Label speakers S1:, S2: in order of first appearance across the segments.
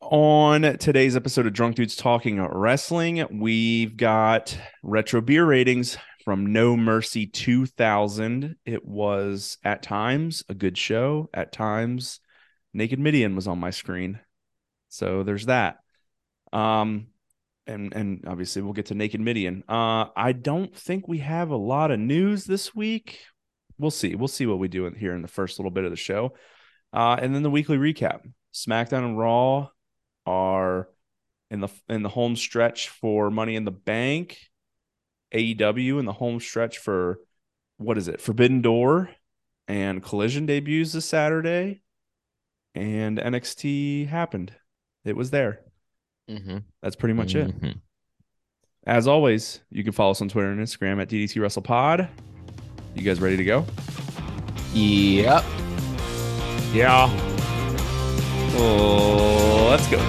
S1: On today's episode of Drunk Dudes Talking Wrestling, we've got retro beer ratings from No Mercy 2000. It was at times a good show, at times Naked Midian was on my screen. So there's that. Um and and obviously we'll get to Naked Midian. Uh I don't think we have a lot of news this week. We'll see. We'll see what we do in here in the first little bit of the show. Uh and then the weekly recap. SmackDown and Raw are in the in the home stretch for Money in the Bank, AEW in the home stretch for what is it? Forbidden Door and Collision debuts this Saturday, and NXT happened. It was there.
S2: Mm-hmm.
S1: That's pretty much it. As always, you can follow us on Twitter and Instagram at DDT WrestlePod. You guys ready to go?
S2: Yep.
S1: Yeah. Oh, let's go.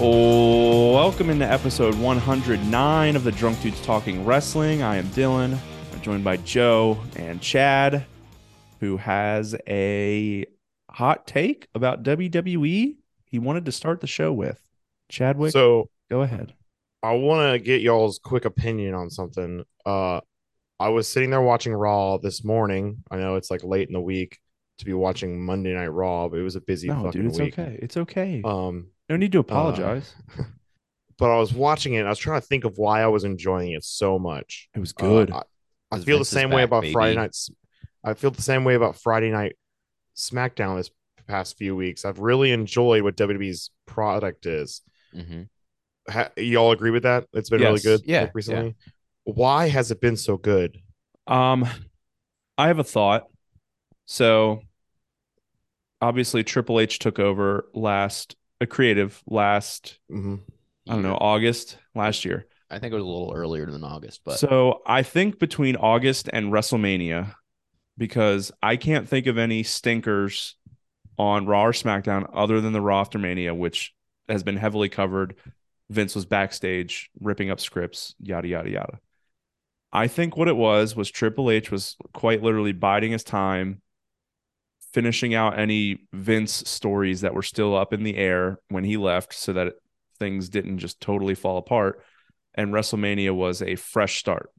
S1: Oh, welcome into episode 109 of the Drunk Dudes Talking Wrestling. I am Dylan. I'm joined by Joe and Chad, who has a hot take about WWE he wanted to start the show with. Chadwick,
S3: So
S1: go ahead.
S3: I want to get y'all's quick opinion on something. Uh, I was sitting there watching Raw this morning. I know it's like late in the week to be watching Monday Night Raw, but it was a busy
S1: No,
S3: fucking
S1: dude, it's
S3: week.
S1: okay. It's okay.
S3: Um,
S1: no need to apologize.
S3: but I was watching it. And I was trying to think of why I was enjoying it so much.
S1: it was
S3: Uh,
S1: good.
S3: I, I
S2: 'Cause
S3: feel
S2: Vince is
S3: the same way
S2: back,
S3: about Friday
S2: baby.
S3: nights. I feel the same way about Friday night SmackDown this past few weeks. I've really enjoyed what WWE's product is.
S2: Mm-hmm.
S3: Ha- y'all agree with that? It's been
S1: Yes.
S3: really good.
S2: Yeah,
S3: like, recently. Why has it been so good?
S1: Um, I have a thought. So, obviously, Triple H took over last a creative last
S3: Mm-hmm.
S1: I don't know August last year.
S2: I think it was a little earlier than August, but
S1: So I think between August and WrestleMania, because I can't think of any stinkers on Raw or SmackDown other than the Raw after Mania, which has been heavily covered. Vince was backstage ripping up scripts, yada yada yada. I think what it was was Triple H was quite literally biding his time, finishing out any Vince stories that were still up in the air when he left, so that things didn't just totally fall apart and WrestleMania was a fresh start.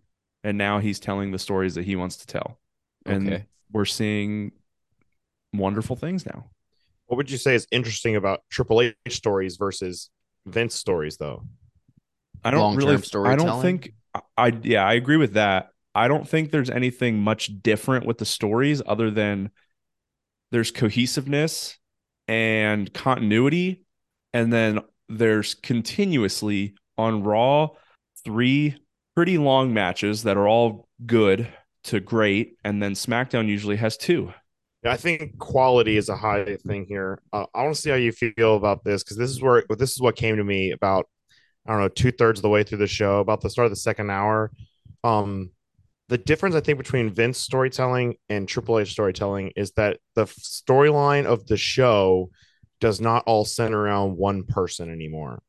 S1: And now he's telling the stories that he wants to tell. And
S2: Okay.
S1: we're seeing wonderful things now.
S3: What would you say is interesting about Triple H stories versus Vince stories, though?
S1: I don't
S2: Long-term
S1: really I don't
S2: storytelling?
S1: think I, I yeah, I agree with that. I don't think there's anything much different with the stories other than there's cohesiveness and continuity and then there's continuously on Raw three pretty long matches that are all good to great and then SmackDown usually has two.
S3: Yeah, I think quality is a high thing here. Uh, I want to see how you feel about this because this is where this is what came to me about I don't know two thirds of the way through the show, about the start of the second hour. Um, the difference I think between Vince storytelling and Triple H storytelling is that the f- storyline of the show does not all center around one person anymore.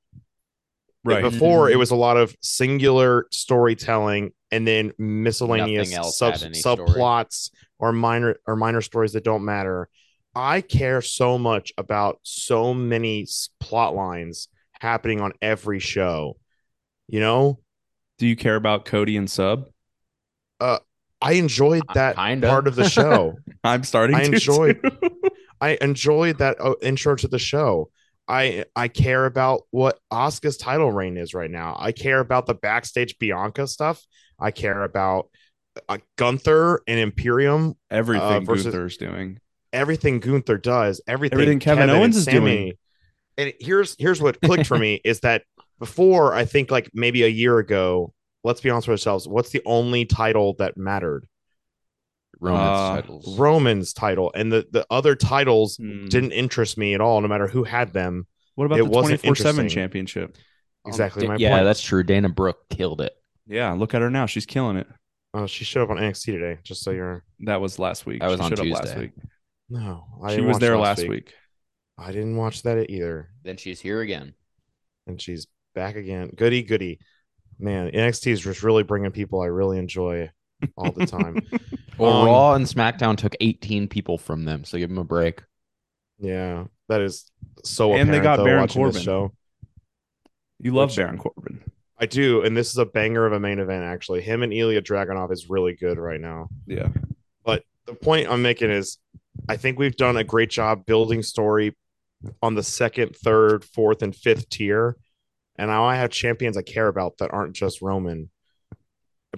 S3: Like, Before
S2: Mm-hmm.
S3: it was a lot of singular storytelling and then miscellaneous
S2: Nothing else
S3: sub-
S2: had any story.
S3: subplots or minor or minor stories that don't matter. I care so much about so many s- plot lines happening on every show. You know,
S1: Do you care about Cody and Sub?
S3: I enjoyed
S2: Uh,
S3: that
S2: kinda.
S3: part of the show.
S1: I'm starting
S3: I
S1: to
S3: enjoyed-
S1: too.
S3: I enjoyed that uh, intro to the show. I I care about what Oscar's title reign is right now. I care about the backstage Bianca stuff. I care about uh, Gunther and Imperium.
S1: everything
S3: uh, versus-
S1: Gunther's doing.
S3: everything Gunther does, everything,
S1: Everything Kevin
S3: and
S1: Owens is doing.
S3: Sammy- And it- here's here's what clicked for me is that before I think like maybe a year ago, let's be honest with ourselves, what's the only title that mattered?
S2: Roman's
S1: Uh,
S2: titles.
S3: Roman's title, and the the other titles
S1: Hmm.
S3: didn't interest me at all, no matter who had them.
S1: What about
S3: It
S1: the twenty
S3: wasn't
S1: four seven
S3: interesting.
S1: championship?
S3: Exactly my
S2: Um, yeah,
S3: point.
S2: that's true. Dana Brooke killed it.
S1: Yeah, look at her now. She's killing it.
S3: Oh, she showed up on NXT today, just so you're.
S1: That was last week.
S2: That was
S1: she
S2: on
S1: showed up last
S2: Tuesday.
S1: week.
S3: No, I
S1: she
S3: didn't
S1: was
S3: watch
S1: there last week.
S3: I didn't watch that either,
S2: Then she's here again.
S3: and she's back again. Goody goody, man. NXT is just really bringing people I really enjoy all the time.
S2: Well,
S3: Um,
S2: Raw and SmackDown took 18 people from them, so give them a break.
S3: yeah, that is so.
S1: And they
S3: apparent,
S1: got
S3: though,
S1: Baron
S3: watching this
S1: Corbin.
S3: show.
S1: You love
S3: Which-
S1: Baron Corbin.
S3: I do, and this is a banger of a main event. Actually, him and Ilya Dragunov is really good right now.
S1: Yeah.
S3: But the point I'm making is I think we've done a great job building story on the second, third, fourth, and fifth tier. And now I have champions I care about that aren't just Roman.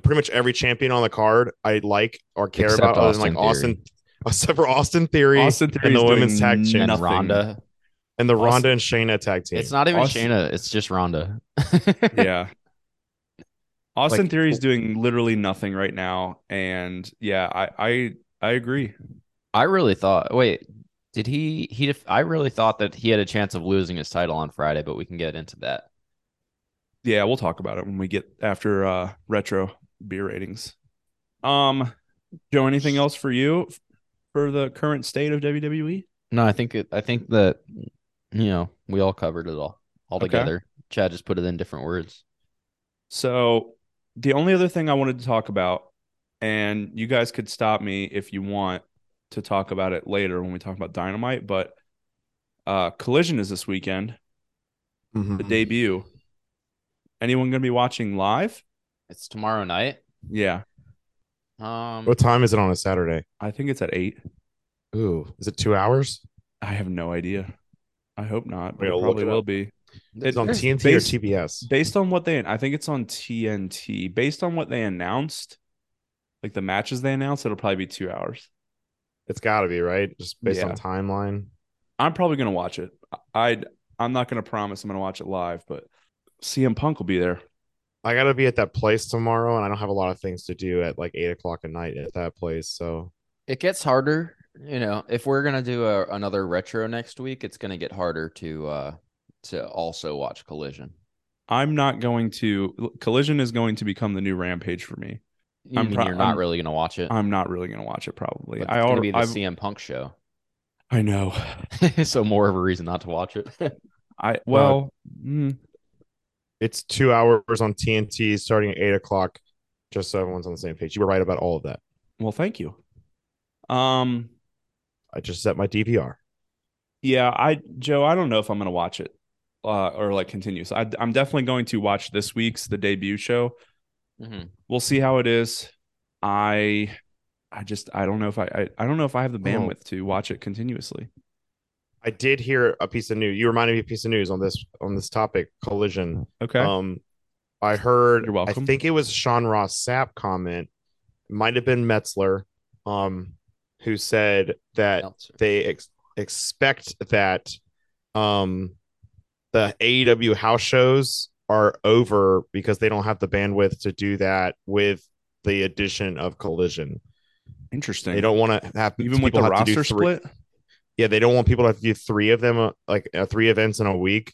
S3: Pretty much every champion on the card I like or care
S2: Except
S3: about, other than like
S2: Austin
S3: Austin, except for Austin Theory
S1: Austin Theory
S3: the
S1: is
S3: women's
S1: doing
S3: tag team.
S2: And
S1: nothing.
S2: Ronda.
S3: and the
S1: Austin-
S3: Ronda and Shayna tag team.
S2: It's not even
S1: Austin-
S2: Shayna. It's just Ronda.
S1: yeah. Austin
S2: Like-
S1: Theory is doing literally nothing right now, and yeah, I I I agree.
S2: I really thought. Wait, did he? He? def- I really thought that he had a chance of losing his title on Friday, but we can get into that.
S1: Yeah, we'll talk about it when we get after uh retro beer ratings. Um, Joe, anything else for you f- for the current state of E? WWE?
S2: No, I think it, I think that you know we all covered it all all
S1: Okay.
S2: together. Chad just put it in different words.
S1: So the only other thing I wanted to talk about, and you guys could stop me if you want to talk about it later when we talk about Dynamite, but uh Collision is this weekend,
S2: Mm-hmm.
S3: Mhm.
S1: the debut. Anyone gonna be watching live?
S2: It's tomorrow night.
S1: Yeah,
S2: Um,
S3: What time is it on a Saturday?
S1: I think it's at eight.
S3: Ooh, is it two hours?
S1: I have no idea. I hope not,
S3: We
S1: but it
S3: gotta look
S1: probably
S3: it
S1: will
S3: up.
S1: be.
S3: It's on
S2: there's-
S3: TNT
S1: base-
S3: or TBS.
S1: Based on what they, I think it's on TNT. Based on what they announced, like the matches they announced, it'll probably be two hours.
S3: It's got to be right, just based
S1: Yeah.
S3: on timeline.
S1: I'm probably gonna watch it. I I'm not gonna promise I'm gonna watch it live, but CM Punk will be there.
S3: I gotta be at that place tomorrow, and I don't have a lot of things to do at like eight o'clock at night at that place. So
S2: it gets harder. You know, if we're gonna do a, another retro next week, it's gonna get harder to uh to also watch Collision.
S1: I'm not going to. Collision is going to become the new Rampage for me.
S2: You
S1: I'm
S2: mean
S1: pro-
S2: you're not
S1: I'm-
S2: really gonna watch it.
S1: I'm not really gonna watch it. Probably.
S2: but
S1: I
S2: it's gonna
S1: already.
S2: be the
S1: I've-
S2: CM Punk show,
S1: I know.
S2: so more of a reason not to watch it.
S1: I well. mm,
S3: it's two hours on TNT starting at eight o'clock. Just so everyone's on the same page. You were right about all of that.
S1: well, thank you. Um.
S3: I just set my DVR.
S1: Yeah, I Joe, I don't know if I'm gonna watch it uh, or like continue. So I, I'm definitely going to watch this week's the debut show.
S2: Mhm.
S1: We'll see how it is. I I just I don't know if I I, I don't know if I have the bandwidth to watch it continuously.
S3: I did hear a piece of news. You reminded me of a piece of news on this on this topic, collision.
S1: Okay,
S3: Um, I heard.
S1: You're welcome.
S3: I think it was Sean Ross Sapp comment. Might have been Metzler, um, who said that they ex- expect that um the AEW house shows are over because they don't have the bandwidth to do that with the addition of collision.
S1: interesting.
S3: They don't want to have
S1: Even with the
S3: people have to do
S1: roster
S3: three-
S1: split,
S3: Yeah, they don't want people to have to do three of them, uh, like uh, three events in a week.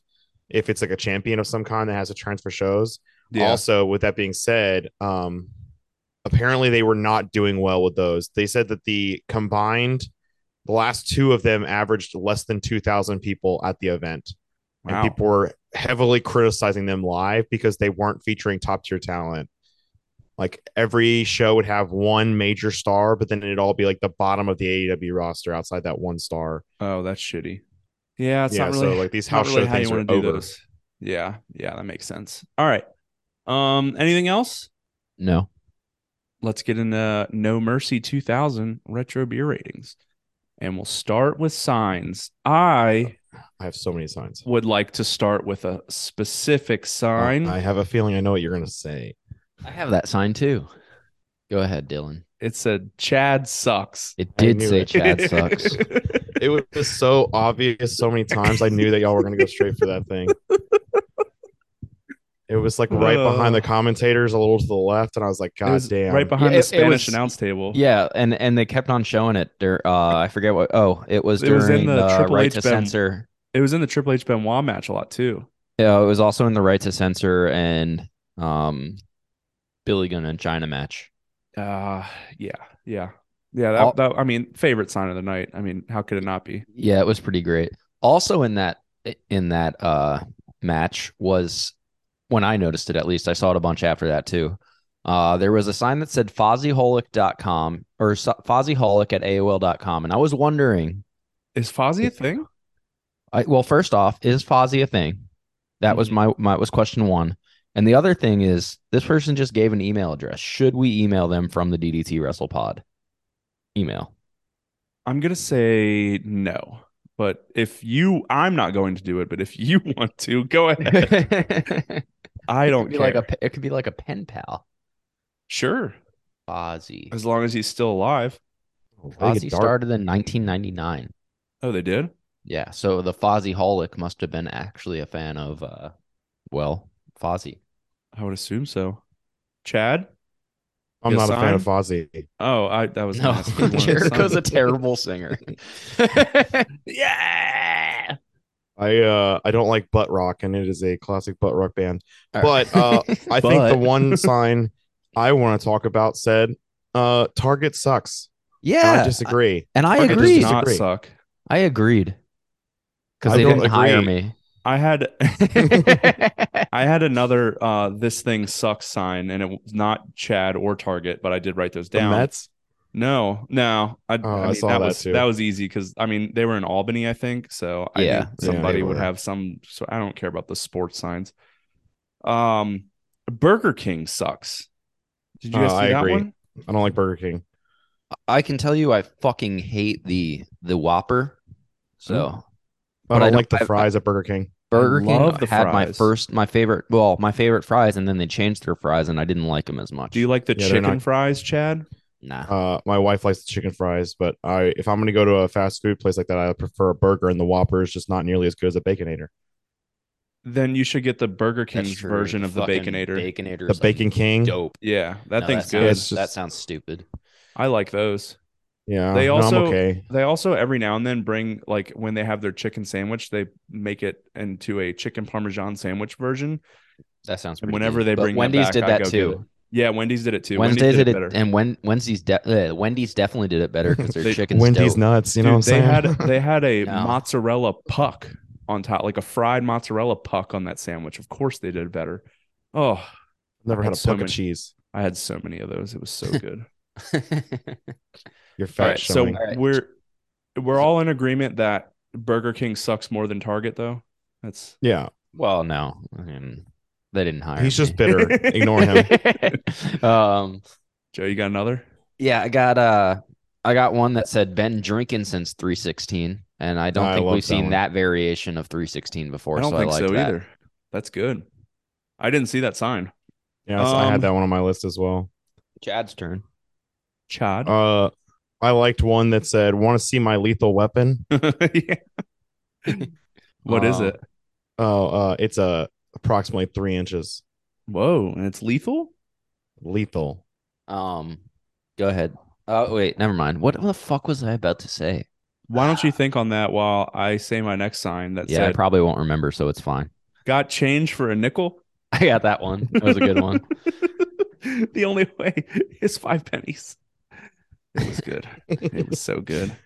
S3: If it's like a champion of some kind that has to transfer shows.
S1: yeah,
S3: Also, with that being said, um, apparently they were not doing well with those. They said that the combined, the last two of them averaged less than 2,000 people at the event.
S1: wow.
S3: And people were heavily criticizing them live because they weren't featuring top tier talent. Like every show would have one major star, but then it'd all be like the bottom of the AEW roster outside that one star.
S1: oh, that's shitty. Yeah, it's
S3: yeah,
S1: not really
S3: so like these
S1: it's not
S3: house
S1: really
S3: show
S1: how
S3: things
S1: you
S3: are
S1: want to do
S3: over.
S1: those. Yeah, yeah, that makes sense. All right. Um, anything else?
S2: No,
S1: let's get into No Mercy 2000 retro beer ratings. And we'll start with signs. I
S3: I have so many signs.
S1: would like to start with a specific sign.
S3: I have a feeling I know what you're gonna say.
S2: I have that sign too. Go ahead, Dylan.
S1: It said Chad sucks.
S2: It
S3: I
S2: did
S3: knew
S2: say
S3: it.
S2: Chad sucks.
S3: It was just so obvious so many times. I knew that y'all were going to go straight for that thing. It was like right behind the commentators, a little to the left, and I was
S1: Uh.
S3: like,
S1: It
S3: "God
S1: was
S3: damn!"
S1: Right behind
S2: Yeah,
S1: the
S2: it- it
S1: Spanish
S2: was-
S1: announce table.
S2: Yeah, and and they kept on showing it. There, uh, I forget what. Oh, it was
S1: It
S2: during
S1: was in the
S2: uh,
S1: Triple
S2: right
S1: H
S2: to
S1: Ben-
S2: censor.
S1: It was in the Triple H Benoit match a lot too.
S2: Yeah, it was also in the right to censor and um, Billy Gunn and China match.
S1: Uh yeah, yeah. Yeah, that,
S2: All-
S1: that I mean, favorite sign of the night. I mean, how could it not be?
S2: Yeah, it was pretty great. Also in that in that uh match was when I noticed it at least. I saw it a bunch after that too. Uh there was a sign that said fozzyholic.com or so- fozzyholic at AOL.com and I was wondering,
S1: Is Fozzy a thing?
S2: I, well first off, is Fozzy a thing? That was
S1: Mhm.
S2: my my was question 1. And the other thing is this person just gave an email address. Should we email them from the DDT Wrestle Pod email?
S1: I'm gonna say no. But if you, I'm not going to do it. But if you want to, go ahead. I don't
S2: Be
S1: care.
S2: like a pe- it could be like a pen pal.
S1: sure,
S2: Fozzy.
S1: as long as he's still alive.
S3: They
S2: Fozzy
S3: get dark.
S2: started in 1999.
S1: Oh, they did.
S2: Yeah, so the Fozzy Holic must have been actually a fan of, uh, well, Fozzy.
S1: I would assume so. Chad.
S3: I'm not a fan
S1: Hassan?
S3: of Fozzy.
S1: Oh, I that was
S2: No,
S1: nasty. One of the
S2: Jericho's a
S1: sons.
S2: terrible singer. yeah.
S3: I uh I don't like butt rock, and it is a classic butt rock band.
S2: All
S3: But, uh, I think
S1: But-
S3: the one sign I want to talk about said, "Uh, Target sucks." And
S2: yeah,
S3: I disagree.
S2: and I
S1: Target
S2: agreed.
S1: Does not
S3: Disagree.
S1: suck.
S2: I agreed because
S3: I
S2: they
S3: don't
S2: didn't hire
S3: agree.
S2: me.
S1: I had I had another uh this thing sucks sign, and it was not Chad or Target, but I did write those
S3: The
S1: down.
S3: Mets.
S1: No, no. I,
S3: Oh,
S1: I
S3: I
S1: mean,
S3: saw
S1: that,
S3: that
S1: was
S3: too.
S1: that was easy because I mean they were in Albany, I think. So I knew
S2: Yeah.
S3: they
S1: somebody would
S3: were.
S1: have some. So I don't care about the sports signs. Um, Burger King sucks. Did you guys
S3: Uh,
S1: see
S3: I
S1: that
S3: agree.
S1: one?
S3: I don't like Burger King.
S2: I can tell you, I fucking hate the the Whopper. So But
S3: I
S2: I
S3: don't
S2: don't-
S3: like the
S2: I-
S3: fries at Burger King.
S2: Burger King
S1: love the
S2: had my
S1: fries.
S2: first, my favorite, well, my favorite fries, and then they changed their fries, and I didn't like them as much.
S1: Do you like the
S3: Yeah, they're
S1: chicken
S3: not-
S1: fries, Chad?
S2: nah.
S3: Uh, my wife likes the chicken fries, but I if I'm gonna go to a fast food place like that, I prefer a burger, and the Whopper is just not nearly as good as a Baconator.
S1: Then you should get the Burger
S2: That's
S1: King's
S2: true.
S1: version of the
S2: fucking
S1: Baconator.
S2: Baconator.
S3: The
S2: is, like,
S3: Bacon King.
S2: Dope.
S1: Yeah, that
S2: No,
S1: thing's
S2: sounds-
S1: good.
S3: It's
S2: that
S3: just-
S2: sounds stupid.
S1: I like those.
S3: Yeah,
S1: They
S3: no,
S1: also-
S3: I'm okay.
S1: They also every now and then bring like when they have their chicken sandwich, they make it into a chicken parmesan sandwich version.
S2: That sounds.
S1: And
S2: pretty
S1: whenever
S2: good.
S1: they
S2: But
S1: bring that
S2: Wendy's
S1: back,
S2: did
S1: I
S2: that
S1: go get
S2: too.
S1: Yeah, Wendy's did it too.
S2: Wednesday
S1: Wendy's
S2: did it,
S1: better.
S2: and when Wednesday's de- uh, Wendy's definitely did it better because their
S1: They-
S2: chicken's
S3: Wendy's
S2: dope.
S3: nuts. You
S1: Dude,
S3: know what
S1: they
S3: I'm saying?
S1: had they had a
S2: No.
S1: mozzarella puck on top, like a fried mozzarella puck on that sandwich. Of course, they did it better. Oh,
S3: Never had a
S1: had so
S3: puck of
S1: many-
S3: cheese.
S1: I had so many of those. It was so good. all
S3: You're fat
S1: right, so
S3: showing.
S2: All right.
S1: we're we're all in agreement that Burger King sucks more than Target, though. That's
S3: yeah,
S2: well, no, I mean, they didn't hire.
S3: he's just
S2: me.
S3: bitter. Ignore him.
S2: um,
S1: Joe. You got another?
S2: yeah, I got uh, I got one that said been drinking since 316, and I don't
S3: I
S2: think
S3: love
S2: we've
S3: that
S2: seen
S3: one.
S2: that variation of 316 before.
S1: I don't
S2: so
S1: think
S2: I like
S1: so
S2: that.
S1: either. That's good. I didn't see that sign.
S3: Yeah, so I
S1: Um,
S3: had that one on my list as well.
S2: Chad's turn.
S1: Chad.
S3: Uh, I liked one that said, "Want to see my lethal weapon?"
S1: Yeah. What is
S2: Um,
S3: Uh,
S1: it?
S3: Oh, uh, it's uh, approximately three inches.
S1: Whoa, and it's lethal?
S3: Lethal.
S2: Um, go ahead. Oh wait, never mind. What the fuck was I about to say?
S1: Why don't you think on that while I say my next sign that
S2: yeah, I
S1: said
S2: probably won't remember, so it's fine.
S1: got change for a nickel?
S2: I got that one. That was a good one.
S1: the only way is five pennies. It was good. it was so good.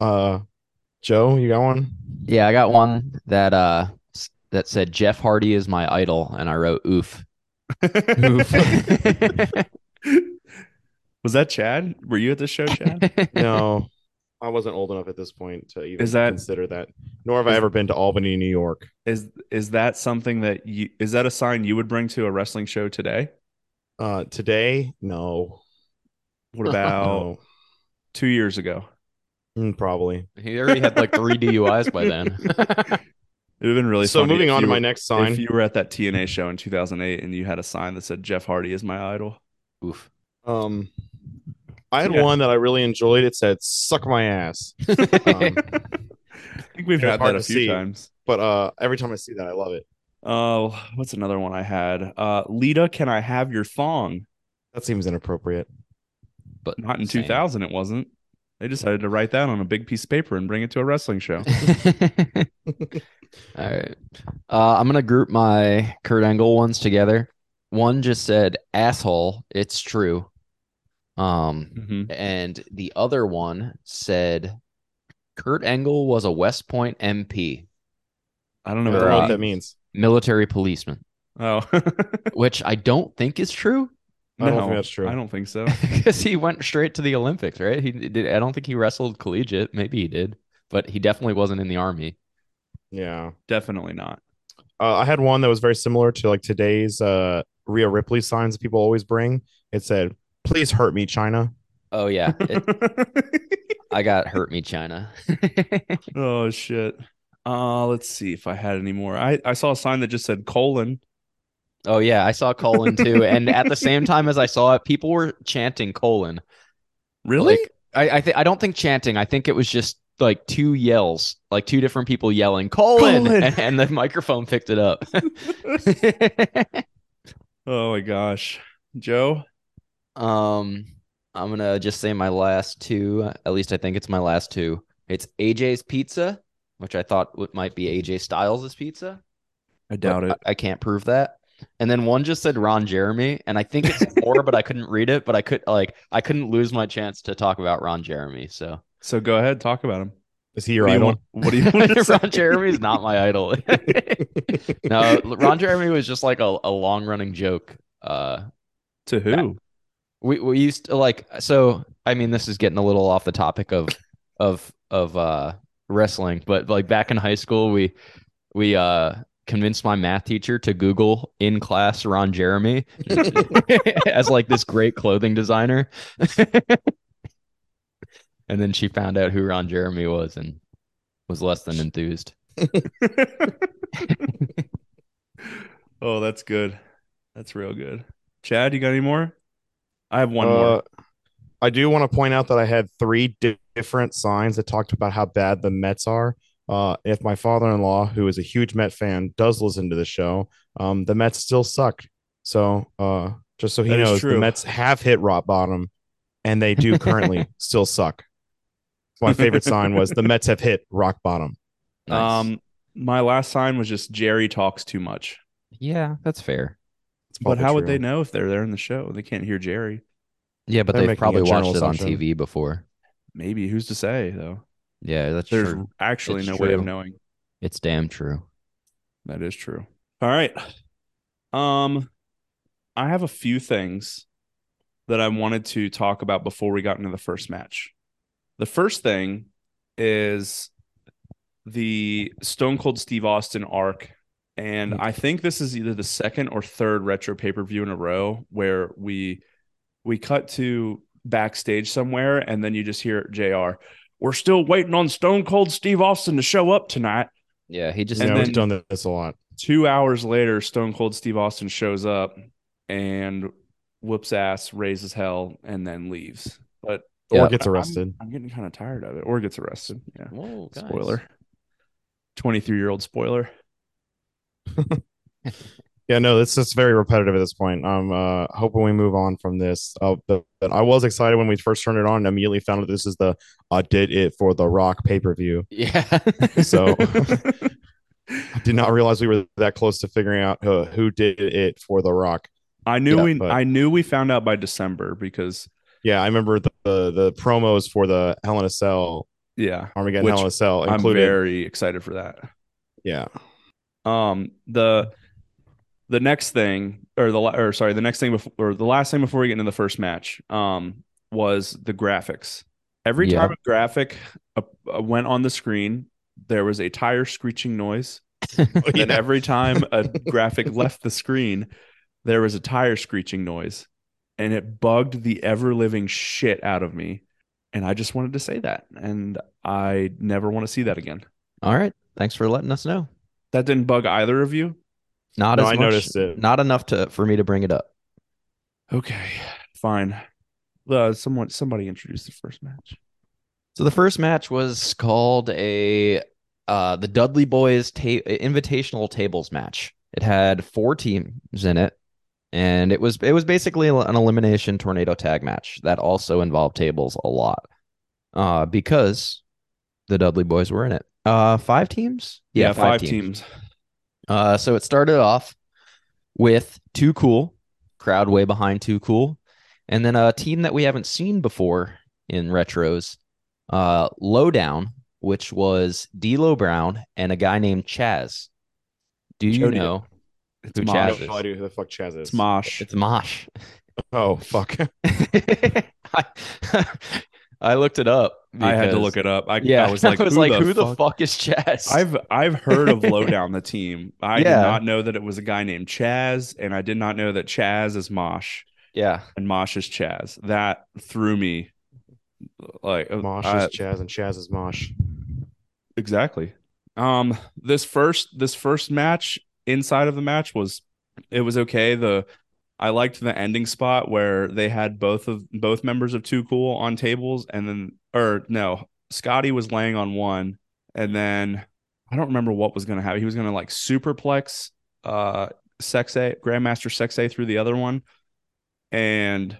S3: Uh, Joe, you got one?
S2: Yeah, I got one that uh s- that said Jeff Hardy is my idol, and I wrote oof. Oof.
S1: was that Chad? Were you at the show, Chad?
S3: No, I wasn't old enough at this point to even
S1: Is that-
S3: consider that. Nor have I
S1: is-
S3: ever been to Albany, New York.
S1: is is that something that you is that a sign you would bring to a wrestling show today?
S3: Uh, today, no,
S1: What about
S3: no,
S1: two years ago?
S3: Mm, probably.
S2: he already had like three DUIs by then.
S1: It would have been really
S3: so
S1: funny
S3: moving
S1: if
S3: on to
S1: you
S3: my
S1: were-
S3: next sign.
S1: If you were at that TNA show in 2008 and you had a sign that said Jeff Hardy is my idol,
S2: oof.
S3: Um, I had
S1: Yeah.
S3: one that I really enjoyed. It said "suck my ass," um,
S1: I think we've
S3: Yeah,
S1: had
S3: hard
S1: that a
S3: to
S1: few
S3: see.
S1: times.
S3: but uh, every time I see that, I love it.
S1: Oh, what's another one I had? Uh, Lita, can I have your thong?
S3: That seems inappropriate.
S2: but
S1: Not in
S2: same.
S1: 2000, it wasn't. They decided to write that on a big piece of paper and bring it to a wrestling show.
S2: All right. Uh, I'm going to group my Kurt Angle ones together. One just said, asshole, it's true. Um,
S1: Mhm.
S2: and the other one said, Kurt Angle was a West Point MP,
S1: I don't
S3: I
S1: know what
S3: don't know what
S1: that
S3: that means.
S2: military policeman,
S1: Oh,
S2: which I don't think is true
S3: I don't
S1: No,
S3: think that's true.
S1: I don't think so.
S2: because he went straight to the Olympics, right? He did. I don't think he wrestled collegiate. Maybe he did, but he definitely wasn't in the army.
S3: Yeah.
S1: Definitely not.
S3: Uh, I had one that was very similar to like today's uh, Rhea Ripley signs that people always bring. It said, "Please hurt me, China."
S2: Oh, yeah. It- I got hurt me, China.
S1: oh shit. Uh, let's see if I had any more. I I saw a sign that just said colon.
S2: Oh yeah, I saw colon too, and at the same time as I saw it, people were chanting colon.
S1: Really?
S2: Like I, I think I don't think chanting. I think it was just like two yells, like two different people yelling colon,
S1: Colon.
S2: And, and the microphone picked it up.
S1: oh my gosh, Joe.
S2: um, I'm gonna just say my last two. At least I think it's my last two. It's AJ's Pizza, which I thought w- might be AJ Styles' pizza.
S1: I
S2: but
S1: doubt it.
S2: I, I can't prove that. And then one just said Ron Jeremy, and I think it's more, but I couldn't read it. But I could like I couldn't lose my chance to talk about Ron Jeremy. So
S1: So go ahead, talk about him.
S3: Is he your
S1: what, do you
S3: idol?
S1: want, what do you want to say?
S2: Ron Jeremy is not my idol. no, Ron Jeremy was just like a, a long running joke. Uh,
S1: To who?
S2: we we used to like so. I mean, this is getting a little off the topic of of of uh wrestling, but like back in high school, we we uh convinced my math teacher to Google in class Ron Jeremy as like this great clothing designer. and then she found out who Ron Jeremy was and was less than enthused.
S1: oh, that's good. That's real good. Chad, you got any more? I have one
S3: Uh,
S1: more.
S3: I do want to point out that I had three di- different signs that talked about how bad the Mets are. Uh, if my father-in-law, who is a huge Met fan, does listen to the show, um, the Mets still suck. So uh, just so he
S1: That is
S3: knows, the
S1: true.
S3: Mets have hit rock bottom, and they do currently still suck. My favorite sign was the Mets have hit rock bottom.
S2: Nice.
S1: Um, my last sign was just Jerry talks too much.
S2: Oh, yeah, that's fair.
S3: It's
S1: But
S3: probably
S1: how would
S3: true.
S1: they know if they're there in the show? They can't hear Jerry.
S2: Yeah, but
S3: They're
S2: they've
S3: making a
S2: probably watched
S3: general
S2: it on
S3: assumption.
S2: TV before.
S1: Maybe who's to say though?
S2: Yeah, that's
S1: There's
S2: true.
S1: actually
S2: It's
S1: no way of
S2: true.
S1: knowing.
S2: It's damn true.
S1: That is true. All right. Um, I have a few things that I wanted to talk about before we got into the first match. The first thing is the Stone Cold Steve Austin arc. And I think this is either the second or third retro pay per view in a row where we we cut to backstage somewhere and then you just hear JR, we're still waiting on Stone Cold Steve Austin to show up tonight
S2: Yeah, he just
S3: Yeah,
S1: And
S3: we've
S1: then-
S3: done this a lot.
S1: two hours later, Stone Cold Steve Austin shows up and whoops ass, raises hell, and then leaves. But
S2: Yeah.
S3: or gets
S1: I'm-
S3: arrested.
S1: I'm getting kind of tired of it. Or gets arrested. Yeah.
S2: Whoa, guys.
S1: Spoiler. 23 year old spoiler.
S3: Yeah, no, it's just very repetitive at this point. I'm uh, hoping we move on from this. Uh, but, but I was excited when we first turned it on and immediately found out this is the I did it for the Rock pay per view.
S2: Yeah.
S3: So did not realize we were that close to figuring out uh, who did it for the Rock.
S1: I knew
S3: Yeah,
S1: we
S3: but-
S1: I knew we found out by December because
S3: Yeah, I remember the the, the promos for the Hell in a Cell
S1: yeah,
S3: Armageddon
S1: Which
S3: Hell in a Cell
S1: I'm
S3: included.
S1: very excited for that.
S3: yeah,
S1: um the the next thing or the la- or sorry the next thing before or the last thing before we get into the first match um was the graphics every
S2: Yeah.
S1: time a graphic uh, uh, went on the screen there was a tire screeching noise and
S3: Yeah.
S1: every time a graphic left the screen there was a tire screeching noise and it bugged the ever living shit out of me and i just wanted to say that and i never want to see that again
S2: All right. Thanks for letting us know.
S1: that didn't bug either of you
S2: Not
S3: No,
S2: as
S3: I
S2: much-
S3: noticed it.
S2: Not enough to for me to bring it up.
S1: Okay, fine. Uh, someone somebody introduced the first match.
S2: So the first match was called a uh, the Dudley Boys ta- Invitational Tables match. It had four teams in it, and it was it was basically an elimination tornado tag match that also involved tables a lot uh, because the Dudley Boys were in it. Uh, five teams, uh, so it started off with Too Cool, crowd way behind Too Cool, and then a team that we haven't seen before in retros, uh, Lowdown, which was D'Lo Brown and a guy named Chaz. Do you
S1: Jody.
S2: know?
S1: It's
S2: Who
S3: I
S1: Mosh.
S2: Chaz
S3: have no idea who the fuck Chaz is.
S1: It's Mosh.
S2: It's Mosh.
S3: oh fuck.
S2: I, I looked it up.
S1: I had to
S2: because-
S1: look it up. I,
S2: yeah,
S1: I was like, who, the,
S2: who
S1: fuck?
S2: is Chaz?
S1: I've I've heard of Lowdown the team. I did
S2: Yeah.
S1: not know that it was a guy named Chaz, and I did not know that Chaz is Mosh
S2: yeah,
S1: and Mosh is Chaz. That threw me. Like uh,
S3: Mosh
S1: I-
S3: is Chaz and Chaz is Mosh.
S1: exactly. Um, this first this first match inside of the match was it was okay. The I liked the ending spot where they had both of both members of Too Cool on tables, and then or no, Scotty was laying on one, and then I don't remember what was gonna happen. He was gonna like superplex uh Sexay Grandmaster Sexay through the other one, and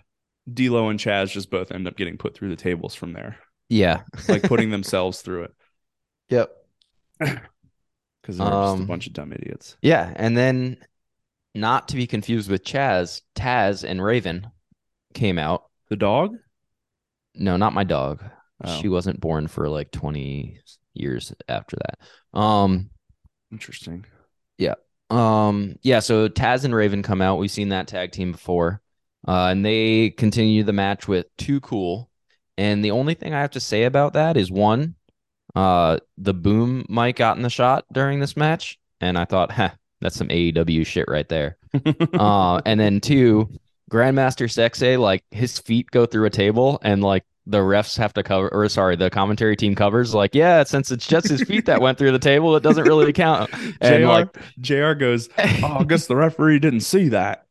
S1: D'Lo and Chaz just both end up getting put through the tables from there,
S2: yeah,
S1: like putting themselves through it
S2: yep.
S1: because they're just a
S2: Um,
S1: bunch of dumb idiots.
S2: Yeah, and then not to be confused with Chaz, Taz and Raven came out.
S1: The dog.
S2: No, not my dog.
S1: Oh,
S2: She wasn't born for like 20 years after that. Um
S1: interesting.
S2: um yeah, so Taz and Raven come out. We've seen that tag team before. Uh and they continue the match with Too Cool. And the only thing I have to say about that is one uh the boom mic got in the shot during this match and I thought, "Huh, that's some AEW shit right there." uh, and then two, Grandmaster Sexay, like his feet go through a table and like the refs have to cover or sorry, the commentary team covers like, yeah, since it's just his feet that went through the table, it doesn't really count. And
S1: Jr.
S2: like
S1: Jr. goes. Oh, I guess the referee didn't see that.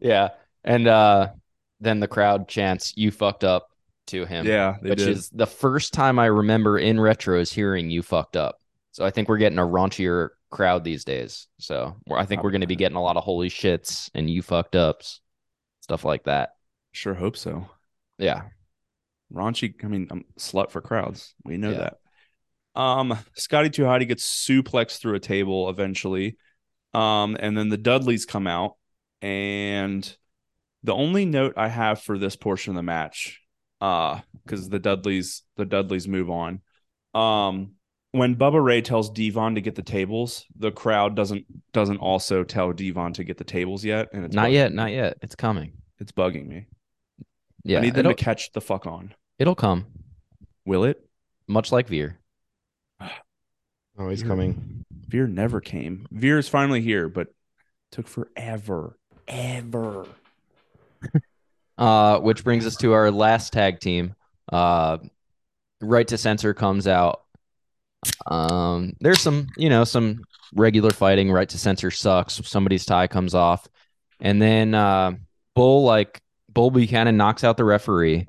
S2: yeah. And uh then the crowd chants, You fucked up to him.
S1: Yeah, they
S2: which
S1: did.
S2: is the first time I remember in retros hearing you fucked up. So I think we're getting a raunchier crowd these days. So we're- I think we're going to be getting a lot of holy shits and you fucked ups, stuff like that.
S1: sure hope so.
S2: Yeah.
S1: raunchy. I mean, I'm slut for crowds. We know
S2: Yeah.
S1: that. Um, Scotty Tuhati gets suplexed through a table eventually. Um, and then the Dudleys come out. And the only note I have for this portion of the match, uh, because the Dudleys, the Dudleys move on. Um, when Bubba Ray tells Devon to get the tables, the crowd doesn't doesn't also tell Devon to get the tables yet, and it's
S2: not
S1: bug-
S2: yet. Not yet. It's coming.
S1: It's bugging me.
S2: Yeah.
S1: I need them
S2: it'll,
S1: to catch the fuck on.
S2: it'll come,
S1: Will it?
S2: much like Veer.
S3: Oh, he's
S1: You're-
S3: coming.
S1: Veer never came. Veer is finally here, but took forever. Ever.
S2: Uh, which brings us to our last tag team. Uh, right to censor comes out. Um, there's some, you know, some regular fighting. Right to censor sucks. Somebody's tie comes off, and then uh, Bull like Bull Buchanan knocks out the referee,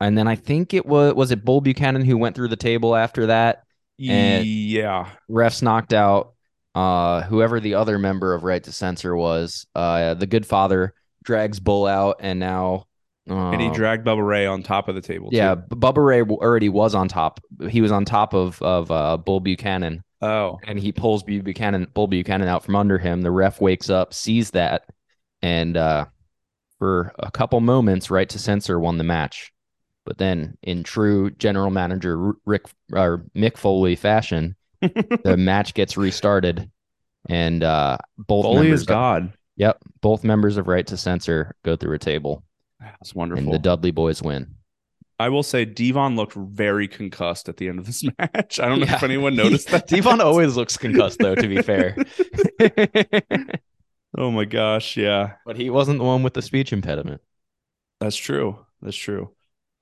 S2: and then I think it was was it Bull Buchanan who went through the table after that. And-
S1: yeah.
S2: Refs knocked out. Uh, whoever the other member of Right to Censor was, uh, the Good Father drags Bull out, and now. Uh,
S1: And he dragged Bubba Ray on top of the table. too.
S2: Yeah, B- Bubba Ray w- already was on top. He was on top of of uh, Bull Buchanan,
S1: Oh.
S2: and he pulls Bu- Buchanan Bull Buchanan out from under him. The ref wakes up, sees that, and uh, for a couple moments, right to censor won the match. But then, in true general manager R- Rick or Mick Foley fashion, the match gets restarted, and uh, both
S1: Foley
S2: members
S1: is God.
S2: Yep, both members of Right to Censor go through a table,
S1: That's wonderful.
S2: and the Dudley Boys win.
S1: I will say Devon looked very concussed at the end of this match. I don't know if
S2: Yeah.
S1: anyone noticed that.
S2: Devon always looks concussed, though. To be fair,
S1: Oh my gosh. Yeah.
S2: but he wasn't the one with the speech impediment.
S1: That's true. That's true.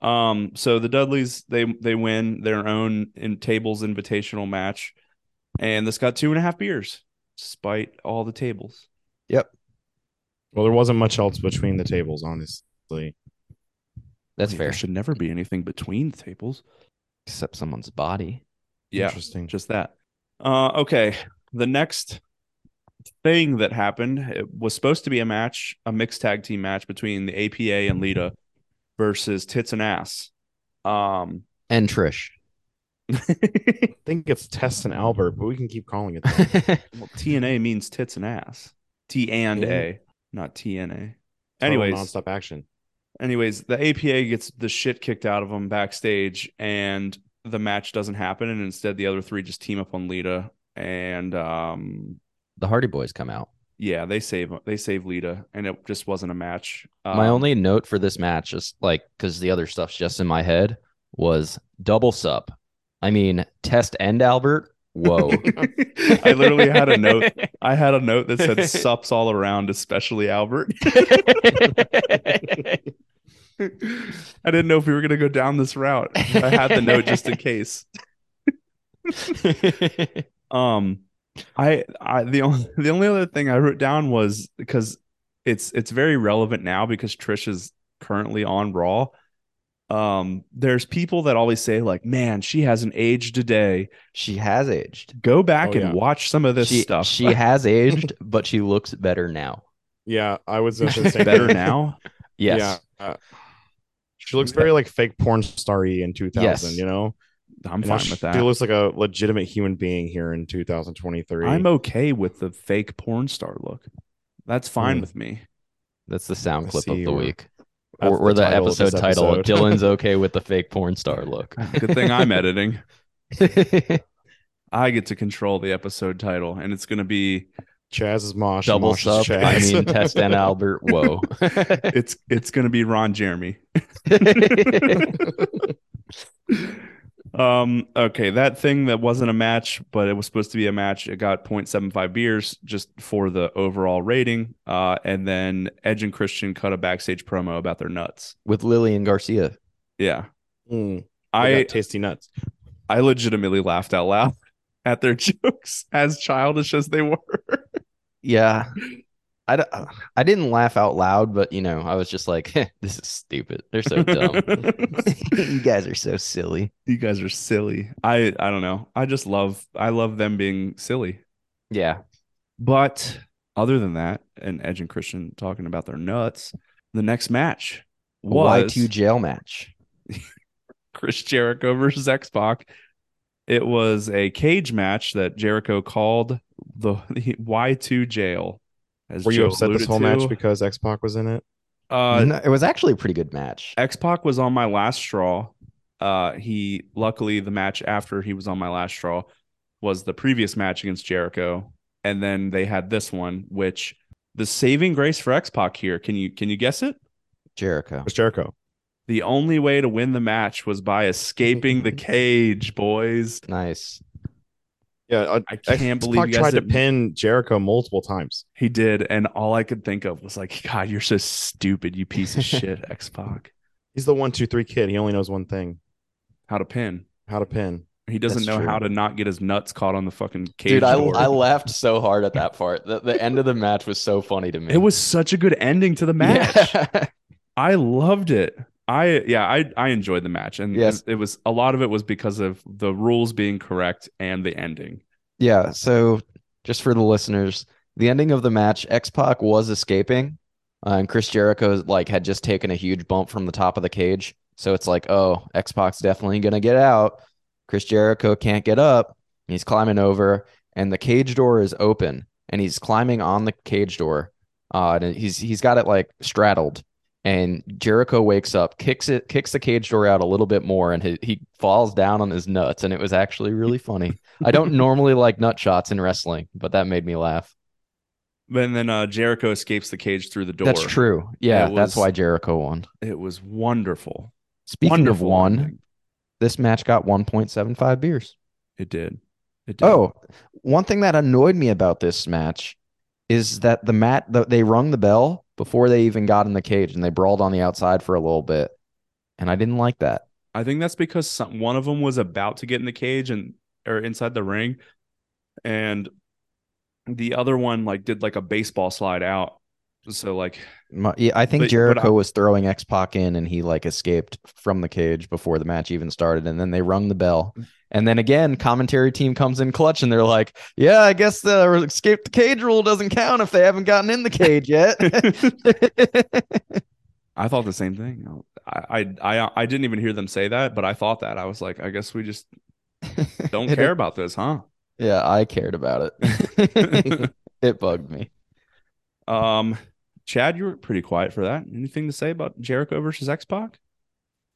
S1: Um, so the Dudleys they they win their own in tables invitational match, and this got two and a half beers, despite all the tables.
S3: Well, there wasn't much else between the tables, honest. honestly.
S2: That's
S1: I
S3: Oh,
S1: mean,
S2: fair.
S1: There should never be anything between tables.
S2: Except someone's body.
S1: Yeah.
S3: Interesting.
S1: just that. Uh, okay, the next thing that happened it was supposed to be a match, a mixed tag team match between the APA and Lita versus Tits and Ass. Um,
S2: And Trish.
S3: I think it's Tess and Albert, but we can keep calling it. That.
S2: That's
S1: well, TNA means tits and ass. T and A, not TNA.
S3: Total
S1: Anyways,
S3: nonstop action.
S1: anyways, the APA gets the shit kicked out of them backstage, and the match doesn't happen. And instead, the other three just team up on Lita, and um,
S2: the Hardy Boys come out.
S1: yeah, they save they save Lita, and it just wasn't a match.
S2: my
S1: Um,
S2: only note for this match is like because the other stuff's just in my head was double sup. I mean, test and Albert. Whoa.
S1: I literally had a note. I had a note that said "sups all around," especially Albert. I didn't know if we were gonna go down this route. I had the note just in case. Um, I, I the only the only other thing I wrote down was because it's it's very relevant now because Trish is currently on Raw. Um, there's people that always say like, "Man, she hasn't aged a day."
S2: she has aged.
S1: go back
S3: Oh,
S1: and
S3: yeah.
S1: watch some of this
S2: she,
S1: stuff.
S2: She has aged, but she looks better now.
S3: Yeah, I was gonna say the same
S1: better
S3: thing.
S1: now.
S2: Yes.
S3: Yeah. Uh, she looks very like fake porn star in 2000,
S2: Yes.
S3: you know?
S1: I'm
S3: And now
S1: fine
S3: she
S1: with that.
S3: looks like a legitimate human being here in 2023.
S1: I'm okay with the fake porn star look. That's fine
S3: Hmm.
S1: with me.
S2: That's the sound
S3: Let's
S2: clip of
S3: see,
S2: the
S3: we're-
S2: week.
S3: That's
S2: Or, or the,
S3: title of
S2: episode,
S3: this
S2: title
S3: episode.
S2: Dylan's okay with the fake porn star look.
S1: Good thing I'm editing. I get to control the episode title, and it's going to be
S3: Chaz is Mosh. and
S2: Double
S3: Mosh is
S2: sub. I
S3: Chaz.
S2: mean, Test and Albert. Whoa.
S1: it's it's going to be Ron Jeremy. um. Okay, that thing that wasn't a match, but it was supposed to be a match. It got 0.75 beers just for the overall rating. Uh, and then Edge and Christian cut a backstage promo about their nuts.
S2: with Lillian Garcia.
S1: Yeah,
S3: Mm, I
S1: I
S3: got tasty nuts.
S1: I legitimately laughed out loud at their jokes, as childish as they were.
S2: Yeah. I, d- I didn't laugh out loud, but you know, I was just like, "Heh, this is stupid. They're so dumb. you guys are so silly.
S1: you guys are silly. I I don't know. I just love I love them being silly.
S2: Yeah.
S1: But other than that, and Edge and Christian talking about their nuts, the next match was
S2: Y2 jail match.
S1: Chris Jericho versus X Pac. It was a cage match that Jericho called the, the Y2 jail. As
S3: Were you
S1: Joe
S3: upset
S1: alluded
S3: this whole
S1: to.
S3: match Mm-hmm. because X Pac was in it?
S1: uh,
S2: No, it was actually a pretty good match.
S1: X Pac was on my last straw. Uh, he luckily the match after he was on my last straw was the previous match against Jericho, and then they had this one, which the saving grace for X Pac here. Can you can you guess it?
S2: Jericho.
S3: It was Jericho.
S1: The only way to win the match was by escaping the
S3: Mm-hmm.
S1: cage, boys.
S2: Nice.
S3: Yeah, uh,
S1: I can't believe
S3: X-Pac
S1: you guys
S3: tried to
S1: didn't-
S3: pin Jericho multiple times.
S1: He did, and all I could think of was like, God, you're so stupid, you piece of shit, X Pac.
S3: He's the one, two, three kid. He only knows one thing:
S1: How to pin.
S3: how to pin.
S1: He doesn't
S2: That's
S1: know
S2: true.
S1: how to not get his nuts caught on the fucking cage.
S2: Dude, I,
S1: door.
S2: I laughed so hard at that part. The, the end of the match was so funny to me.
S1: It was such a good ending to the match.
S2: Yeah.
S1: I loved it. I yeah, I I enjoyed the match, and
S2: Yes.
S1: it was a lot of it was because of the rules being correct and the ending.
S2: Yeah, so just for the listeners, the ending of the match, X Pac was escaping, uh, and Chris Jericho like had just taken a huge bump from the top of the cage. So it's like, oh, X Pac's definitely gonna get out. Chris Jericho can't get up. and He's climbing over, and the cage door is open, and he's climbing on the cage door. Uh, and he's he's got it like straddled, and Jericho wakes up, kicks it, kicks the cage door out a little bit more, and he, he falls down on his nuts, and it was actually really funny. I don't normally like nut shots in wrestling, but that made me laugh.
S1: And then uh, Jericho escapes the cage through the door.
S2: That's true. Yeah,
S1: It
S2: that's
S1: was-
S2: why Jericho won.
S1: It was wonderful.
S2: Speaking
S1: wonderful
S2: of one,
S1: ending.
S2: this match got 1.75 beers.
S1: It did. It did.
S2: Oh, one thing that annoyed me about this match is that the mat the, they rung the bell before they even got in the cage and they brawled on the outside for a little bit, and I didn't like that.
S1: I think that's because some, one of them was about to get in the cage and or inside the ring, and the other one like did like a baseball slide out. So like
S2: My- yeah, I think
S1: But- but
S2: Jericho
S1: I-
S2: was throwing X Pac in, and he like escaped from the cage before the match even started, and then they rung the bell,
S1: Mm.
S2: and then again, commentary team comes in clutch, and they're like, "Yeah, I guess the escape the cage rule doesn't count if they haven't gotten in the cage yet."
S1: I thought the same thing. I, I I I didn't even hear them say that, but I thought that I was like, I guess we just don't
S2: It-
S1: care about this, huh?
S2: yeah, I cared about it. it bugged me.
S1: um, Chad, you were pretty quiet for that. Anything to say about Jericho versus X Pac?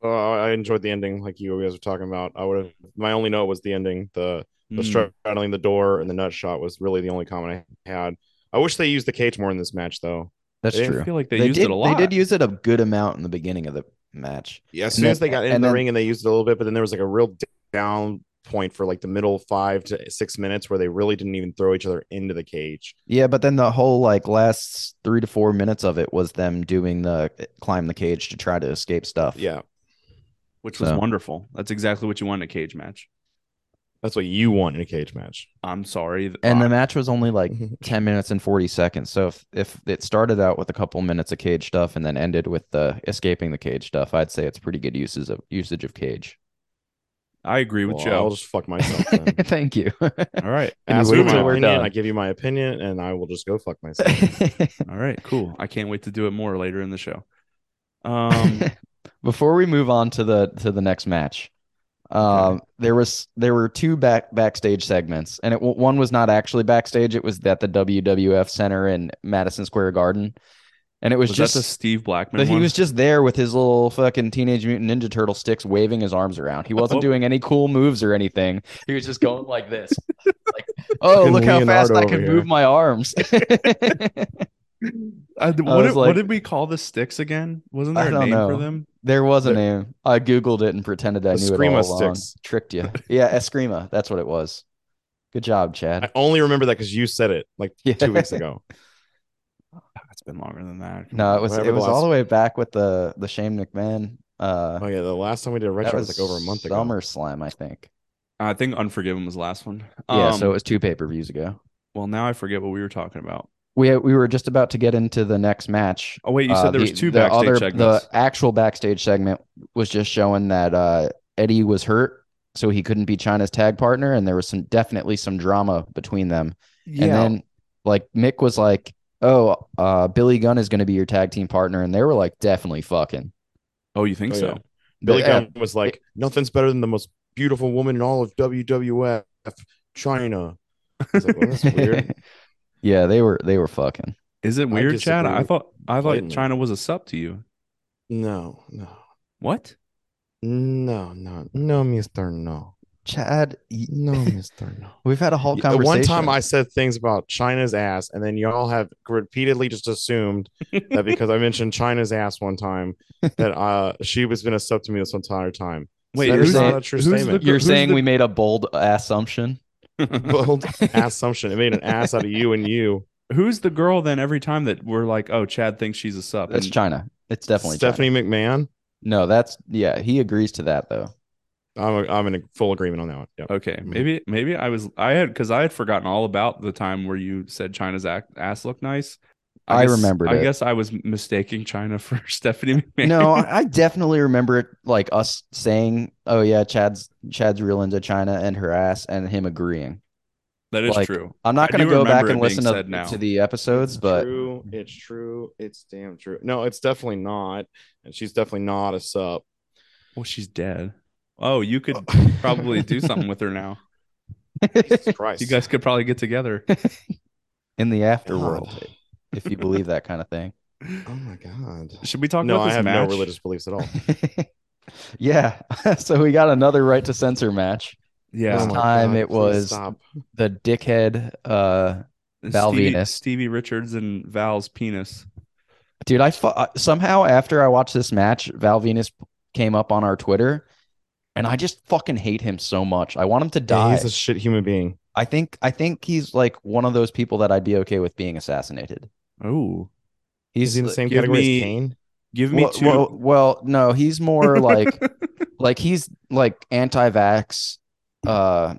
S3: Uh, I enjoyed the ending, like you guys were talking about. I would have. My only note was the ending. The the
S1: Hmm.
S3: straddling the door and the nut shot was really the only comment I had. I wish they used the cage more in this match, though.
S2: That's
S3: They-
S1: I
S2: true.
S1: feel like they, used
S2: did,
S1: it a lot.
S2: They did use it a good amount in the beginning of the match.
S3: Yeah, as
S2: And
S3: soon
S2: then-
S3: as they got in
S2: and
S3: the
S2: then-
S3: ring and they used it a little bit, but then there was like a real d- down point for like the middle five to six minutes where they really didn't even throw each other into the cage.
S2: Yeah, but then the whole like last three to four minutes of it was them doing the climb the cage to try to escape stuff.
S3: Yeah,
S1: which was
S2: So.
S1: wonderful. That's exactly what you want in a cage match.
S3: that's what you want in a cage match.
S1: I'm sorry. th-
S2: And
S1: I-
S2: the match was only like 10 minutes and 40 seconds. So if, if it started out with a couple minutes of cage stuff and then ended with the escaping the cage stuff, I'd say it's pretty good uses of usage of cage.
S1: I agree with
S3: Well, I'll
S1: Joe.
S3: just fuck myself. Then.
S2: Thank you.
S1: All right.
S3: Ask
S2: Anyway,
S3: me my
S2: till we're
S3: opinion,
S2: done.
S3: I give you my opinion, and I will just go fuck myself.
S1: All right. Cool. I can't wait to do it more later in the show. Um,
S2: Before we move on to the to the next match, um, there was there were two back backstage segments, and it w- one was not actually backstage. It was at the WWF Center in Madison Square Garden, and it was,
S1: was
S2: just
S1: that the Steve Blackman
S2: but he
S1: one?
S2: was just there with his little fucking Teenage Mutant Ninja Turtle sticks waving his arms around. He wasn't
S1: Oh.
S2: doing any cool moves or anything. He was just going like this. Like, oh,
S3: Fucking
S2: look how fast
S3: Leonardo
S2: I
S3: over
S2: can
S3: here."
S2: move my arms.
S1: I, what,
S2: was
S1: did, what
S2: like-
S1: did we call the sticks again? Wasn't
S2: I
S1: there a
S2: don't
S1: name
S2: know.
S1: for them?
S2: there was a
S3: The-
S2: name. I Googled it and pretended I
S3: The
S2: knew it
S3: Screamo
S2: all along.
S3: sticks.
S2: Tricked you. Yeah, Eskrima. That's what it was. Good job, Chad.
S3: I only remember that because you said it like
S2: Yeah.
S3: two weeks ago.
S1: Ah, It's been longer than that.
S2: No, it was
S3: Whatever
S2: it
S3: the
S2: was all
S3: last-
S2: the way back with the the Shane McMahon. Uh,
S3: Oh yeah, the last time we did a
S2: that
S3: retro was,
S2: was
S3: like over a month ago.
S2: SummerSlam, I think.
S1: I think Unforgiven was the last one.
S2: Yeah, so it
S1: Um,
S2: was two pay per views ago.
S1: well, now I forget what we were talking about.
S2: We we were just about to get into the next match.
S1: Oh wait, you
S2: Uh,
S1: said there was
S2: the-
S1: two
S2: the
S1: backstage
S2: other-
S1: segments.
S2: The actual backstage segment was just showing that uh, Eddie was hurt, so he couldn't be China's tag partner, and there was some definitely some drama between them.
S1: yeah,
S2: And then like Mick was like, "Oh, uh, Billy Gunn is going to be your tag team partner," and they were like, "Definitely fucking."
S1: Oh, you think
S3: Oh,
S1: so?
S3: yeah. Billy
S2: Yeah.
S3: Gunn was like, "Nothing's better than the most beautiful woman in all of WWF, China." I was like, well, that's weird.
S2: yeah, they were they were fucking.
S1: Is it weird, Chad?
S3: disagree
S1: I thought I thought
S3: blatantly.
S1: China was a sub to you.
S3: No, no,
S1: What?
S3: no, no, no, Mister No,
S2: Chad, y-
S3: no, Mister No.
S2: we've had a whole
S1: uh,
S3: At
S2: conversation.
S3: one time, I said things about China's ass, and then y'all have repeatedly just assumed that because I mentioned China's ass one time, that uh, she was been a sub to me this entire time.
S1: Wait,
S3: that
S2: you're
S3: is
S2: saying-
S3: not a true
S1: who's the
S3: statement.
S2: you're
S1: who's
S2: saying
S1: the-
S2: we made a bold assumption.
S3: bold assumption. It made an ass out of you and you.
S1: Who's the girl then? Every time that we're like, oh, Chad thinks she's a sub.
S2: That's
S1: and-
S2: China. It's definitely China.
S3: Stephanie McMahon.
S2: No, that's yeah. He agrees to that though.
S3: I'm I'm in full agreement on that one. Yep.
S1: Okay, maybe maybe I was I had because I had forgotten all about the time where you said China's ac- ass looked nice.
S2: I
S1: guess-
S2: remembered
S1: I
S2: it.
S1: guess I was mistaking China for Stephanie McMahon.
S2: No, I I definitely remember it like us saying, "Oh yeah, Chad's Chad's real into China and her ass," and him agreeing.
S1: that is
S2: like,
S1: true.
S2: I'm
S1: I
S2: not going
S1: do
S2: to go
S1: remember
S2: back
S1: it
S2: and
S1: being
S2: listen to,
S1: said now.
S2: to the episodes,
S3: It's
S2: but
S3: true, it's true, it's damn true. No, it's definitely not, and she's definitely not a sub.
S1: Well, she's dead. Oh, you could probably do something with her now.
S3: Jesus Christ,
S1: You guys could probably get together.
S2: in the
S3: God.
S2: afterworld, if you believe that kind of thing.
S3: Oh my god.
S1: Should we talk
S3: No,
S1: about
S3: I
S1: this
S3: have
S1: match?
S3: no religious beliefs at all.
S2: yeah, so we got another right to censor match.
S1: Yeah,
S2: This
S3: Oh my
S2: time it
S3: please
S2: was-
S3: Stop.
S2: The dickhead, uh, Val
S1: Stevie,
S2: Venus.
S1: Stevie Richards, and Val's penis.
S2: Dude, I fu- uh, somehow after I watched this match, Val Venus came up on our Twitter, and I just fucking hate him so much. I want him to
S3: Yeah,
S2: die.
S3: he's a shit human being.
S2: I think I think he's like one of those people that I'd be okay with being assassinated.
S1: Oh,
S2: He's
S3: Is he in the
S2: like-
S3: same
S1: give
S3: category
S1: me-
S3: as Kane?
S1: give me
S2: well,
S1: two.
S2: well, well, no, he's more like like he's like anti-vax, uh,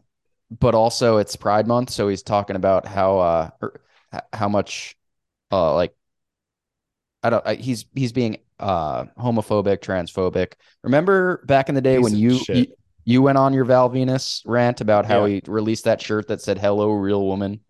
S2: but also it's Pride Month, so he's talking about how uh er- h- how much uh like I don't. I, he's he's being uh, homophobic, transphobic. Remember back in the day
S3: Piece
S2: when
S3: of
S2: you,
S3: shit.
S2: you you went on your Val Venus rant about how
S3: Yeah.
S2: he released that shirt that said "Hello, real woman,"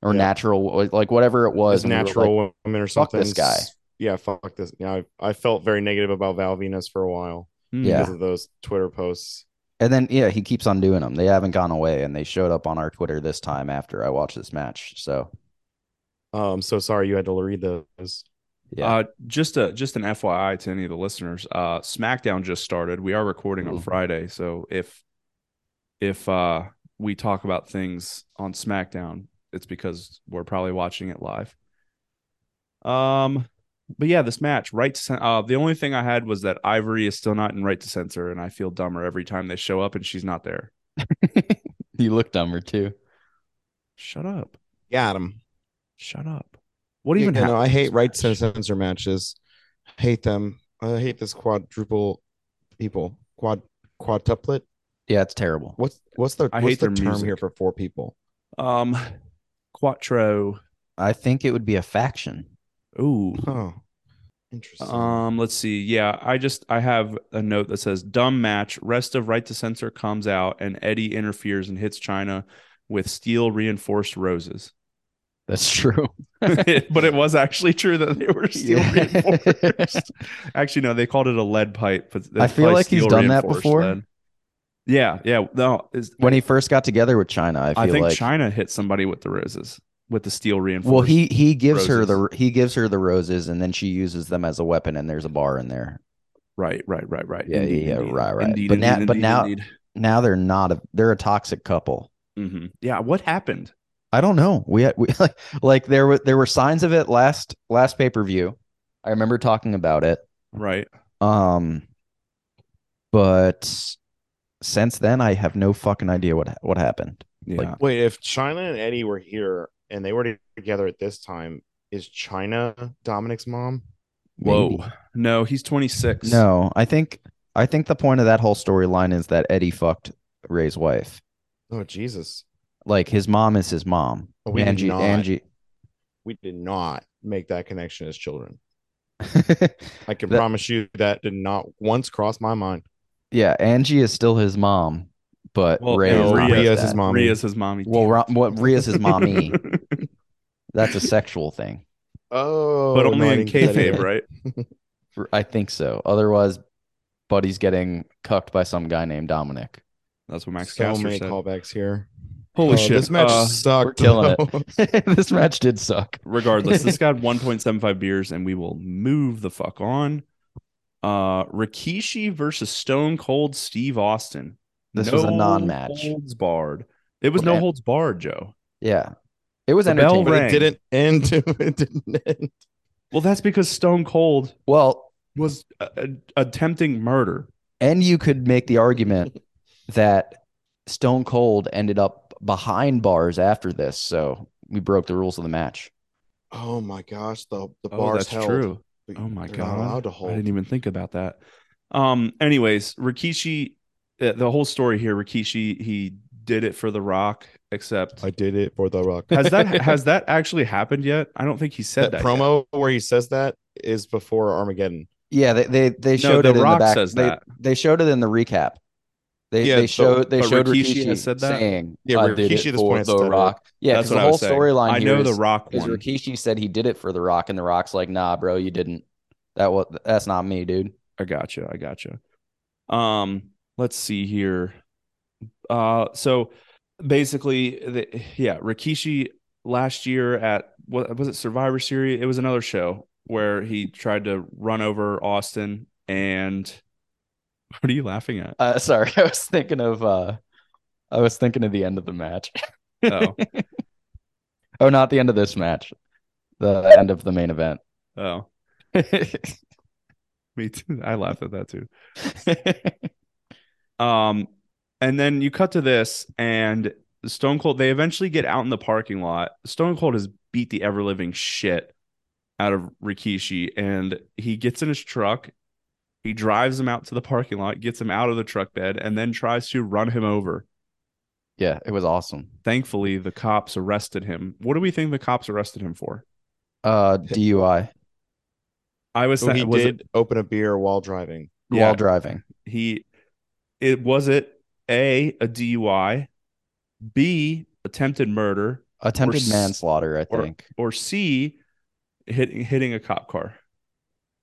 S2: or
S3: Yeah.
S2: natural, like whatever it was.
S3: as
S2: and we were like,
S3: natural women or
S2: "Fuck
S3: something.
S2: this guy."
S3: Yeah, fuck this. Yeah, I, I felt very negative about Val Venus for a while
S1: Hmm.
S2: Yeah.
S3: because of those Twitter posts.
S2: And then yeah, he keeps on doing them. They haven't gone away, and they showed up on our Twitter this time after I watched this match. So
S3: Oh, I'm so sorry you had to read those.
S2: yeah,
S1: Uh, just a just an FYI to any of the listeners. Uh, SmackDown just started. We are recording
S2: Ooh.
S1: on Friday, so if if uh we talk about things on SmackDown, it's because we're probably watching it live. Um, but yeah, this match, right to cen- uh, the only thing I had was that Ivory is still not in right to censor, and I feel dumber every time they show up and she's not there.
S2: you look dumber too.
S1: Shut up!
S3: Got him.
S1: Shut up! What even?
S3: you know,
S1: happened
S3: I
S1: in
S3: hate
S1: this
S3: rights
S1: match?
S3: and censor matches. Hate them. I hate this quadruple people. Quad quadruplet.
S2: Yeah, it's terrible.
S3: What's what's the
S1: I
S3: what's
S1: hate
S3: the
S1: their
S3: term
S1: music.
S3: here for four people?
S1: Um, Quattro.
S2: I think it would be a faction.
S1: Ooh.
S3: Oh, interesting.
S1: Um, let's see. Yeah, I just I have a note that says dumb match. Rest of right to censor comes out and Eddie interferes and hits China with steel reinforced roses.
S4: That's true.
S1: but it was actually true that they were steel
S2: Yeah.
S1: reinforced. Actually, no, they called it a lead pipe. But
S2: I
S1: it's
S2: feel
S1: probably
S2: like he's
S1: steel
S2: done that
S1: reinforced
S2: before.
S1: then. Yeah, yeah. No, it's-
S2: When he first got together with China, I feel
S1: I think
S2: like
S1: China hit somebody with the roses with the steel reinforced.
S2: well he he gives her
S1: roses.
S2: the he gives her the roses and then she uses them as a weapon and there's a bar in there.
S1: right, right, right, right.
S2: Yeah, yeah, yeah, right, right.
S1: Indeed,
S2: But
S1: indeed,
S2: now- but
S1: indeed,
S2: now-
S1: indeed.
S2: Now they're not a they're a toxic couple.
S1: Mhm. yeah. What happened?
S2: I don't know. We, had- we like, like there were there were signs of it last last pay-per-view. I remember talking about it.
S1: Right.
S2: Um but since then I have no fucking idea what what happened.
S1: Yeah.
S3: Wait, if China and Eddie were here and they were to- together at this time, is China Dominic's mom?
S1: Whoa.
S2: Maybe.
S1: No, he's 26.
S2: No, I think I think the point of that whole storyline is that Eddie fucked Ray's wife.
S3: Oh Jesus,
S2: Like his mom is his mom.
S3: Oh, we did
S2: Angie
S3: not.
S2: Angie
S3: we did not make that connection as children.
S2: yeah,
S3: I can
S2: That-
S3: promise you that did not once cross my mind.
S2: Angie is still his mom, but
S1: Well,
S2: Ray
S1: no,
S2: is not
S1: Rhea
S2: like
S3: is his
S2: that.
S3: mommy.
S1: Rhea's his mommy.
S2: Well, Ro- what Rhea's his mommy. That's a sexual thing.
S3: Oh,
S1: but
S3: no,
S1: only
S3: I
S1: in
S3: didn't get it.
S1: kayfabe, right?
S2: R- I think so. Otherwise, Buddy's getting cucked by some guy named Dominic.
S1: That's what Max
S3: so
S1: Caster
S3: many
S1: said.
S3: callbacks here.
S1: Holy
S3: Oh,
S1: shit.
S3: This match
S1: Uh,
S3: sucked.
S2: we're killing
S3: though.
S2: this match did suck.
S1: regardless, this got 1.75 beers, and we will move the fuck on. Uh, Rikishi versus Stone Cold Steve Austin.
S2: This was a
S1: No
S2: non-match.
S1: Holds barred. It was no
S2: Okay.
S1: holds barred, Joe.
S2: Yeah, it was
S1: The bell
S2: entertaining.
S3: But
S1: rang.
S3: it didn't end. it didn't end.
S1: Well, that's because Stone Cold
S2: Well,
S1: was uh, uh, attempting murder.
S2: and you could make the argument that Stone Cold ended up behind bars after this, so we broke the rules of the match.
S3: Oh my gosh, the the
S1: Oh,
S3: bars
S1: that's
S3: held.
S1: true.
S3: But
S1: Oh my
S3: they're
S1: god!
S3: Not allowed to hold.
S1: I didn't even think about that. Um. Anyways, Rikishi, uh, the whole story here. Rikishi, he did it for The Rock, except
S3: I did it for the rock.
S1: has that has that actually happened yet? I don't think he said
S3: that
S1: that, yet.
S3: promo where he says that is before Armageddon.
S2: Yeah, they they, they showed
S1: The
S2: it in
S1: Rock
S2: the back.
S1: says
S2: they,
S1: that.
S2: they showed it in the recap. They
S3: Yeah,
S2: they showed they
S1: but
S2: showed
S1: Rikishi
S2: Rikishi,
S1: has said that?
S2: saying
S3: Yeah,
S2: I did it
S3: Rikishi at this
S2: for
S3: point
S2: the
S3: has said
S2: Rock. Yeah,
S1: That's
S2: because the
S1: what I
S2: whole
S1: was saying.
S2: storyline
S1: I
S2: here
S1: know
S2: is-
S1: The Rock
S2: is
S1: one.
S2: Rikishi said he did it for the Rock, and the Rock's like, "Nah, bro, you didn't. That was that's not me, dude."
S1: I gotcha. I gotcha. Um, let's see here. Uh, so basically, the, yeah, Rikishi last year at what was it Survivor Series? It was another show where he tried to run over Austin and. What are you laughing at?
S2: Uh, sorry, I was thinking of uh, I was thinking of the end of the match.
S1: Oh,
S2: Oh, not the end of this match. The end of the main event.
S1: oh, me too. I laughed at that too. Um, and then you cut to this, and Stone Cold. They eventually get out in the parking lot. Stone Cold has beat the ever living shit out of Rikishi, and he gets in his truck. He drives him out to the parking lot, gets him out of the truck bed, and then tries to run him over.
S2: yeah, it was awesome.
S1: Thankfully, the cops arrested him. What do we think the cops arrested him for?
S2: Uh, DUI.
S1: I was
S3: So he
S1: was
S3: did open a beer while driving.
S1: Oh, Yeah.
S2: while driving.
S1: It, he it was it a a DUI, B attempted murder,
S2: Attempted
S1: s-
S2: manslaughter, I
S1: or-
S2: think.
S1: or C hitting hitting a cop car.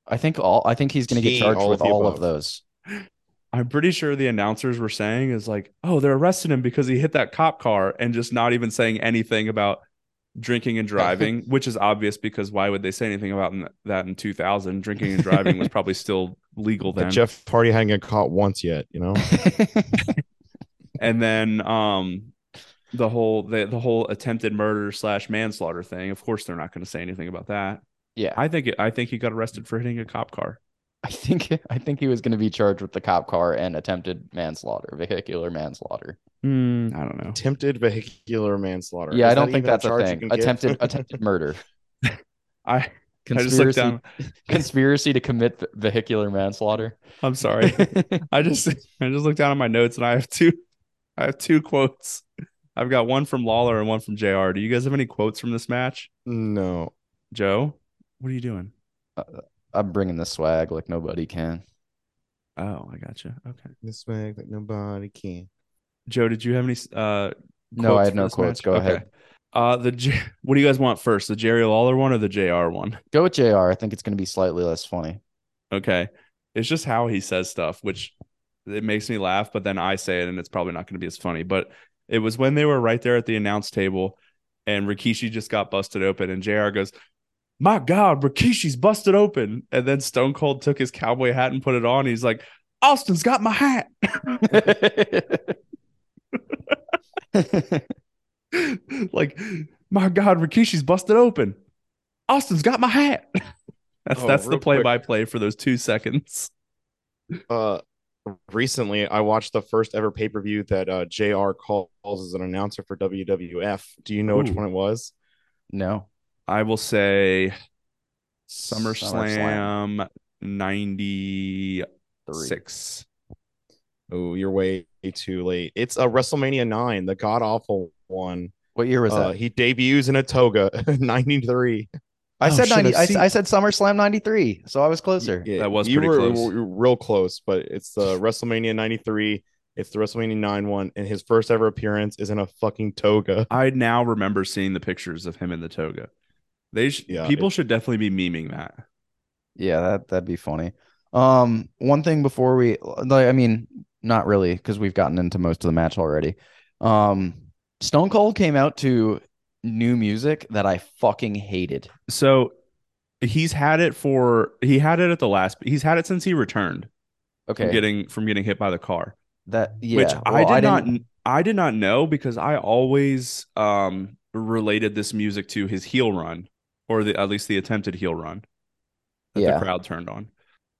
S2: I think all I think he's gonna
S3: Gee,
S2: get charged
S3: all of
S2: with
S3: the
S2: all of
S3: above.
S2: those.
S1: I'm pretty sure the announcers were saying is like, oh, they're arresting him because he hit that cop car and just not even saying anything about drinking and driving, which is obvious because why would they say anything about n- that in 2000? Drinking and driving was probably still legal
S3: But
S1: then.
S3: Jeff Hardy hadn't got caught once yet, you know?
S1: and then um the whole the, the whole attempted murder slash manslaughter thing. Of course, they're not going to say anything about that.
S2: yeah. I,
S1: I think it, I think he got arrested for hitting a cop car.
S2: I think I think he was gonna be charged with the cop car and attempted manslaughter, vehicular manslaughter.
S1: Hmm, I don't know.
S3: Attempted vehicular manslaughter.
S2: yeah, I
S3: Is that
S2: don't think
S3: even
S2: that's a,
S3: charge you
S2: thing.
S3: can give?
S2: Attempted attempted murder.
S1: I I just looked
S2: Conspiracy
S1: down.
S2: conspiracy to commit v- vehicular manslaughter.
S1: I'm sorry. I just I just looked down at my notes and I have two I have two quotes. I've got one from Lawler and one from JR. Do you guys have any quotes from this match?
S3: no.
S1: Joe, what are you doing?
S2: I'm bringing the swag like nobody can.
S1: Oh, I gotcha. Okay.
S3: This mag that nobody can.
S1: Joe, did you have any uh
S2: No, I
S1: quotes
S2: have
S1: for
S2: no
S1: this
S2: quotes.
S1: match?
S2: Go
S1: Okay.
S2: ahead.
S1: Uh the J- what do you guys want first? The Jerry Lawler one or the JR one?
S2: Go with JR. I think it's gonna be slightly less funny.
S1: Okay. It's just how he says stuff, which it makes me laugh, but then I say it and it's probably not going to be as funny. But it was when they were right there at the announce table and Rikishi just got busted open and JR goes, My God, Rikishi's busted open. And then Stone Cold took his cowboy hat and put it on. He's like, Austin's got my hat. like, my God, Rikishi's busted open. Austin's got my hat. That's,
S3: Oh,
S1: that's the
S3: real
S1: play
S3: quick.
S1: by play for those two seconds.
S3: Uh recently I watched the first ever pay-per-view that uh JR calls as an announcer for WWF. Do you know which
S1: Ooh.
S3: one it was?
S2: no.
S1: I will say SummerSlam
S2: SummerSlam
S1: 96.
S2: three.
S3: Oh, you're way too late. It's a WrestleMania 9, the god awful one.
S2: What year was
S3: Uh,
S2: that?
S3: he debuts in a toga, 93.
S2: I
S1: oh,
S2: said
S1: shit, I've
S2: 90, I,
S1: seen-
S2: I said SummerSlam 93, so I was closer.
S3: Yeah,
S1: That was
S3: you
S1: pretty
S3: were,
S1: close.
S3: were- were real close, but it's the WrestleMania 93. It's the WrestleMania 9 one, and his first ever appearance is in a fucking toga.
S1: I now remember seeing the pictures of him in the toga. They sh-
S3: Yeah,
S1: people should definitely be memeing that.
S2: Yeah, that that'd be funny. Um, one thing before we, like, I mean, not really, because we've gotten into most of the match already. Um, Stone Cold came out to new music that I fucking hated.
S1: So he's had it for he had it at the last he's had it since he returned
S2: Okay,
S1: from getting from getting hit by the car.
S2: that yeah,
S1: which I
S2: well,
S1: did not
S2: didn't-
S1: I did not know because I always um related this music to his heel run or the at least the attempted heel run. that
S2: Yeah,
S1: the crowd turned on.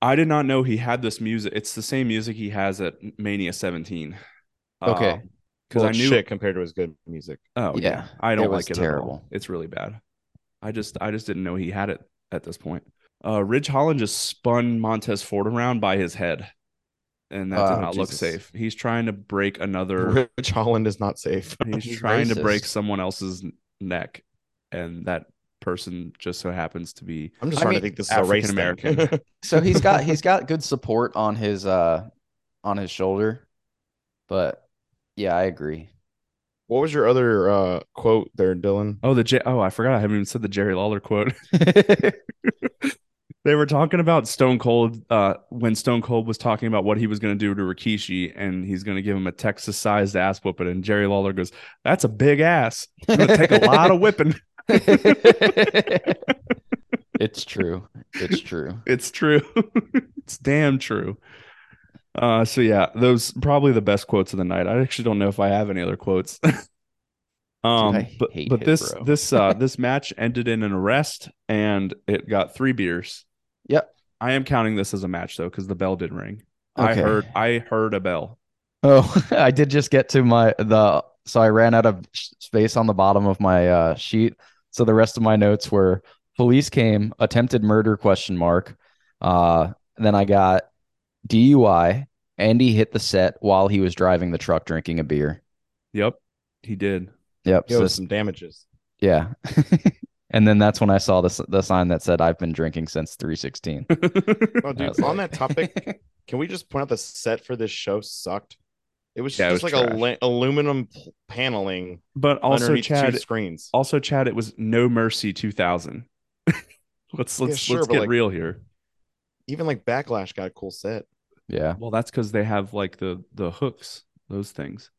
S1: I did not know he had this music. It's the same music he has at Mania 17.
S2: Okay.
S1: Because
S3: Well,
S1: I
S3: it's
S1: knew.
S3: shit compared to his good music.
S1: Oh yeah.
S2: Yeah,
S1: I don't
S2: it
S1: like
S2: was
S1: it. At all.
S2: terrible.
S1: It's really bad. I just I just didn't know he had it at this point. Uh, Ridge Holland just spun Montez Ford around by his head, and that
S2: Oh,
S1: did not look
S3: Jesus.
S1: safe. He's trying to break another.
S3: Rich Holland is not safe.
S1: He's trying to break
S2: racist.
S1: someone else's n- neck, and that person just so happens to be
S3: I'm just
S2: I
S3: starting
S2: mean,
S3: to think this is a race thing.
S1: African-American.
S2: so he's got he's got good support on his uh on his shoulder, but yeah, I agree.
S3: what was your other uh, quote there, Dylan?
S1: Oh, the J- oh, I forgot. I haven't even said the Jerry Lawler quote. they were talking about Stone Cold uh, when Stone Cold was talking about what he was going to do to Rikishi, and he's going to give him a Texas-sized ass whooping. And Jerry Lawler goes, "That's a big ass. It's going to take a lot of whipping."
S2: it's true. It's true.
S1: It's true. it's damn true. Uh, so yeah, those probably the best quotes of the night. I actually don't know if I have any other quotes. um,
S2: I
S1: but
S2: hate
S1: but
S2: it,
S1: this
S2: bro.
S1: this uh this match ended in an arrest, and it got three beers.
S2: Yep.
S1: I am counting this as a match though, because the bell did ring. I
S2: Okay.
S1: heard I heard a bell.
S2: Oh, I did just get to my the so I ran out of s- space on the bottom of my uh, sheet. So the rest of my notes were police came, attempted murder question mark. Uh, then I got DUI. Andy hit the set while he was driving the truck drinking a beer.
S1: Yep, he did.
S2: Yep.
S3: Yo,
S2: so-
S3: some damages.
S2: yeah. And then that's when I saw this the sign that said I've been drinking since 316.
S3: Oh,
S2: I
S3: dude,
S2: was
S3: on
S2: like-
S3: that topic, can we just point out the set for this show sucked? It was
S1: Yeah, it
S3: just
S1: was
S3: like
S1: trash.
S3: ala- aluminum p- paneling
S1: But also,
S3: underneath
S1: Chad.
S3: two screens.
S1: Also, Chad. It was No Mercy 2000. let's
S3: Yeah,
S1: let's
S3: sure,
S1: let's
S3: but,
S1: get
S3: like-
S1: real here.
S3: Even like Backlash got a cool set.
S2: yeah.
S1: Well, that's because they have like the the hooks, those things.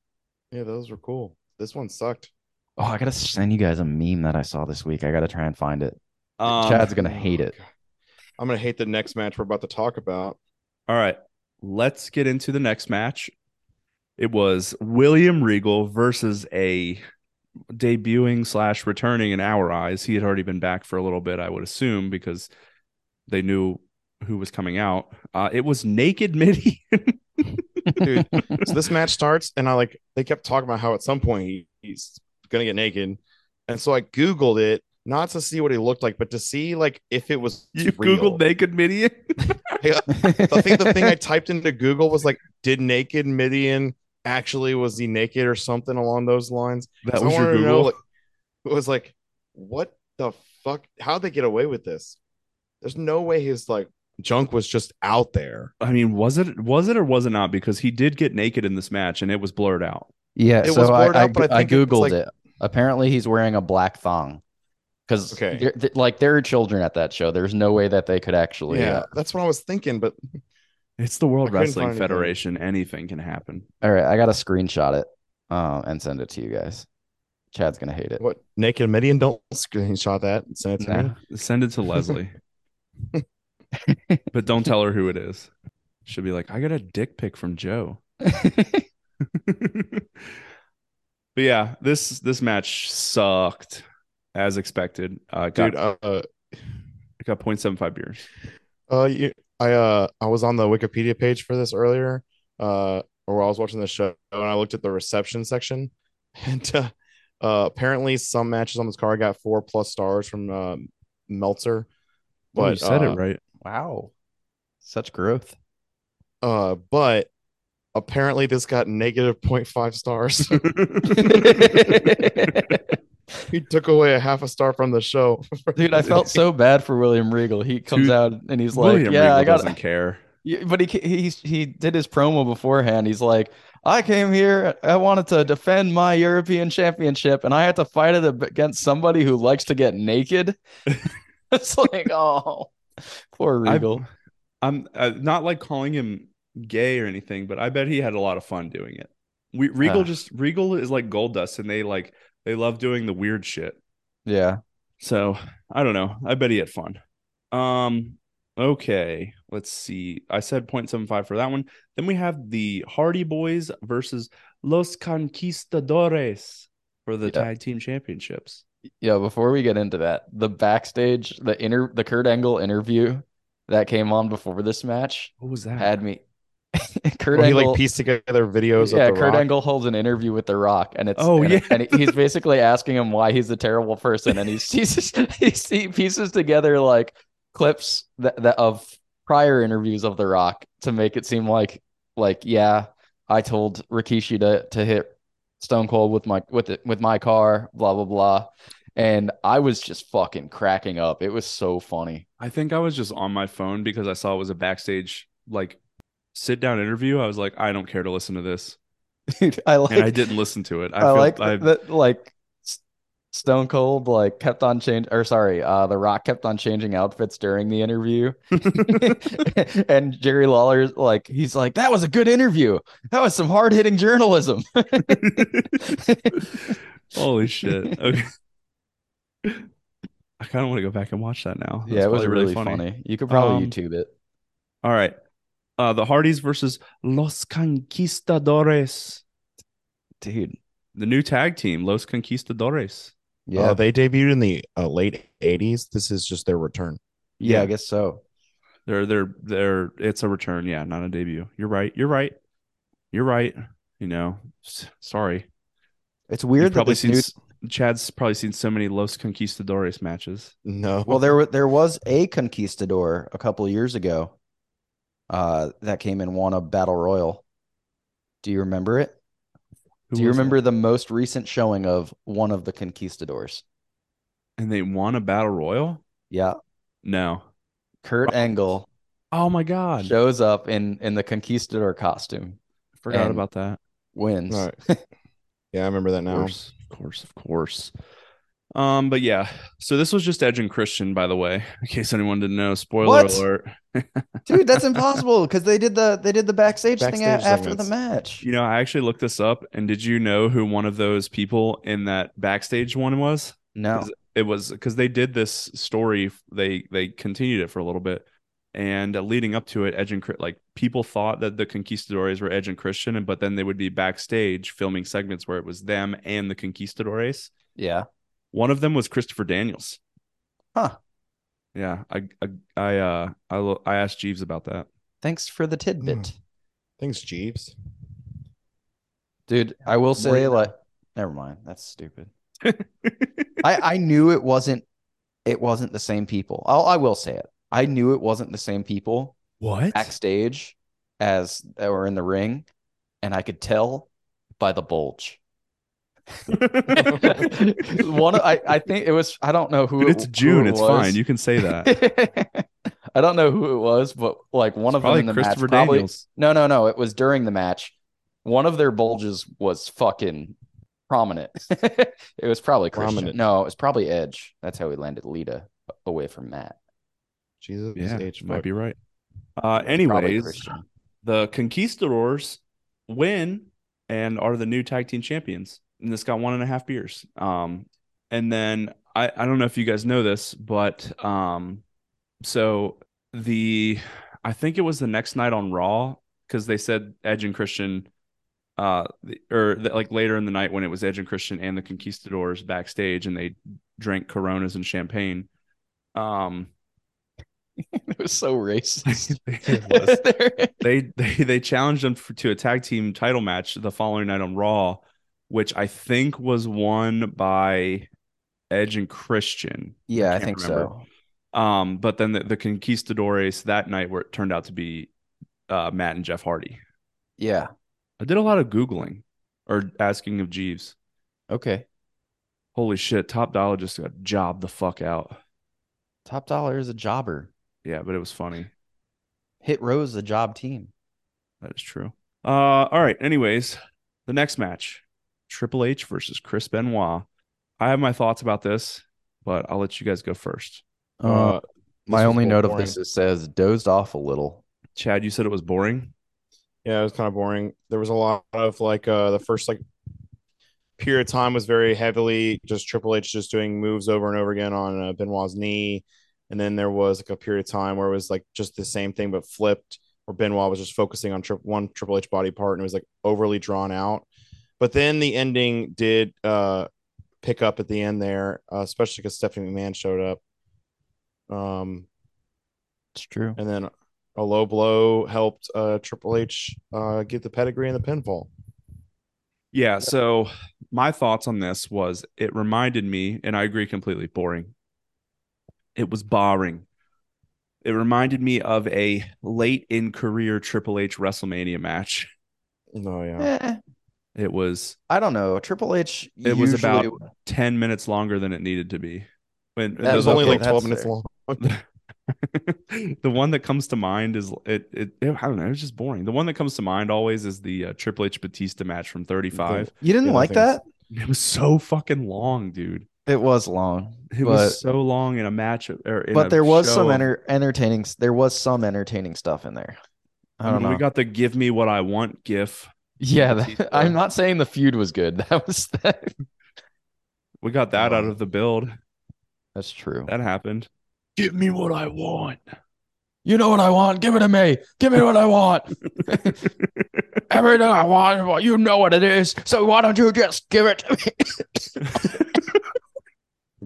S3: Yeah, those were cool. This one sucked.
S2: Oh, I gotta send you guys a meme that I saw this week. I gotta try and find it.
S1: Um,
S2: Chad's gonna hate it.
S3: Oh, God. I'm gonna hate the next match we're about to talk about.
S1: All right, let's get into the next match. It was William Regal versus a debuting slash returning in our eyes. He had already been back for a little bit, I would assume, because they knew who was coming out. Uh, it was Naked Midi.
S3: Dude, so this match starts, and I like they kept talking about how at some point he, he's gonna get naked, and so I googled it not to see what he looked like, but to see like if it was
S1: you
S3: real.
S1: googled Naked Midi.
S3: I think the thing I typed into Google was like, did naked Midian actually was he naked or something along those lines?
S1: That
S3: 'Cause I
S1: was your
S3: wanted to
S1: Google.
S3: know, like, it was like, what the fuck? How'd they get away with this? There's no way his like junk was just out there.
S1: I mean, was it was it or was it not? Because he did get naked in this match, and it was blurred out.
S2: yeah,
S3: It
S2: so
S3: was blurred
S2: I, I,
S3: out, but
S2: I
S3: I think it's
S2: googled
S3: like-
S2: it. Apparently, he's wearing a black thong because
S3: Okay.
S2: like there are children at that show. There's no way that they could actually. uh,
S3: that's what I was thinking, but
S1: It's the World
S3: I couldn't find
S1: Wrestling
S3: anything.
S1: Federation. Anything can happen.
S2: all right, I gotta screenshot it um, and send it to you guys. Chad's gonna hate it.
S3: what naked Midian? Don't screenshot that and send it to
S2: Nah.
S3: me.
S1: Send it to Leslie. but don't tell her who it is. She'll be like, I got a dick pic from Joe. but yeah, this this match sucked as expected. Uh got,
S3: Dude, uh, uh,
S1: got 0.75 beers.
S3: Uh, you, I uh, I was on the Wikipedia page for this earlier, uh, or I was watching the show and I looked at the reception section, and uh, uh, apparently some matches on this card got four plus stars from um, Meltzer,
S2: Oh,
S1: But
S3: but
S1: you said
S3: uh,
S1: it right.
S2: Wow, such growth.
S3: uh, but apparently this got negative 0.5 stars. he took away a half a star from the show.
S2: Dude, I felt so bad for William Regal. He comes
S1: Dude,
S2: out and he's like, "Yeah, I got."
S1: doesn't care.
S2: Yeah, but he ca- he he did his promo beforehand. He's like, "I came here. I wanted to defend my European Championship, and I had to fight it ab- against somebody who likes to get naked." it's like, oh, poor
S1: I-
S2: Regal.
S1: I'm uh, not like calling him gay or anything, but I bet he had a lot of fun doing it. We, Regal
S2: Ah.
S1: just Regal is like gold dust, and they like they love doing the weird shit.
S2: yeah,
S1: So I don't know. I bet he had fun. Um, okay, let's see. I said 0.75 for that one. Then we have the Hardy Boys versus Los Conquistadores for the
S2: Yeah.
S1: tag team championships.
S2: yeah. Before we get into that, the backstage, the inter, the Kurt Angle interview that came on before this match
S1: What was that?
S2: had me. Kurt
S3: Where he
S2: Angle,
S3: like pieced together videos
S2: yeah,
S3: of the
S2: Kurt
S3: Rock.
S2: Angle holds an interview with The Rock, and it's
S1: Oh,
S2: and,
S1: yeah.
S2: and he's basically asking him why he's a terrible person, and he's, he's he's he pieces together like clips that, that of prior interviews of The Rock to make it seem like like yeah, I told Rikishi to to hit Stone Cold with my with it with my car, blah blah blah, and I was just fucking cracking up. It was so funny.
S1: I think I was just on my phone because I saw it was a backstage like sit down interview. I was like, I don't care to listen to this,
S2: Dude, I like
S1: and I didn't listen to it. I,
S2: I,
S1: feel,
S2: like
S1: I,
S2: that. Like S- Stone Cold, like kept on change, or sorry, uh, The Rock kept on changing outfits during the interview, and Jerry Lawler's like he's like that was a good interview. That was some hard hitting journalism.
S1: Holy shit. Okay. I kind of want to go back and watch that now. That's
S2: yeah, it was
S1: probably
S2: really, funny. You could probably
S1: Um,
S2: YouTube it.
S1: All right. Uh, the Hardys versus Los Conquistadores,
S2: Dude,
S1: the new tag team, Los Conquistadores.
S2: yeah,
S3: Uh, they debuted in the uh, late 80s. This is just their return.
S2: yeah,
S1: yeah.
S2: I guess so.
S1: They're they're they're it's a return, yeah, not a debut. You're right. You're right. You're right. You know, s- sorry.
S2: It's
S1: You've
S2: weird that
S1: probably
S2: this
S1: seen
S2: new
S1: s- Chad's probably seen so many Los Conquistadores matches.
S3: No.
S5: Well, there were there was a conquistador a couple of years ago, uh, that came and won a battle royal. Do you remember it?
S1: Who
S5: Do you
S1: was it?
S5: remember the most recent showing of one of the conquistadors?
S1: and they won a battle royal?
S2: Yeah.
S1: No.
S2: Kurt Angle
S1: Oh my god.
S2: shows up in in the conquistador costume,
S1: Forgot
S2: and-
S1: about that.
S2: wins.
S3: All right. yeah, I remember that
S1: Of
S3: now.
S1: course, of course, of course. Um, but yeah. So this was just Edge and Christian, by the way, in case anyone didn't know. Spoiler
S2: What?
S1: alert.
S2: Dude, that's impossible because they did the they did the backstage, thing a-
S3: Backstage
S2: after the
S3: segments.
S2: match.
S1: You know, I actually looked this up, and did you know who one of those people in that backstage one was?
S2: No,
S1: Is It was because they did this story. They they continued it for a little bit, and uh, leading up to it, Edge and Chri- like people thought that the Conquistadores were Edge and Christian, and but then they would be backstage filming segments where it was them and the Conquistadores.
S2: yeah,
S1: One of them was Christopher Daniels.
S2: Huh.
S1: Yeah, I I I uh I, lo- I asked Jeeves about that.
S2: thanks for the tidbit,
S1: Hmm.
S3: Thanks, Jeeves.
S2: dude. I will say,
S3: Right.
S2: like, never mind, that's stupid. I I knew it wasn't it wasn't the same people. I'll, I will say it. I knew it wasn't the same people
S1: What?
S2: backstage as that were in the ring, and I could tell by the bulge. One, of- I I think it was. I don't know who. it-
S1: it's
S2: who
S1: June.
S2: it
S1: It's
S2: was.
S1: fine. You can say that.
S2: I don't know who it was, but like one of them
S1: Probably
S2: in the match.
S1: Christopher
S2: probably-
S1: Daniels.
S2: no, no, no. It was during the match. One of their bulges was fucking prominent. it was probably Christian.
S3: Prominent.
S2: No, it was probably Edge. That's how he landed Lita away from Matt.
S3: Jesus
S1: Yeah,
S3: H.
S1: might
S3: fuck.
S1: be right. Uh,
S2: Probably
S1: anyways,
S2: Christian.
S1: the Conquistadors win and are the new tag team champions. And this got one and a half beers. Um, and then I, I don't know if you guys know this, but um, so the I think it was the next night on Raw because they said Edge and Christian, uh, the- or the, like later in the night when it was Edge and Christian and the Conquistadors backstage and they drank Coronas and champagne. Um,
S2: It was so racist.
S1: it was they they they challenged them for, to a tag team title match the following night on Raw, which I think was won by Edge and Christian.
S2: yeah, I
S1: can't
S2: think
S1: remember.
S2: so.
S1: Um, but then the, the Conquistadores that night where it turned out to be uh, Matt and Jeff Hardy.
S2: Yeah.
S1: I did a lot of googling or asking of Jeeves.
S2: Okay.
S1: Holy shit, Top Dollar just got jobbed the fuck out.
S2: Top Dollar is a jobber.
S1: Yeah, but it was funny.
S2: Hit Row is a job team.
S1: That is true. Uh, all right. Anyways, the next match Triple H versus Chris Benoit. I have my thoughts about this, but I'll let you guys go first.
S3: Uh,
S6: Uh,
S3: this
S6: my
S3: was
S6: only
S3: bo-
S6: note of
S3: boring.
S6: this
S2: It says dozed off a little.
S1: Chad, you said it was boring.
S3: Yeah, it was kind of boring. There was a lot of like uh the first like period of time was very heavily just Triple H just doing moves over and over again on uh, Benoit's knee, and then there was like a period of time where it was like just the same thing but flipped, where Benoit was just focusing on trip one Triple H body part and it was like overly drawn out. But then the ending did uh pick up at the end there, uh, especially because Stephanie McMahon showed up. Um,
S2: It's true.
S3: and then a low blow helped uh, Triple H uh, get the pedigree and the pinfall.
S1: Yeah. So my thoughts on this was it reminded me, and I agree completely, boring. It was boring. It reminded me of a late in career Triple H WrestleMania match.
S3: Oh yeah,
S2: Eh,
S1: It was
S2: I don't know. Triple H.
S1: It was about-
S2: usually-
S1: 10 minutes longer than it needed to be. When
S2: That
S3: it was only
S2: okay,
S3: like twelve
S2: that's
S3: minutes
S2: fair.
S3: long.
S1: the one that comes to mind is it, it, it- I don't know. It's just boring. The one that comes to mind always is the uh, Triple H Batista match from 35.
S2: You didn't
S3: Yeah, I
S2: like
S3: think it's-
S2: that?
S1: It was so fucking long, dude.
S2: It was long,
S1: It
S2: but
S1: was so long in a match, or in
S2: but
S1: a
S2: there was some
S1: show.
S2: enter- entertaining. s- There was some entertaining stuff in there. I
S1: I mean,
S2: don't know.
S1: We got the "Give me what I want" gif.
S6: yeah,
S1: Batista.
S6: that, I'm not saying the feud was good. That was that.
S1: We got that out
S2: Um,
S1: of the build.
S6: That's true.
S1: That happened. Give me what I want.
S6: You know what I want? Give it to me. Give me what I want. Everything I want. You know what it is. So why don't you just give it to me?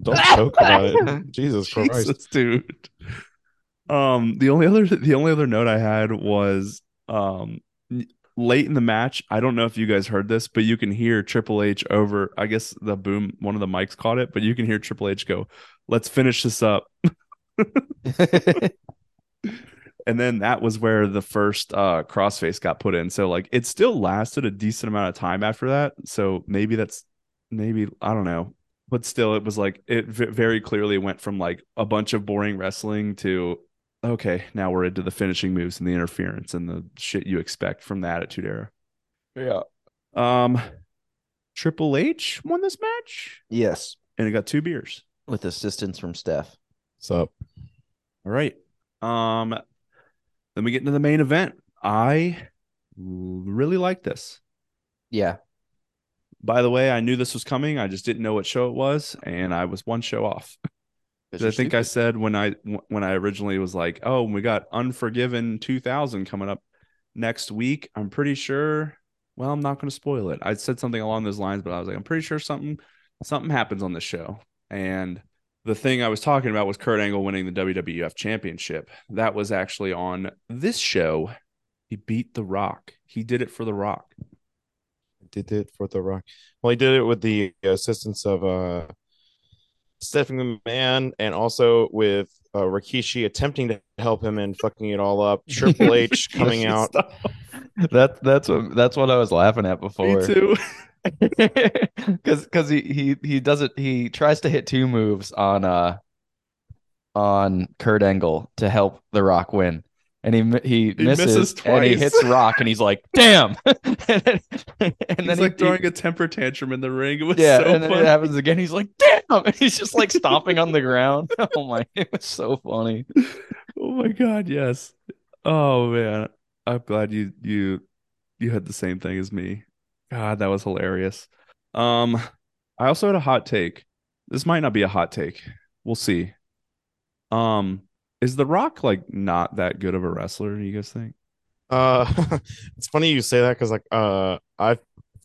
S3: Don't joke about it. Jesus, Christ.
S1: Jesus, dude. Um, the only other the only other note I had was um n- late in the match. I don't know if you guys heard this, but you can hear Triple H over. I guess the boom one of the mics caught it, but you can hear Triple H go, "Let's finish this up." and then that was where the first uh crossface got put in. So like it still lasted a decent amount of time after that. So maybe that's maybe I don't know. but still, it was like it v- very clearly went from like a bunch of boring wrestling to okay, now we're into the finishing moves and the interference and the shit you expect from the Attitude Era.
S7: Yeah.
S1: Um, Triple H won this match,
S8: Yes,
S1: and it got two beers.
S8: with assistance from Steph.
S3: So
S1: All right. Um, then we get into the main event. I really like this.
S8: Yeah,
S1: By the way, I knew this was coming. I just didn't know what show it was, and I was one show off. 'Cause I think I said when I when I originally was like, "Oh, we got Unforgiven 2000 coming up next week." I'm pretty sure. Well, I'm not going to spoil it. I said something along those lines, but I was like, "I'm pretty sure something something happens on this show." And the thing I was talking about was Kurt Angle winning the WWF Championship. That was actually on this show. He beat The Rock. He did it for The Rock.
S3: did it for The Rock. Well, he did it with the assistance of uh Stephanie McMahon and also with uh, Rikishi attempting to help him and fucking it all up. Triple H coming out.
S7: That that's what that's what I was laughing at before.
S1: Me too.
S7: because because he he he does it he tries to hit two moves on uh on Kurt Angle to help The Rock win, and he mi- he,
S1: He
S7: misses,
S1: misses
S7: and he
S1: twice.
S7: hits Rock, and he's like, "Damn!" and then, and
S1: He's
S7: then
S1: like
S7: he, he-
S1: throwing a temper tantrum in the ring. It was
S7: yeah,
S1: so
S7: and then
S1: funny.
S7: it happens again. He's like, "Damn!" And he's just like stomping on the ground. Oh my, it was so funny.
S1: oh my god, yes. Oh man, I'm glad you you you had the same thing as me. God, that was hilarious. Um, I also had a hot take. This might not be a hot take. We'll see. Um, is The Rock like not that good of a wrestler? Do you guys think?
S3: Uh, it's funny you say that because like uh, I've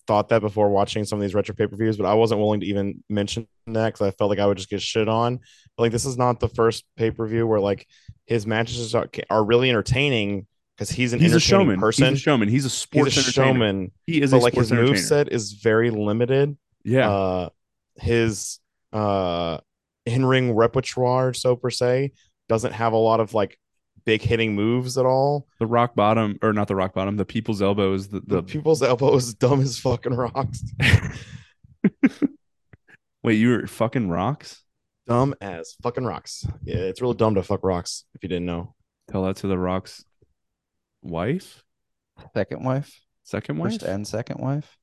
S3: thought that before watching some of these retro pay per views, but I wasn't willing to even mention that because I felt like I would just get shit on. But like, this is not the first pay per view where like his matches are, are really entertaining because he's an
S1: He's a
S3: entertaining
S1: showman.
S3: person.
S1: He's a showman. He's a
S3: He's
S1: sports
S3: a
S1: entertainer.
S3: showman,
S1: He is a
S3: but like
S1: sports
S3: his move
S1: entertainer.
S3: set is very limited.
S1: yeah.
S3: Uh, his uh in ring repertoire, so per se, doesn't have a lot of like big hitting moves at all.
S1: the rock bottom, or not the rock bottom, the people's elbow is the,
S3: the
S1: the
S3: people's elbow is dumb as fucking rocks.
S1: wait, you were fucking rocks?
S3: dumb as fucking rocks. Yeah, it's real dumb to fuck rocks if you didn't know.
S1: Tell that to the rock's wife,
S8: Second wife,
S1: second wife.
S8: first and second wife.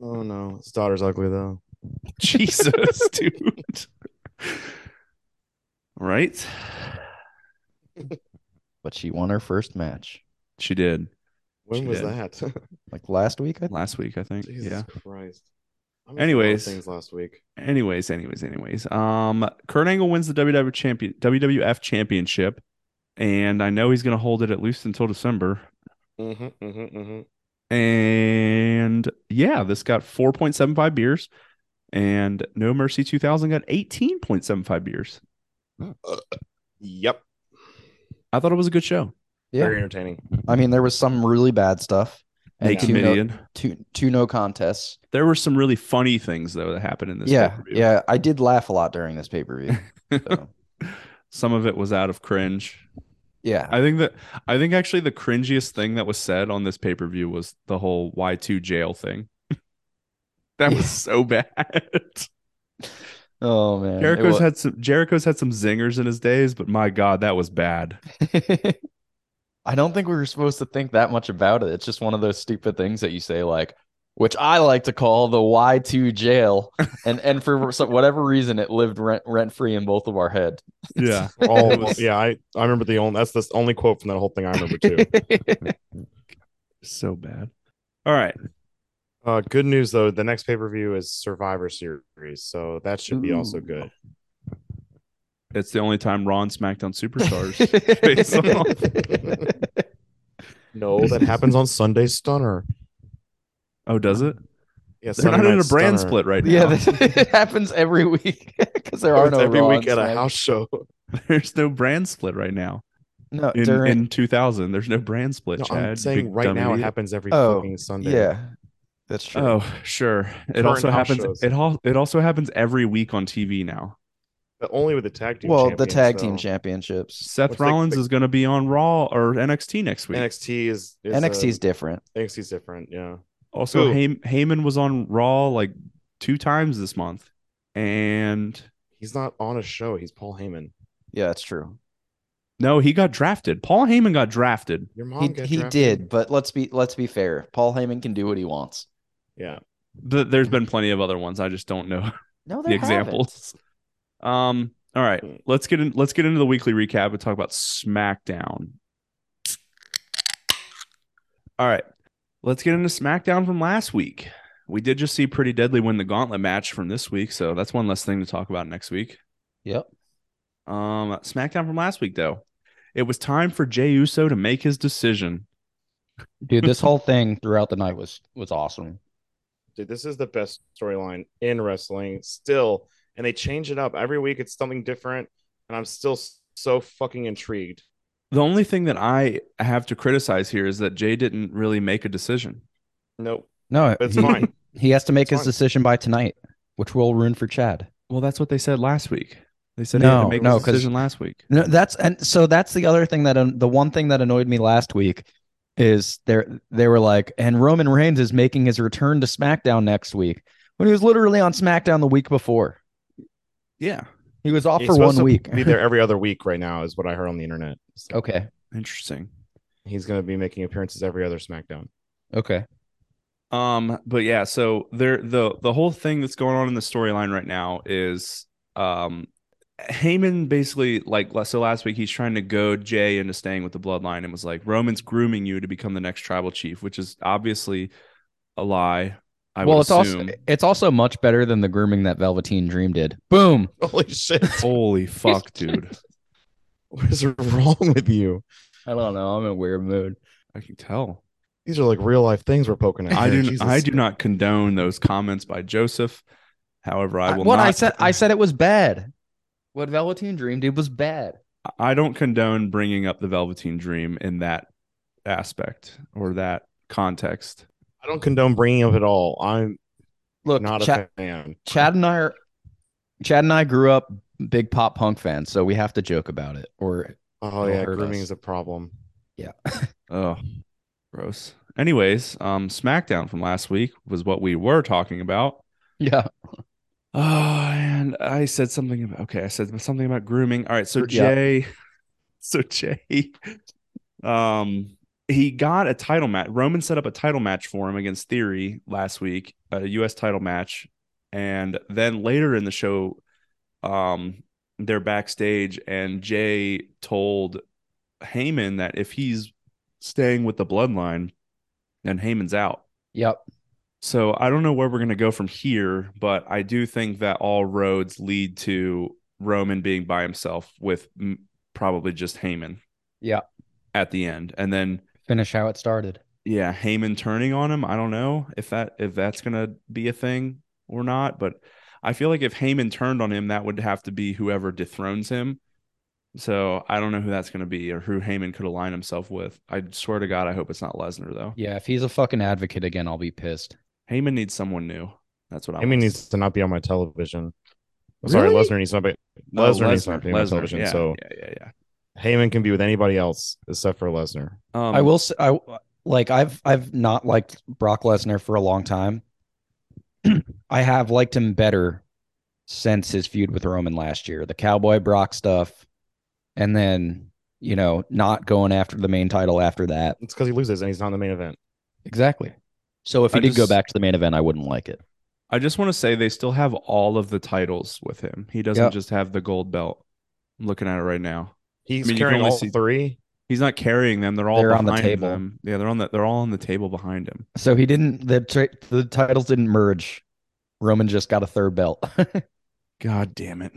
S3: Oh no, his daughter's ugly though.
S1: Jesus, dude. right?
S8: But she won her first match
S1: She did
S3: When
S1: She
S3: was
S1: did.
S3: that?
S8: like last week. I
S1: last week, I think.
S3: Jesus
S1: Yeah.
S3: Christ. I missed a lot of
S1: Anyways.
S3: things last week.
S1: Anyways, anyways, anyways. Um, Kurt Angle wins the WWF champion WWF championship, and I know he's gonna hold it at least until December.
S3: Mm-hmm, mm-hmm, mm-hmm.
S1: And yeah, this got 4.75 beers, and No Mercy 2000 got 18.75 beers. Hmm.
S3: Yep.
S1: I thought it was a good show.
S8: Yeah.
S3: Very entertaining.
S8: I mean, there was some really bad stuff. and
S1: They
S3: Yeah.
S8: two no,
S1: committed.
S8: two, two no contests.
S1: There were some really funny things though that happened in this.
S8: Yeah,
S1: pay-per-view.
S8: yeah. I did laugh a lot during this pay per view. So,
S1: Some of it was out of cringe.
S8: yeah,
S1: I think that I think actually the cringiest thing that was said on this pay per view was the whole Y two jail thing. that was so bad.
S7: Oh man, it
S1: Jericho's
S7: wa-
S1: had some Jericho's had some zingers in his days, but my god, that was bad.
S7: I don't think we were supposed to think that much about it. It's just one of those stupid things that you say, like, which I like to call the Y2 jail. And and for some, whatever reason, it lived rent rent free in both of our head.
S1: Yeah,
S3: All
S1: It was-
S3: yeah, I, I remember the only that's the only quote from that whole thing I remember too.
S1: so bad. All right,
S3: uh good news though, the next pay-per-view is Survivor series, so that should be also
S1: Ooh.
S3: good.
S1: it's the only time Raw and SmackDown superstars face off.
S3: No, that happens on Sunday Stunner.
S1: Oh, does it?
S3: Yeah,
S1: They're not in a brand split right now.
S7: yeah, this, it happens every week because there are
S3: Oh, It's
S7: no
S3: every
S7: Raw
S3: week
S7: and
S3: at a
S7: Smack-
S3: house show.
S1: There's no brand split right now.
S8: no,
S1: In,
S8: during
S1: in 2000, there's no brand split.
S3: No,
S1: Chad,
S3: I'm
S1: you
S3: saying
S1: big
S3: right
S1: dumb
S3: now it
S1: idiot.
S3: happens every
S8: Oh,
S3: fucking Sunday.
S8: yeah, that's true.
S1: Oh, sure. It
S3: Current
S1: also
S3: house
S1: happens.
S3: shows.
S1: It all. It also happens every week on TV now.
S3: but only with the tag team.
S8: well, the tag team
S3: champions,
S8: championships.
S1: Seth
S3: Which they-
S1: Rollins
S3: they-
S1: is going to be on Raw or NXT next
S3: though.
S1: week.
S3: NXT is, is
S8: NXT's different.
S3: uh, NXT's different. Yeah,
S1: Also,
S3: Ooh.
S1: Hey, Heyman was on Raw like two times this month. and
S3: He's not on a show. He's Paul Heyman.
S9: Yeah, that's true.
S1: no, he got drafted. Paul Heyman got drafted.
S3: Your
S9: He,
S3: mom. got
S9: he
S3: drafted.
S9: did, but let's be let's be fair. Paul Heyman can do what he wants.
S3: Yeah.
S1: Th- there's been plenty of other ones. I just don't know
S9: No,
S1: the examples. Um. All right, let's get in. Let's get into the weekly recap and talk about SmackDown. All right, let's get into SmackDown from last week. We did just see Pretty Deadly win the Gauntlet match from this week, so that's one less thing to talk about next week.
S9: Yep.
S1: Um, SmackDown from last week though, it was time for Jey Uso to make his decision.
S2: Dude, this whole thing throughout the night was was awesome.
S3: Dude, this is the best storyline in wrestling still. And they change it up every week. It's something different. And I'm still s- so fucking intrigued.
S1: The only thing that I have to criticize here is that Jay didn't really make a decision.
S3: Nope.
S2: No,
S3: But it's
S2: he,
S3: fine.
S2: he has to make
S3: It's
S2: his
S3: fine.
S2: decision by tonight, which will ruin for Chad.
S1: Well, that's what they said last week. They said he had to
S2: No,
S1: make
S2: no,
S1: his
S2: 'cause-
S1: decision last week.
S2: No, that's and so that's the other thing that um, the one thing that annoyed me last week is there they were like, and Roman Reigns is making his return to SmackDown next week when he was literally on SmackDown the week before.
S1: Yeah,
S2: He was off
S3: He's
S2: for one
S3: supposed to
S2: week.
S3: Be there every other week right now is what I heard on the internet. So
S2: okay,
S1: interesting.
S3: He's going to be making appearances every other SmackDown.
S2: okay.
S1: Um, but yeah, so there the the whole thing that's going on in the storyline right now is um Heyman basically like so last week he's trying to goad Jay into staying with the bloodline and was like Roman's grooming you to become the next tribal chief, which is obviously a lie. I
S2: well,
S1: would
S2: it's
S1: assume.
S2: also it's also much better than the grooming that Velveteen Dream did. Boom.
S3: Holy shit.
S1: Holy fuck, dude.
S3: what is wrong with you?
S2: I don't know. I'm in a weird mood.
S1: I can tell.
S3: These are like real life things we're poking at.
S1: I
S3: here.
S1: do
S3: Jesus.
S1: I do not condone those comments by Joseph. However, I will
S2: what
S1: not
S2: I said I said it was bad. What Velveteen Dream did was bad.
S1: I don't condone bringing up the Velveteen Dream in that aspect or that context.
S3: I don't condone bringing up at all. I'm
S2: Look,
S3: not
S2: Chad,
S3: a fan.
S2: Chad and I are Chad and I grew up big pop punk fans, so we have to joke about it. Or
S3: Oh
S2: It'll
S3: yeah,
S2: hurt
S3: grooming
S2: us.
S3: is a problem.
S1: Oh, gross. Anyways, um, SmackDown from last week was what we were talking about.
S2: yeah,
S1: Oh, and I said something about okay, I said something about grooming. All right, so
S2: Gr- yeah.
S1: Jay, so Jay, um, he got a title match. Roman set up a title match for him against Theory last week, a U.S. title match, and then later in the show, um, they're backstage, and Jay told Heyman that if he's staying with the Bloodline, then Heyman's out.
S2: yep.
S1: So I don't know where we're going to go from here, but I do think that all roads lead to Roman being by himself with mm, probably just Heyman.
S2: Yeah.
S1: At the end. And then
S2: Finish how it started.
S1: yeah, Heyman turning on him. I don't know if that if that's going to be a thing or not, but I feel like if Heyman turned on him, that would have to be whoever dethrones him. So I don't know who that's going to be or who Heyman could align himself with. I swear to God, I hope it's not Lesnar though.
S2: Yeah, if he's a fucking advocate again, I'll be pissed.
S1: Heyman needs someone new. That's what I
S3: I mean,
S1: want.
S3: needs to not be on my television. I'm Sorry,
S2: Really?
S3: Lesnar needs to not be.
S1: No,
S3: Lesnar needs to not be on my
S1: Oh, Lesnar,
S3: television.
S1: yeah,
S3: So
S1: yeah, yeah, yeah.
S3: Heyman can be with anybody else except for Lesnar.
S1: Um,
S2: I will say, I like I've I've not liked Brock Lesnar for a long time. I have liked him better since his feud with Roman last year, the Cowboy Brock stuff, and then you know not going after the main title after that.
S3: It's because he loses and he's not in the main event.
S2: Exactly. So if he
S1: I
S2: did go
S1: just-
S2: back to the main event, I wouldn't like it.
S1: I just want to say they still have all of the titles with him. He doesn't
S2: Yep.
S1: just have the gold belt. I'm looking at it right now.
S3: He's
S1: I mean, you can
S3: carrying
S1: only
S3: all
S1: see-
S3: three.
S1: He's not carrying them. They're all
S2: They're on
S1: behind
S2: the table.
S1: them. Yeah, they're on the. They're all on the table behind him.
S2: So he didn't. The tra- the titles didn't merge. Roman just got a third belt.
S1: God damn it!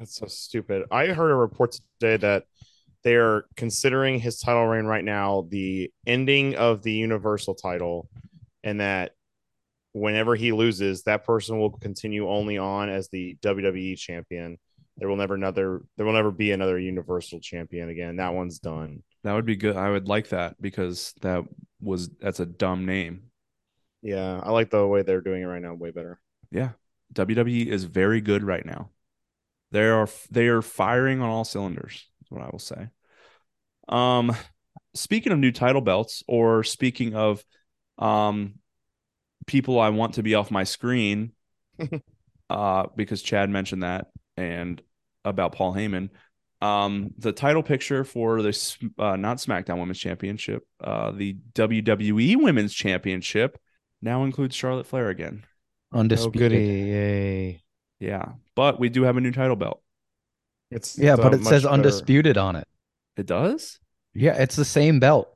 S3: That's so stupid. I heard a report today that they are considering his title reign right now the ending of the Universal title, and that whenever he loses, that person will continue only on as the WWE champion. There will never another. There will never be another Universal champion again. That one's done.
S1: That would be good. I would like that because that was that's a dumb name.
S3: Yeah, I like the way they're doing it right now. Way better.
S1: Yeah, WWE E is very good right now. They are they are firing on all cylinders. Is what I will say. Um, speaking of new title belts, or speaking of um people I want to be off my screen, uh, because Chad mentioned that and about Paul Heyman. Um, the title picture for the S- uh, not SmackDown Women's Championship, uh, the WWE Women's Championship now includes Charlotte Flair again.
S2: Oh,
S3: Oh,
S10: Undisputed.
S3: Yay.
S1: Yeah, but we do have a new title belt.
S3: It's
S2: Yeah,
S3: it's
S2: but
S3: a
S2: it says
S3: much better-
S2: undisputed on it.
S1: It does.
S2: Yeah, it's the same belt,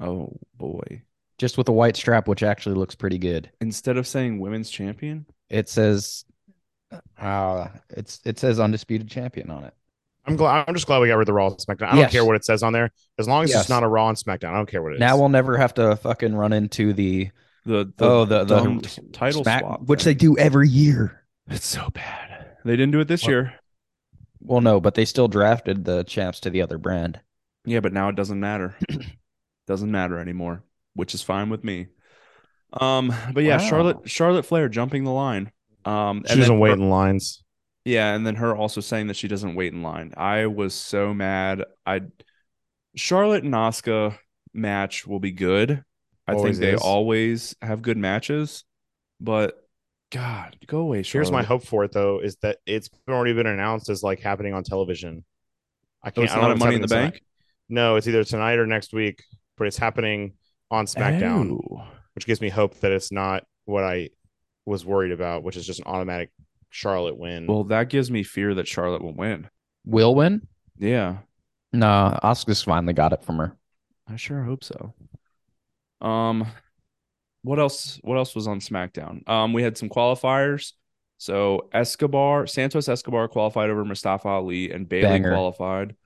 S1: Oh boy!
S2: just with a white strap, which actually looks pretty good.
S1: Instead of saying Women's Champion,
S2: It says, uh, it's it says undisputed champion on it.
S3: I'm glad. I'm just glad we got rid of the Raw and SmackDown. I don't
S2: Yes.
S3: care what it says on there, as long as
S2: Yes.
S3: it's not a Raw and SmackDown. I don't care what it is.
S2: Now we'll never have to fucking run into the,
S1: the, the
S2: oh the the
S1: dumb t- title
S2: smack-
S1: swap,
S2: which
S1: thing.
S2: they do every year.
S1: it's so bad. They didn't do it this
S2: What?
S1: year.
S2: Well, no, but they still drafted the champs to the other brand.
S1: Yeah, but now it doesn't matter. doesn't matter anymore, which is fine with me. Um, but yeah,
S2: Wow.
S1: Charlotte Charlotte Flair jumping the line. Um,
S3: she
S1: and then
S3: doesn't wait
S1: her-
S3: in lines.
S1: yeah, and then her also saying that she doesn't wait in line. I was so mad. I Charlotte and Asuka match will be good. I
S3: Always
S1: think they
S3: is.
S1: always have good matches, but God, go away, Charlotte.
S3: Here's my hope for it though: is that it's already been announced as like happening on television. I
S1: Oh,
S3: can't.
S1: it's
S3: I don't
S1: not
S3: know
S1: at
S3: if
S1: Money in the
S3: it's happening
S1: Bank.
S3: tonight. No, it's either tonight or next week, but it's happening on SmackDown,
S1: Oh.
S3: which gives me hope that it's not what I was worried about, which is just an automatic Charlotte win.
S1: Well, that gives me fear that Charlotte will win.
S2: Will win?
S1: Yeah.
S2: No, Oscar's finally got it from her.
S1: I sure hope so. Um, what else? What else was on SmackDown? Um, we had some qualifiers. So Escobar, Santos Escobar qualified over Mustafa Ali, and Bailey
S2: Banger.
S1: qualified.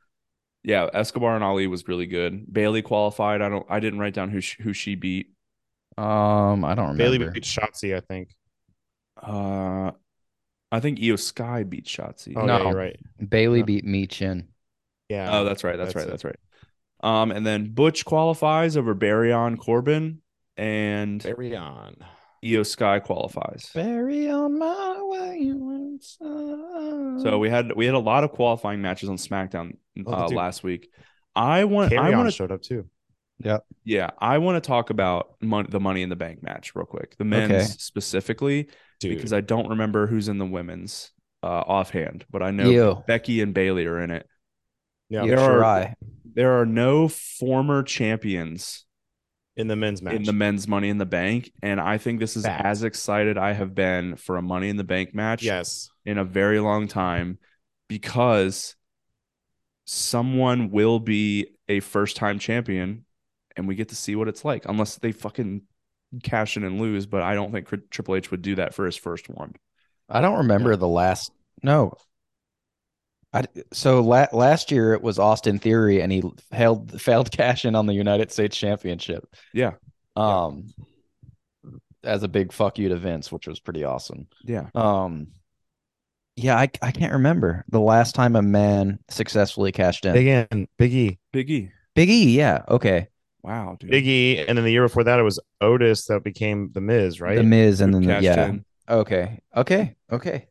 S1: Yeah, Escobar and Ali was really good. Bailey qualified. I don't. I didn't write down who she, who she beat.
S2: Um, I don't remember.
S3: Bailey beat Shotzi, I think.
S1: Uh, I think Io Sky beat Shotzi.
S3: Oh,
S2: No.
S3: yeah, you're right.
S2: Bailey
S3: Yeah.
S2: beat Mi Chin.
S3: Yeah.
S1: Oh, that's right. That's, right.
S3: That's it.
S1: That's right. Um, and then Butch qualifies over Baryon Corbin, and
S3: very on.
S1: Io Sky qualifies.
S2: Bury on my way. inside.
S1: So we had we had a lot of qualifying matches on SmackDown
S3: Oh,
S1: uh,
S3: dude.
S1: last week. I want I
S3: Carry on
S1: want to
S3: showed up too.
S1: yeah I want to talk about mon- the Money in the Bank match real quick, the men's
S2: Okay.
S1: specifically
S3: Dude,
S1: because I don't remember who's in the women's uh, offhand, but I know
S2: you.
S1: Becky and Bailey are in it.
S3: yeah,
S1: there
S3: sure.
S1: are there are no former champions
S3: in the men's match.
S1: in the men's Money in the Bank, and I think this is
S3: Fact.
S1: as excited I have been for a Money in the Bank match
S3: yes.
S1: in a very long time because someone will be a first time champion and we get to see what it's like unless they fucking cash in and lose but i don't think Cri- triple h would do that for his first one
S2: I don't remember the last. No. I, d- so la- last year it was Austin Theory and he held failed cash in on the United States Championship.
S1: Yeah.
S2: Um as a big fuck you to Vince, which was pretty awesome.
S1: yeah
S2: Um yeah, I, I can't remember the last time a man successfully cashed in. Big,
S3: Again, Biggie.
S1: big e
S2: E, yeah, okay.
S1: wow dude
S3: Biggie, E, and then the year before that it was Otis that became the Miz, right?
S2: The Miz and then the,
S1: cashed
S2: yeah.
S1: in
S2: Okay. Okay. Okay.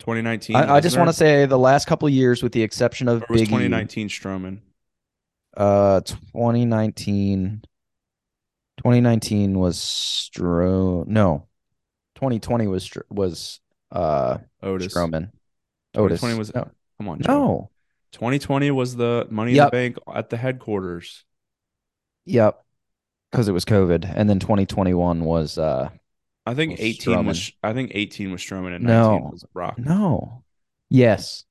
S1: 2019
S2: I, I just
S1: wasn't
S2: want to say the last couple of years, with the exception of
S1: there? Or was
S2: Big E,
S1: 2019 Strowman
S2: Uh, 2019. 2019 was Stro. No, 2020 was Str- was uh
S1: Otis
S2: Strowman. Otis.
S1: 2020 was-
S2: no.
S1: come on Joe.
S2: no.
S1: 2020 was the money in
S2: Yep.
S1: the bank at the headquarters
S2: Yep. Because it was COVID, and then 2021 was uh
S1: I think
S2: Was
S1: 18 was
S2: Strowman.
S1: I think 18 was Strowman and 19
S2: No.
S1: was Brock
S2: no. Yes,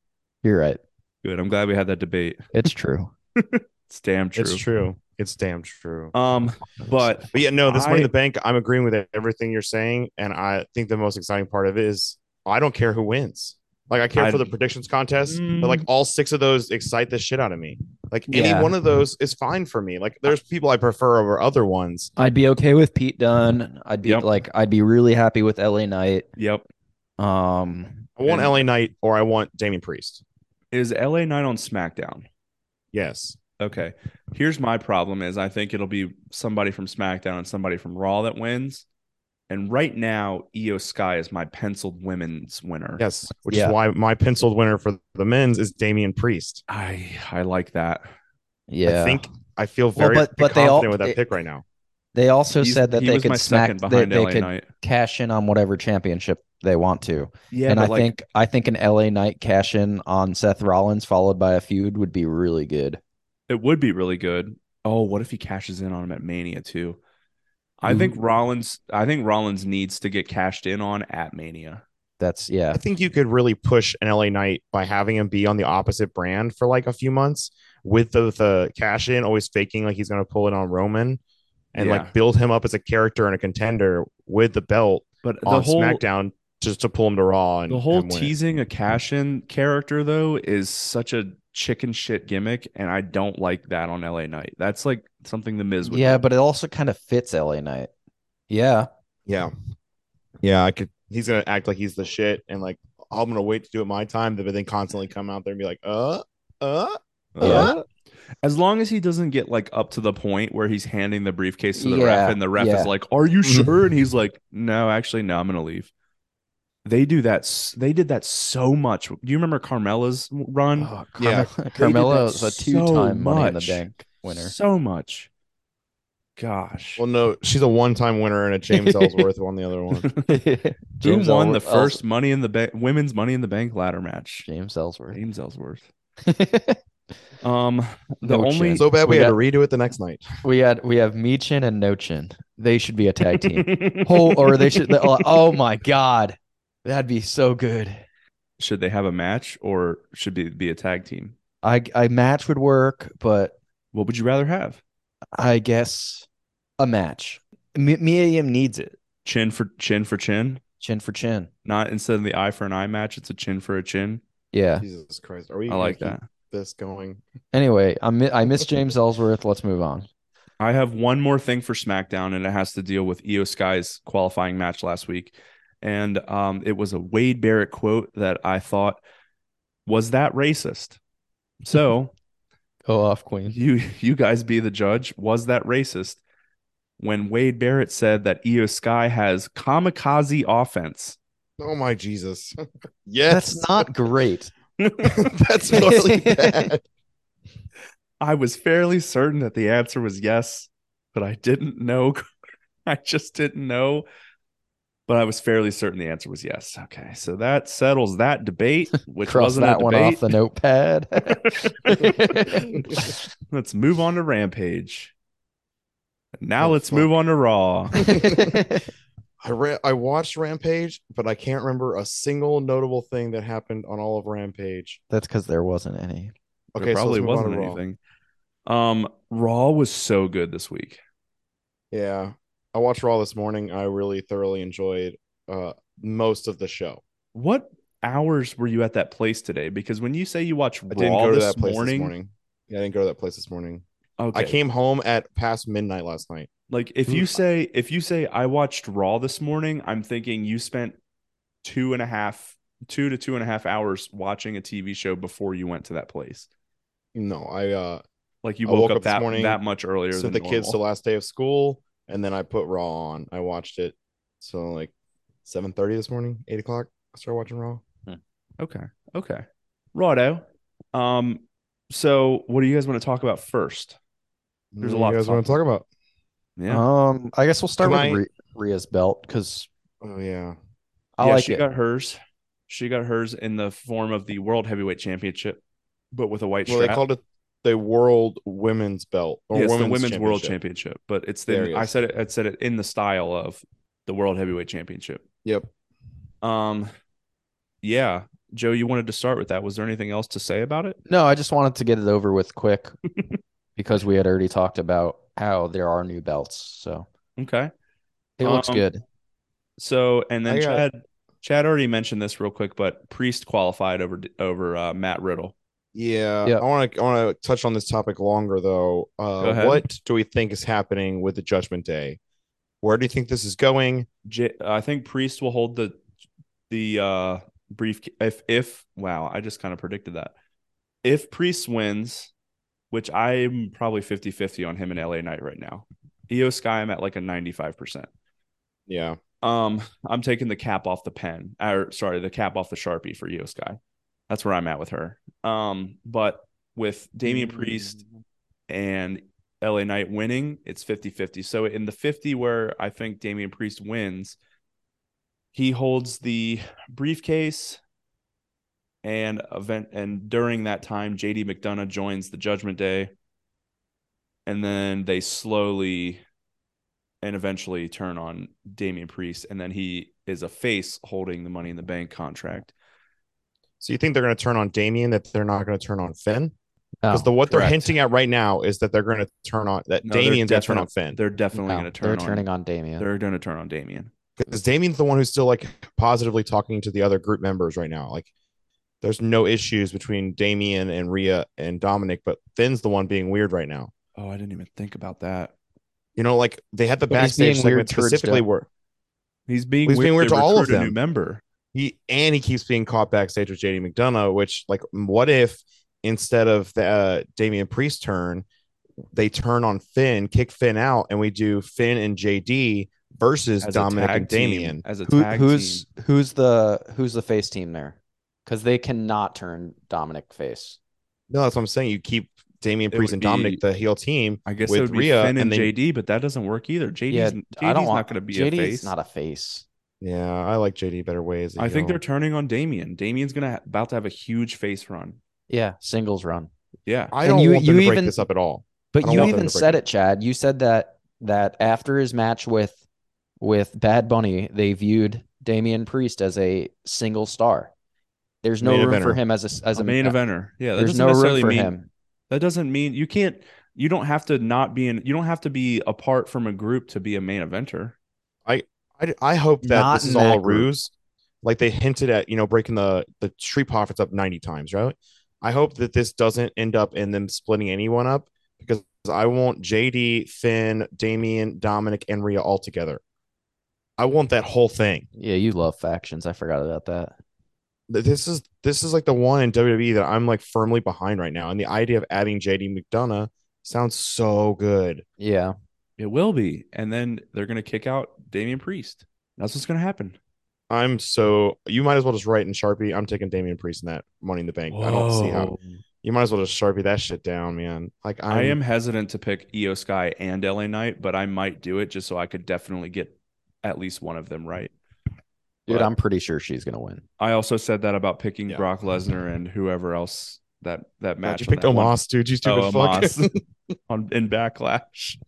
S2: you're right.
S1: good I'm glad we had that debate
S2: It's true.
S1: it's damn true
S3: It's true. It's damn true.
S1: Um, but
S3: But yeah, no, this
S1: I-
S3: money in the bank, I'm agreeing with everything you're saying. And I think the most exciting part of it is I don't care who wins. Like I care
S1: I- Mm.
S3: for the predictions contest, but like all six of those excite the shit out of me. Like
S2: Yeah.
S3: any one of those is fine for me. Like there's people I prefer over other ones.
S2: I'd be okay with Pete Dunn. I'd be
S1: Yep.
S2: like, I'd be really happy with LA Knight.
S1: yep,
S2: Um,
S3: I want
S1: And-
S3: LA Knight or I want Damien Priest.
S1: is LA Knight on SmackDown?
S3: Yes.
S1: Okay, here's my problem: is I think it'll be somebody from SmackDown and somebody from Raw that wins. And right now, Io Sky is my penciled women's winner.
S3: Yes. Which
S2: Yeah.
S3: is why my penciled winner for the men's is Damian Priest.
S1: I I like that.
S2: yeah.
S3: I think I feel
S2: Well,
S3: very
S2: but- but they
S3: confident
S2: all-
S3: with that
S2: it-
S3: pick right now.
S2: They also
S1: He's-
S2: said that
S1: he
S2: they
S1: was my
S2: could smack
S1: second
S2: they,
S1: behind
S2: they
S1: LA
S2: could
S1: Knight.
S2: cash in on whatever championship they want to.
S1: Yeah,
S2: and
S1: but
S2: I
S1: like,
S2: think I think an LA Knight cash in on Seth Rollins followed by a feud would be really good.
S1: It would be really good. Oh, what if he cashes in on him at Mania too? I
S2: Mm-hmm.
S1: think Rollins. I think Rollins needs to get cashed in on at Mania.
S2: That's
S3: I
S2: yeah.
S3: think you could really push an LA Knight by having him be on the opposite brand for like a few months with the, the cash in, always faking like he's going to pull it on Roman and
S1: Yeah.
S3: like build him up as a character and a contender with the belt
S1: But the
S3: on
S1: whole
S3: SmackDown just to pull him to Raw. And
S1: the whole
S3: and win.
S1: teasing a cash in character though is such a chicken shit gimmick, and I don't like that on LA Knight. That's like something the Miz would.
S2: Yeah,
S1: do.
S2: but it also kind of fits LA Knight. Yeah.
S3: Yeah. Yeah. I could, he's going to act like he's the shit and like, I'm going to wait to do it my time, but then constantly come out there and be like, uh, uh,
S2: Yeah.
S3: uh.
S1: as long as he doesn't get like up to the point where he's handing the briefcase to the ref,
S2: Yeah,
S1: and the ref
S2: yeah. Mm-hmm.
S1: is like, "Are you
S3: Mhm.
S1: sure?" and he's like, "No, actually, no, I'm gonna leave." They do that. s- They did that so much. Do you remember Carmella's run?
S2: Oh,
S3: Yeah.
S2: Carmelo's a
S1: so
S2: two-time Money in the
S1: much.
S2: Bank winner.
S1: So much. Gosh.
S3: Well, no, she's a one time winner and a James Ellsworth won the other one.
S1: Who
S2: James
S1: won
S2: Ellsworth-
S1: the first Money in the Bank women's Money in the Bank ladder match?
S2: James Ellsworth.
S1: James Ellsworth. Um, the
S2: No
S1: only
S2: chance.
S3: So bad we,
S2: We
S3: had to redo it the next night.
S2: We had we have Meechin and Nochin. They should be a tag team. Whole or they should. they- oh my god, that'd be so good.
S1: should they have a match or should be be a tag team?
S2: I I match would work, but
S1: What would you rather have?
S2: I guess a match. Mi Mia Yim needs it.
S1: Chin for chin for chin,
S2: Chin for chin.
S1: not instead of the eye for an eye match. It's a chin for a chin.
S2: Yeah.
S3: Jesus Christ. Are we
S1: I like
S3: gonna
S1: that.
S3: keep this going?
S2: Anyway, I mi- I miss James Ellsworth. Let's move on.
S1: I have one more thing for SmackDown, and it has to deal with Io Sky's qualifying match last week. And um, it was a Wade Barrett quote that I thought was that racist. So
S2: Go off, Queen.
S1: you you guys be the judge. Was that racist? When Wade Barrett said that Io Sky has kamikaze offense.
S3: Oh my Jesus. yes.
S2: That's not great.
S3: That's really bad.
S1: I was fairly certain that the answer was yes, but I didn't know. I just didn't know. But I was fairly certain the answer was yes. Okay, so that settles that debate, which
S2: Cross
S1: wasn't
S2: that
S1: a
S2: one
S1: debate.
S2: off the notepad.
S1: let's move on to Rampage. Now
S3: Oh,
S1: let's
S3: fuck.
S1: move on to Raw.
S3: I re- I watched Rampage, but I can't remember a single notable thing that happened on all of Rampage.
S2: That's because there wasn't any.
S1: There
S3: Okay, so
S1: probably
S3: let's move on
S1: wasn't
S3: to Raw.
S1: anything. Um, Raw was so good this week.
S3: Yeah. I watched Raw this morning. I really thoroughly enjoyed uh most of the show.
S1: What hours were you at that place today? Because when you say you watch Raw
S3: I didn't go to
S1: this,
S3: that place
S1: morning,
S3: this morning. Yeah, I didn't go to that place this morning.
S1: okay,
S3: I came home at past midnight last night.
S1: Like if
S3: Ooh.
S1: you say if you say I watched Raw this morning, I'm thinking you spent two and a half, two to two and a half hours watching a TV show before you went to that place.
S3: No, I uh
S1: Like you
S3: I
S1: woke,
S3: woke
S1: up,
S3: up this
S1: that
S3: morning,
S1: that much earlier
S3: sent
S1: than
S3: the kids to
S1: normal.
S3: last day of school, and then I put Raw on. I watched it. So like seven thirty this morning, eight o'clock. I started watching Raw.
S1: Okay, okay, Rawdo. Um, so what do you guys want to talk about first? There's a
S3: What
S1: lot
S3: do Mm, you
S1: to
S3: guys want to
S1: talk
S3: talk about.
S1: Yeah,
S2: Um, I guess we'll start
S3: Can I-
S2: with Ri- Rhea's belt because
S3: Oh yeah,
S2: I
S1: yeah,
S2: like
S1: she
S2: it.
S1: got hers. She got hers in the form of the World Heavyweight Championship, but with a white
S3: well they
S1: strap.
S3: called it the World Women's Belt or
S1: yes,
S3: Women's,
S1: the women's world
S3: Championship.
S1: championship, but it's
S3: There
S1: the
S3: it
S1: I
S3: is.
S1: said it. I said it in the style of the world heavyweight championship.
S3: Yep.
S1: Um, yeah, Joe, you wanted to start with that. Was there anything else to say about it?
S2: No, I just wanted to get it over with quick because we had already talked about how there are new belts. So
S1: Okay,
S2: it looks
S1: Um,
S2: good.
S1: so and then
S3: I got-
S1: Chad, Chad already mentioned this real quick, but Priest qualified over over uh, Matt Riddle.
S3: Yeah,
S2: Yep.
S3: I want to I want to touch on this topic longer though.
S1: Go
S3: Uh,
S1: ahead.
S3: what do we think is happening with the Judgment Day? Where do you think this is going?
S1: J- I think Priest will hold the the uh brief if if wow, I just kind of predicted that. If Priest wins, which I'm probably 50-50 on him and LA Knight right now. Io Sky I'm at like a 95%.
S3: Yeah,
S1: Um I'm taking the cap off the pen or sorry, the cap off the Sharpie for Io Sky. That's where I'm at with her. Um but with Damian Priest and LA Knight winning, it's 50 50. So in the 50, where I think Damian Priest wins, he holds the briefcase. And event and during that time, JD McDonough joins the Judgment Day, and then they slowly and eventually turn on Damian Priest, and then he is a face holding the Money in the Bank contract.
S3: So you think they're going to turn on Damien? That they're not going to turn on Finn? Because
S2: Oh,
S3: the what they're
S2: correct.
S3: hinting at right now is that they're going to turn on that
S1: No, they're
S3: Damien's going to turn
S1: definite-
S3: on Finn.
S1: They're definitely
S2: No,
S1: going to turn.
S2: they're
S1: on,
S2: turning on Damien.
S1: They're going to turn on Damien.
S3: Because Damien's the one who's still like positively talking to the other group members right now. Like, there's no issues between Damien and Rhea and Dominic, but Finn's the one being weird right now.
S1: Oh, I didn't even think about that.
S3: You know, like they had the
S2: But he's being
S3: backstage segment
S2: weird towards
S3: specifically
S2: Dom-
S3: where
S1: He's being
S3: He's being weird
S1: they
S3: to all of
S1: recruit a new
S3: them.
S1: member.
S3: he and he keeps being caught backstage with JD McDonough, which like what if instead of the uh, Damian Priest turn, they turn on Finn, kick Finn out, and we do Finn and JD versus
S1: As a
S3: Dominic
S1: tag
S3: and
S1: team-
S3: Damian.
S1: as a
S2: Who,
S1: tag
S2: who's
S1: team.
S2: who's the who's the face team there? Because they cannot turn Dominic face.
S3: No, that's what I'm saying. You keep Damian
S1: It
S3: Priest
S1: would
S3: and
S1: be-
S3: Dominic the heel team.
S1: I guess
S3: with
S1: it would be
S3: Rhea,
S1: Finn and
S3: and then-
S1: JD, but that doesn't work either. JD's,
S2: yeah,
S1: JD's
S2: I don't
S1: not
S2: want
S1: going to be
S2: JD
S1: a face.
S2: is not a face.
S3: Yeah, I like JD better ways.
S1: I think they're turning on Damien. Damien's going to ha- about to have a huge face run.
S2: Yeah, singles run.
S1: Yeah.
S3: I
S2: And
S3: don't
S2: you-
S3: want them
S2: you
S3: to break
S2: even-
S3: this up at all. I
S2: But
S3: don't
S2: you
S3: want them
S2: even
S3: to break
S2: said
S3: up.
S2: it, Chad. You said that that after his match with with Bad Bunny, they viewed Damian Priest as a single star. There's no
S3: Main
S2: room for
S3: eventer.
S2: him as a as
S1: As
S2: a
S1: a main
S2: uh,
S1: eventer. Yeah. That
S2: There's
S1: doesn't
S2: no
S1: necessarily
S2: room for
S1: mean
S2: him.
S1: that doesn't mean you can't you don't have to not be in you don't have to be apart from a group to be a main eventer.
S3: I, I hope that
S2: Not
S3: this is
S2: in
S3: all
S2: that
S3: a
S2: group.
S3: ruse. Like they hinted at, you know, breaking the the street profits up 90 times, right? I hope that this doesn't end up in them splitting anyone up because I want JD, Finn, Damien, Dominic, and Rhea all together. I want that whole thing.
S2: Yeah, you love factions. I forgot about that.
S3: Th- This is this is like the one in WWE that I'm like firmly behind right now. And the idea of adding JD McDonough sounds so good.
S2: Yeah.
S1: It will be. And then they're going to kick out Damian Priest. That's what's going to happen.
S3: I'm so you might as well just write in Sharpie. I'm taking Damian Priest in that money in the bank. I don't see how
S1: Whoa.
S3: You might as well just sharpie that shit down, man. Like I'm,
S1: I am hesitant to pick Io Sky and LA Knight, but I might do it just so I could definitely get at least one of them right.
S2: Dude,
S1: But-
S2: I'm pretty sure she's gonna win.
S1: I also said that about picking
S3: Yeah.
S1: Brock Lesnar and whoever else that that
S3: God,
S1: match.
S3: you
S1: on
S3: picked
S1: that one-
S3: Omos, dude. You stupid
S1: Oh,
S3: fuck.
S1: Omos. on in Backlash.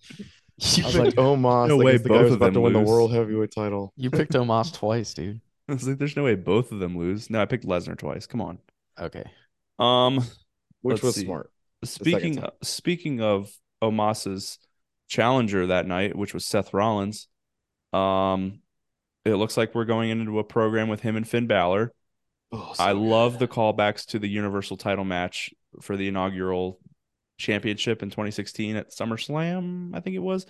S3: you
S2: I was
S3: picked
S2: like,
S3: Omos.
S1: no
S3: like,
S1: way
S3: it's the guy
S1: both
S3: who's
S1: of
S3: about to
S1: them
S3: win the
S1: lose.
S3: world heavyweight title.
S2: You picked Omos twice, dude.
S1: I was like, there's no way both of them lose. No, I picked Lesnar twice. Come on.
S2: Okay.
S1: Um,
S3: Which
S1: Let's
S3: was
S1: see.
S3: smart.
S1: speaking
S3: time.
S1: speaking of Omos's challenger that night, which was Seth Rollins, um, it looks like we're going into a program with him and Finn Balor.
S3: Oh,
S1: I
S3: so good.
S1: love the callbacks to the Universal title match for the inaugural championship in 2016 at SummerSlam, I think it was.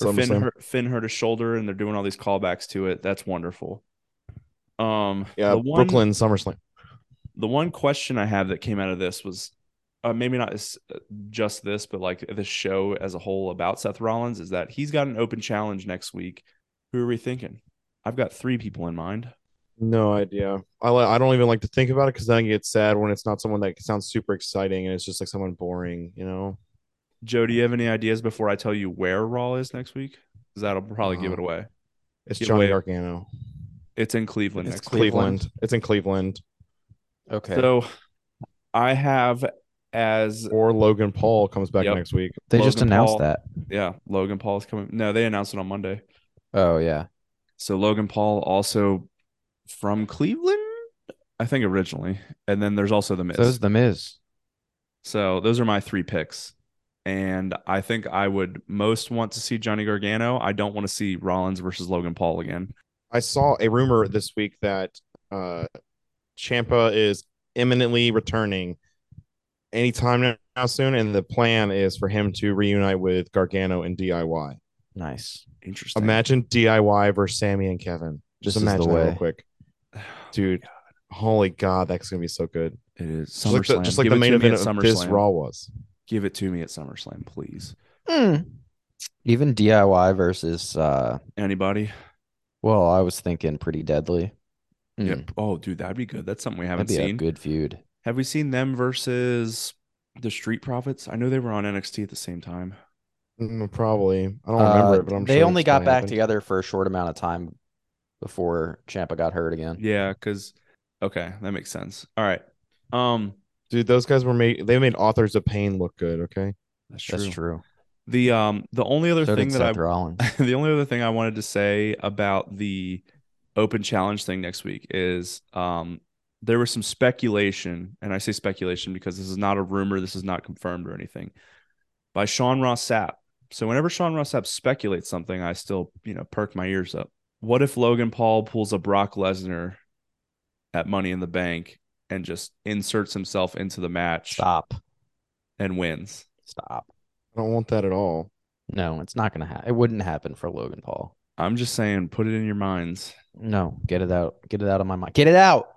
S1: Where Finn,
S3: SummerSlam.
S1: hurt, Finn hurt his shoulder, and they're doing all these callbacks to it. That's wonderful. Um,
S3: Yeah,
S1: the one,
S3: Brooklyn SummerSlam.
S1: The one question I have that came out of this was, uh, maybe not as- just this, but like this show as a whole about Seth Rollins is that he's got an open challenge next week. Who are we thinking? I've got three people in mind.
S3: No idea. I li- I don't even like to think about it because then I get sad when it's not someone that sounds super exciting and it's just like someone boring. You know,
S1: Joe, do you have any ideas before I tell you where Raw is next week? Because that'll probably give it
S3: Uh-huh.
S1: away.
S3: it's
S1: Get
S3: Johnny
S1: away.
S3: Gargano.
S1: It's in Cleveland
S3: It's
S1: next
S3: Cleveland. It's in Cleveland
S2: Okay.
S1: week. So I have as
S3: or Logan Paul comes back
S1: Yep.
S3: next week.
S2: they just
S1: Logan
S2: announced
S1: Paul-
S2: that.
S1: yeah, Logan Paul's coming. No, they announced it on Monday.
S2: Oh yeah.
S1: So Logan Paul also from Cleveland, I think originally. And then there's also the Miz.
S2: So is the Miz.
S1: So those are my three picks. And I think I would most want to see Johnny Gargano. I don't want to see Rollins versus Logan Paul again.
S3: I saw a rumor this week that uh Champa is imminently returning anytime now- now soon, and the plan is for him to reunite with Gargano and DIY.
S2: Nice.
S1: Interesting.
S3: Imagine DIY versus Sammy and Kevin. Just
S2: This is the
S3: imagine that real
S2: way.
S3: quick, dude. Holy God, that's gonna be so good.
S1: It is
S3: Just like the,
S1: SummerSlam.
S3: just like
S1: Give
S3: the
S1: it
S3: main
S1: to me
S3: event
S1: at
S3: of this
S1: SummerSlam.
S3: Raw was.
S1: Give it to me at SummerSlam, please.
S2: Hmm. Even DIY versus uh
S1: Anybody?
S2: well, I was thinking pretty deadly. Hmm.
S1: Yep. Oh, dude, that'd be good. That's something we haven't
S2: That'd be a
S1: seen.
S2: good feud.
S1: Have we seen them versus the Street Profits? I know they were on NXT at the same time.
S3: Mm, probably. I don't
S8: Uh,
S3: remember it, but I'm
S8: they
S3: sure
S8: only
S3: it's
S8: got
S3: probably
S8: back
S3: happened.
S8: together for a short amount of time before Champa got hurt again.
S1: Yeah, because okay, that makes sense. All right. Um,
S3: Dude, those guys were made. They made authors of pain look good. Okay.
S1: that's
S8: That's true.
S1: The um, the only other
S2: So
S1: thing
S2: did
S1: that I
S2: Seth Rollins.
S1: the only other thing I wanted to say about the open challenge thing next week is um there was some speculation, and I say speculation because this is not a rumor, this is not confirmed or anything, by Sean Ross Sapp. So whenever Sean Ross Sapp speculates something, I still, you know, perk my ears up. What if Logan Paul pulls a Brock Lesnar at Money in the Bank and just inserts himself into the match
S8: Stop.
S1: and wins?
S2: Stop.
S3: I don't want that at all.
S2: No, it's not gonna happen. It wouldn't happen for Logan Paul.
S1: I'm just saying, put it in your minds.
S2: No, get it out. Get it out of my mind. Get it out.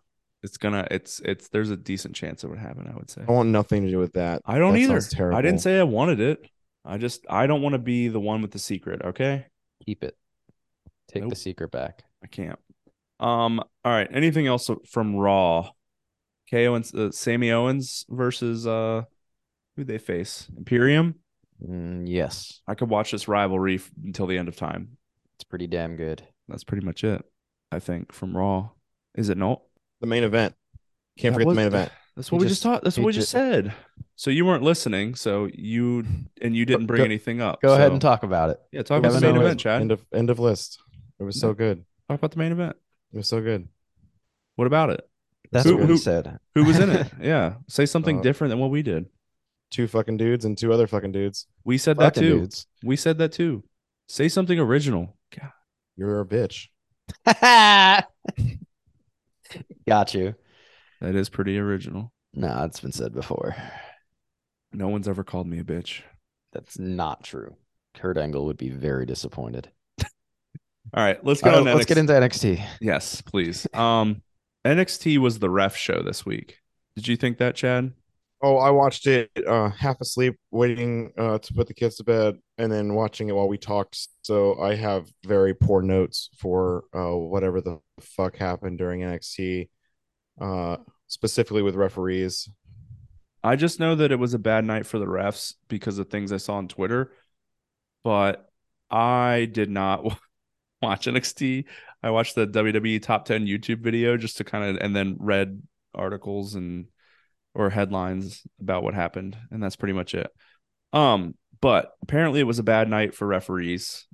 S1: It's gonna, it's, it's, there's a decent chance it would happen, I would say.
S3: I want nothing to do with that.
S1: I don't
S3: That
S1: either.
S3: sounds terrible.
S1: I didn't say I wanted it. I just I don't want to be the one with the secret, okay?
S2: Keep it. Take
S1: Nope.
S2: the secret back.
S1: I can't. Um all right, anything else from Raw? KO and uh, Sammy Owens versus uh who they face? Imperium.
S2: Mm, yes,
S1: I could watch this rivalry f- until the end of time.
S2: it's pretty damn good.
S1: That's pretty much it, I think, from Raw. Is it not?
S3: the main event.
S1: That
S3: Can't forget
S1: was-
S3: the main event.
S1: That's what
S2: He
S1: we just
S2: just-
S1: taught. That's
S2: he
S1: what we just
S2: ju-
S1: said. So you weren't listening, so you and you didn't bring
S7: Go-
S1: anything up.
S7: Go ahead
S1: so-
S7: and talk about it.
S1: Yeah, talk
S3: It
S1: about the
S3: was so
S1: main
S3: good.
S1: event, Chad.
S3: End of end of list. It was so good.
S1: Talk about the main event.
S3: It was so good.
S1: What about it?
S8: That's
S1: Who-
S8: what
S1: who-
S8: he said.
S1: Who was in it? Yeah. Say something
S3: Uh,
S1: different than what we did.
S3: Two fucking dudes and two other fucking dudes.
S1: We said that
S2: Fucking
S1: too.
S2: dudes.
S1: We said that too. Say something original. God.
S3: You're a bitch.
S2: Got you.
S1: That is pretty original.
S2: No, it's been said before.
S1: No one's ever called me a bitch.
S2: That's not true. Kurt Angle would be very disappointed.
S1: All right, let's go.
S2: Uh,
S1: on
S2: let's
S1: NXT.
S2: get into NXT.
S1: Yes, please. Um, NXT was the ref show this week. Did you think that, Chad?
S3: Oh, I watched it uh, half asleep, waiting uh, to put the kids to bed, and then watching it while we talked. So I have very poor notes for uh, whatever the fuck happened during NXT, uh, specifically with referees.
S1: I just know that it was a bad night for the refs because of things I saw on Twitter, but I did not wa- watch NXT. I watched the WWE Top 10 YouTube video just to kind of, and then read articles and or headlines about what happened, and that's pretty much it. Um, but apparently it was a bad night for referees,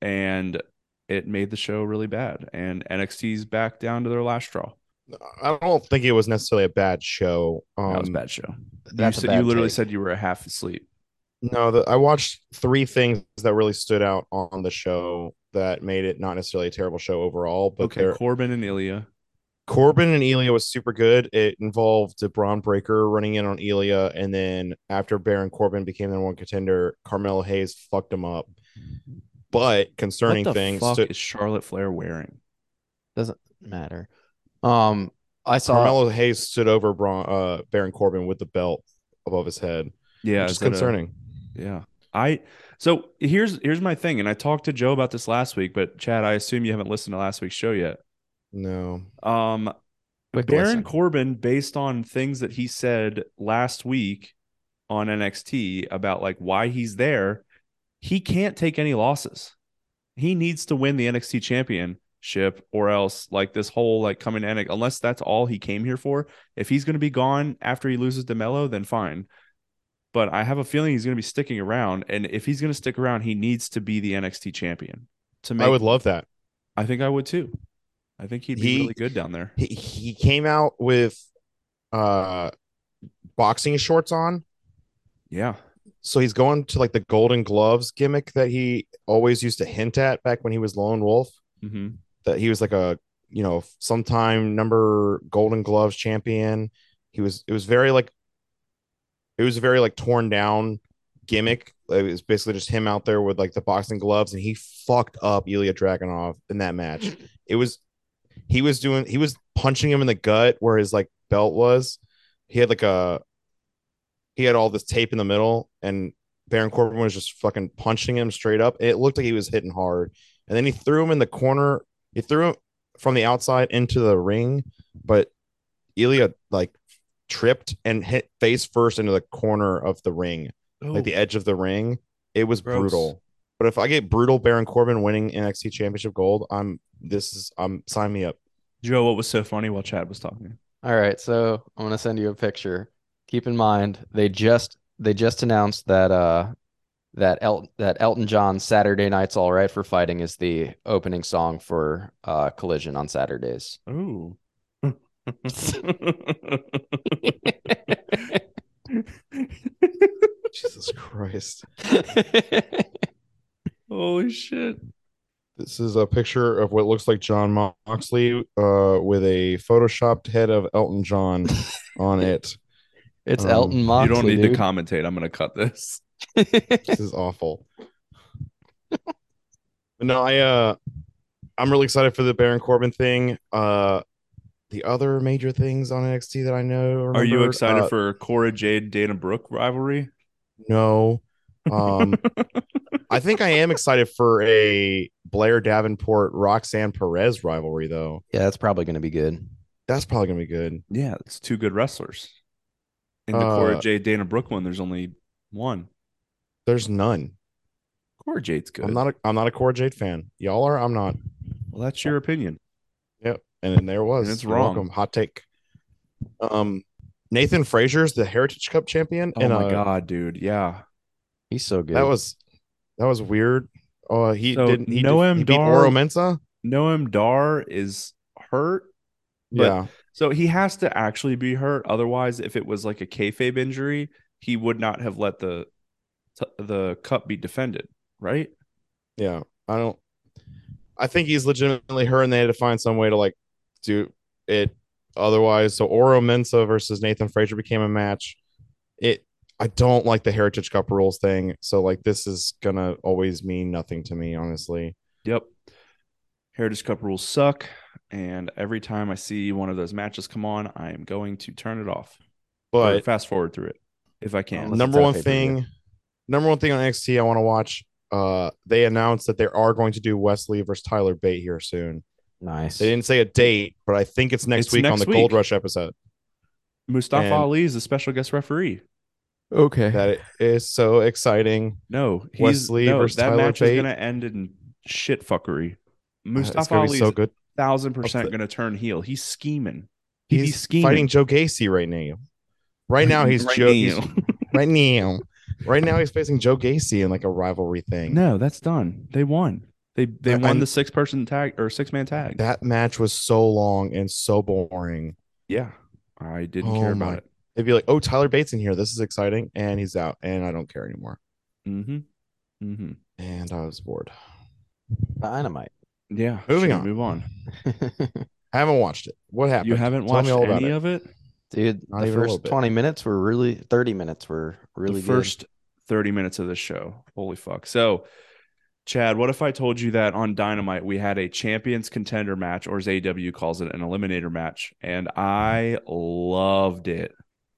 S1: and it made the show really bad. And NXT's back down to their last straw.
S3: I don't think it was necessarily a bad show. Um,
S1: that was a bad show.
S2: That's
S1: you
S2: a
S1: said you
S2: bad
S1: literally
S2: take.
S1: said you were half asleep.
S3: No, the, I watched three things that really stood out on the show that made it not necessarily a terrible show overall, but
S1: okay,
S3: there,
S1: Corbin and Ilya.
S3: Corbin and Elia was super good. It involved the Braun Breaker running in on Elia, and then after Baron Corbin became the number one contender, Carmelo Hayes fucked him up. But concerning
S1: what the
S3: things,
S1: fuck
S3: to,
S1: is Charlotte Flair wearing?
S2: Matter. Um, I saw.
S3: Carmelo Hayes stood over Braun, uh, Baron Corbin with the belt above his head,
S1: Yeah, is
S3: which is
S1: that a-
S3: concerning.
S1: yeah, I. So here's here's my thing, and I talked to Joe about this last week, but Chad, I assume you haven't listened to last week's show yet.
S3: No,
S1: Um,
S2: Quick
S1: Baron
S2: listen.
S1: Corbin, based on things that he said last week on NXT about like why he's there, he can't take any losses. He needs to win the NXT championship or else like this whole like coming to NXT, unless that's all he came here for. If he's going to be gone after he loses to Melo, then fine. But I have a feeling he's going to be sticking around. And if he's going to stick around, he needs to be the NXT champion. To make,
S3: I would love that.
S1: I think I would too. I think he'd be
S3: He-
S1: really good down there.
S3: He he came out with uh boxing shorts on,
S1: Yeah.
S3: so he's going to like the Golden Gloves gimmick that he always used to hint at back when he was Lone Wolf.
S1: Mm-hmm.
S3: that he was like a you know sometime number golden gloves champion he was it was very like it was a very like torn down gimmick it was basically just him out there with like the boxing gloves and he fucked up Ilya Dragunov in that match it was he was doing he was punching him in the gut where his like belt was he had like a he had all this tape in the middle and Baron Corbin was just fucking punching him straight up it looked like he was hitting hard and then he threw him in the corner he threw him from the outside into the ring, but Ilya like tripped and hit face first into the corner of the ring, like the edge of the ring, It was
S1: Gross.
S3: brutal. But if I get brutal Baron Corbin winning NXT Championship Gold, I'm this is I'm sign me up.
S1: Joe, what was so funny while Chad was talking?
S2: All right, so I'm gonna send you a picture. Keep in mind they just they just announced that uh that El- that Elton John Saturday Night's All Right for Fighting is the opening song for uh Collision on Saturdays.
S1: Ooh.
S3: Jesus Christ.
S1: Holy shit.
S3: This is a picture of what looks like John Moxley uh, with a photoshopped head of Elton John on it.
S2: it's
S3: Um,
S2: Elton
S1: you
S2: Moxley.
S1: don't need
S2: dude.
S1: to commentate. I'm going to cut this.
S3: This is awful. But no, I uh I'm really excited for the Baron Corbin thing. Uh the other major things on NXT that I know.
S1: Are you
S3: remembered,
S1: excited
S3: uh,
S1: for Cora Jade Dana Brooke rivalry?
S3: No. Um I think I am excited for a Blair Davenport Roxanne Perez rivalry though.
S2: yeah, that's probably gonna be good.
S3: That's probably gonna be good.
S1: Yeah, it's two good wrestlers. In the Cora
S3: Uh,
S1: Jade Dana Brooke one, there's only one.
S3: There's none.
S1: Cora Jade's good.
S3: I'm not a I'm not a Core Jade fan. Y'all are. I'm not.
S1: well, that's
S3: Oh.
S1: your opinion.
S3: Yep. And then there was.
S1: And it's
S3: You're
S1: wrong.
S3: welcome. Hot take. Um, Nathan Frazier's the Heritage Cup champion.
S1: Oh
S3: and,
S1: my
S3: uh,
S1: god, dude. Yeah.
S8: He's so good.
S3: that was that was weird. Oh, he
S1: So,
S3: didn't. He,
S1: Noam
S3: did, he beat
S1: Dar-
S3: Oro Mensa.
S1: Noam Dar is hurt. But-
S3: yeah.
S1: So he has to actually be hurt. Otherwise, if it was like a kayfabe injury, he would not have let the t- the cup be defended, right?
S3: Yeah. I don't. I think he's legitimately hurt, and they had to find some way to like do it otherwise. So Oro Mensa versus Nathan Frazier became a match. It. I don't like the Heritage Cup rules thing. So like this is gonna always mean nothing to me, honestly.
S1: Yep. Heritage Cup rules suck, and every time I see one of those matches come on, I am going to turn it off or
S3: But
S1: fast forward through it if I can.
S8: Unless it's
S3: number
S8: on
S3: one
S8: pay-per-view.
S3: thing, number one thing on NXT I want to watch. Uh, they announced that they are going to do Wesley versus Tyler Bate here soon.
S2: Nice.
S3: They didn't say a date, but I think it's next
S1: It's
S3: week on
S1: next
S3: the Gold
S1: week.
S3: Rush episode.
S1: Mustafa
S3: and-
S1: Ali is a special guest referee.
S2: Okay.
S3: That is so exciting.
S1: No, he's
S3: Wesley
S1: no,
S3: versus
S1: that
S3: Tyler
S1: match
S3: Bate. Uh,
S1: is gonna end in shit fuckery.
S3: it's
S1: Mustafa
S3: gonna be
S1: Ali
S3: so
S1: is
S3: good.
S1: thousand
S3: What's
S1: percent
S3: the-
S1: gonna turn heel. He's scheming. He be
S3: He's fighting Joe Gacy right now. Right now he's
S1: Right
S3: Joe. he's-
S1: now.
S3: Right now, right now he's facing Joe Gacy in like a rivalry thing.
S1: No, that's done. They won. They they
S3: I-
S1: won
S3: I-
S1: the six person tag or six man tag.
S3: That match was so long and so boring.
S1: yeah, I didn't
S3: Oh
S1: care
S3: my-
S1: about it.
S3: They'd be like, "Oh, Tyler Bates in here. This is exciting," and he's out, and I don't care anymore.
S1: Mm-hmm. Mm-hmm.
S3: And I was bored.
S2: Dynamite.
S1: Yeah. should
S3: Moving
S1: we
S3: on.
S1: Move on.
S3: I haven't watched it. What happened?
S1: You haven't
S3: Tell
S1: watched
S3: me all about
S1: any
S3: it.
S1: of it.
S2: Dude,
S3: Not
S2: the
S3: even a little
S2: first
S3: bit.
S2: 20 minutes were really 30 minutes were really
S1: the first thirty minutes of this show. Holy fuck! So, Chad, what if I told you that on Dynamite we had a champions contender match, or as AW calls it, an eliminator match, and I loved it.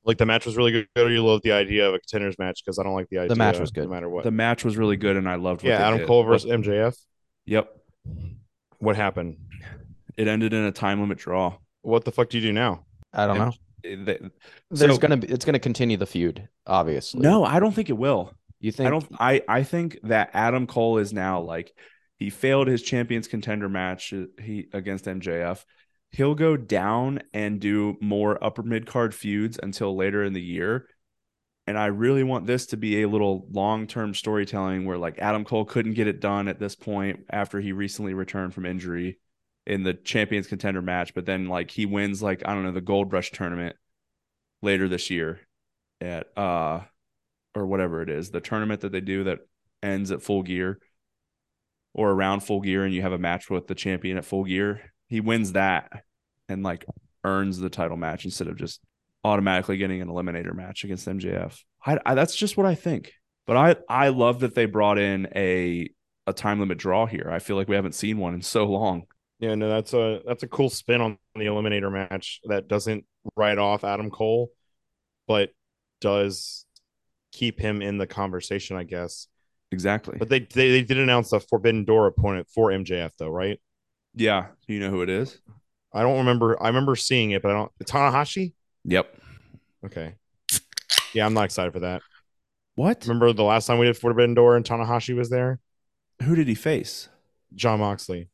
S3: Like the match was really good. Or you love the idea of a contenders match because I don't like the idea.
S2: match was good.
S3: no matter what.
S1: The match was really good, and I loved. What
S3: yeah,
S1: they
S3: Adam
S1: did.
S3: Cole versus MJF.
S1: Yep,
S3: What happened?
S1: it ended in a time limit draw.
S3: What the fuck do you do now?
S2: good. I don't
S1: And
S2: know.
S1: It- they-
S2: There's
S1: so-
S2: gonna be it's gonna continue the feud, obviously.
S1: No, I don't think it will.
S2: You think
S1: I don't. I I think that Adam Cole is now like he failed his champions contender match. uh, He against MJF. He'll go down and do more upper mid card feuds until later in the year. And I really want this to be a little long term storytelling where like Adam Cole couldn't get it done at this point after he recently returned from injury in the champions contender match, but then like he wins like I don't know the Gold Rush tournament later this year at uh or whatever it is, the tournament that they do that ends at full gear or around full gear and you have a match with the champion at full gear, he wins that and like earns the title match instead of just automatically getting an eliminator match against MJF. I, I that's just what I think. But I I love that they brought in a a time limit draw here. I feel like we haven't seen one in so long.
S3: Yeah, no, that's a that's a cool spin on the eliminator match that doesn't write off Adam Cole, but does keep him in the conversation, I guess.
S1: Exactly.
S3: But they they, they did announce a Forbidden Door opponent for MJF though, right?
S1: yeah, you know who it is?
S3: I don't remember. I remember seeing it, but I don't. Tanahashi.
S1: Yep.
S3: Okay. Yeah, I'm not excited for that.
S1: What?
S3: Remember the last time we did Forbidden Door and Tanahashi was there?
S1: Who did he face?
S3: John Moxley.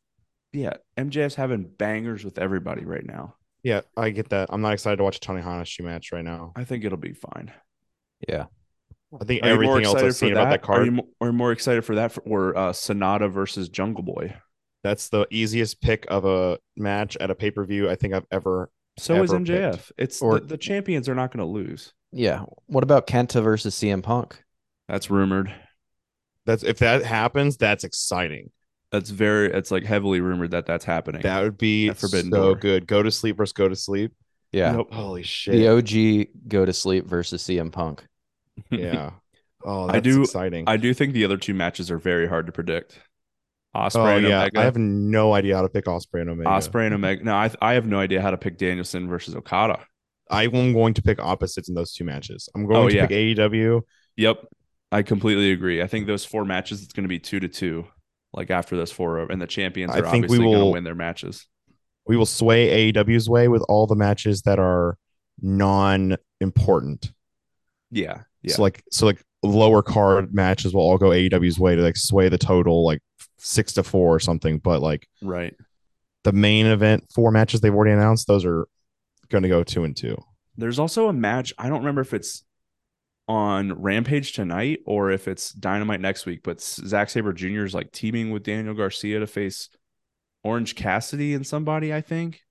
S1: Yeah, MJF's having bangers with everybody right now.
S3: Yeah, I get that. I'm not excited to watch a Tanahashi match right now.
S1: I think it'll be fine.
S3: I think
S1: Are you more
S3: everything else
S1: excited for
S3: I've seen about that
S1: Are
S3: card,
S1: you mo- are you more excited for that for, or uh, Sonata versus Jungle Boy?
S3: that's the easiest pick of a match at a pay per view I think I've ever.
S1: So
S3: Ever
S1: is MJF. It's
S8: Or-
S1: the, the champions are not going to lose.
S8: Yeah. What about Kenta versus CM Punk?
S1: That's rumored.
S3: That's if that happens, that's exciting.
S1: That's very. It's like heavily rumored that that's happening.
S3: That would be
S1: At Forbidden
S3: so
S1: Door.
S3: good. Go to sleep versus go to sleep.
S8: Yeah.
S1: Nope.
S3: Holy shit!
S8: The OG go to sleep versus CM Punk.
S3: yeah. Oh,
S1: I
S3: that's
S1: do-
S3: exciting.
S1: I do think the other two matches are very hard to predict. Osprey
S3: oh
S1: and
S3: yeah,
S1: Omega.
S3: I have no idea how to pick Osprey and Omega.
S1: Osprey and Omega. No, I, I have no idea how to pick Danielson versus Okada.
S3: I am going to pick opposites in those two matches. I'm going
S1: Oh,
S3: to
S1: yeah.
S3: pick E AEW.
S1: Yep, I completely agree. I think those four matches, it's going to be two to two. Like after those four, are- and the champions
S3: I
S1: are
S3: think we
S1: obviously going to
S3: will-
S1: win their matches.
S3: We will sway AEW's way with all the matches that are non-important.
S1: Yeah, yeah.
S3: So like so like lower card matches will all go AEW's way to like sway the total like six to four or something. But like
S1: Right.
S3: the main event four matches they've already announced, those are gonna go two and two.
S1: There's also a match. I don't remember if it's on Rampage tonight or if it's Dynamite next week, but Zack Sabre Jr. is like teaming with Daniel Garcia to face Orange Cassidy and somebody, I think.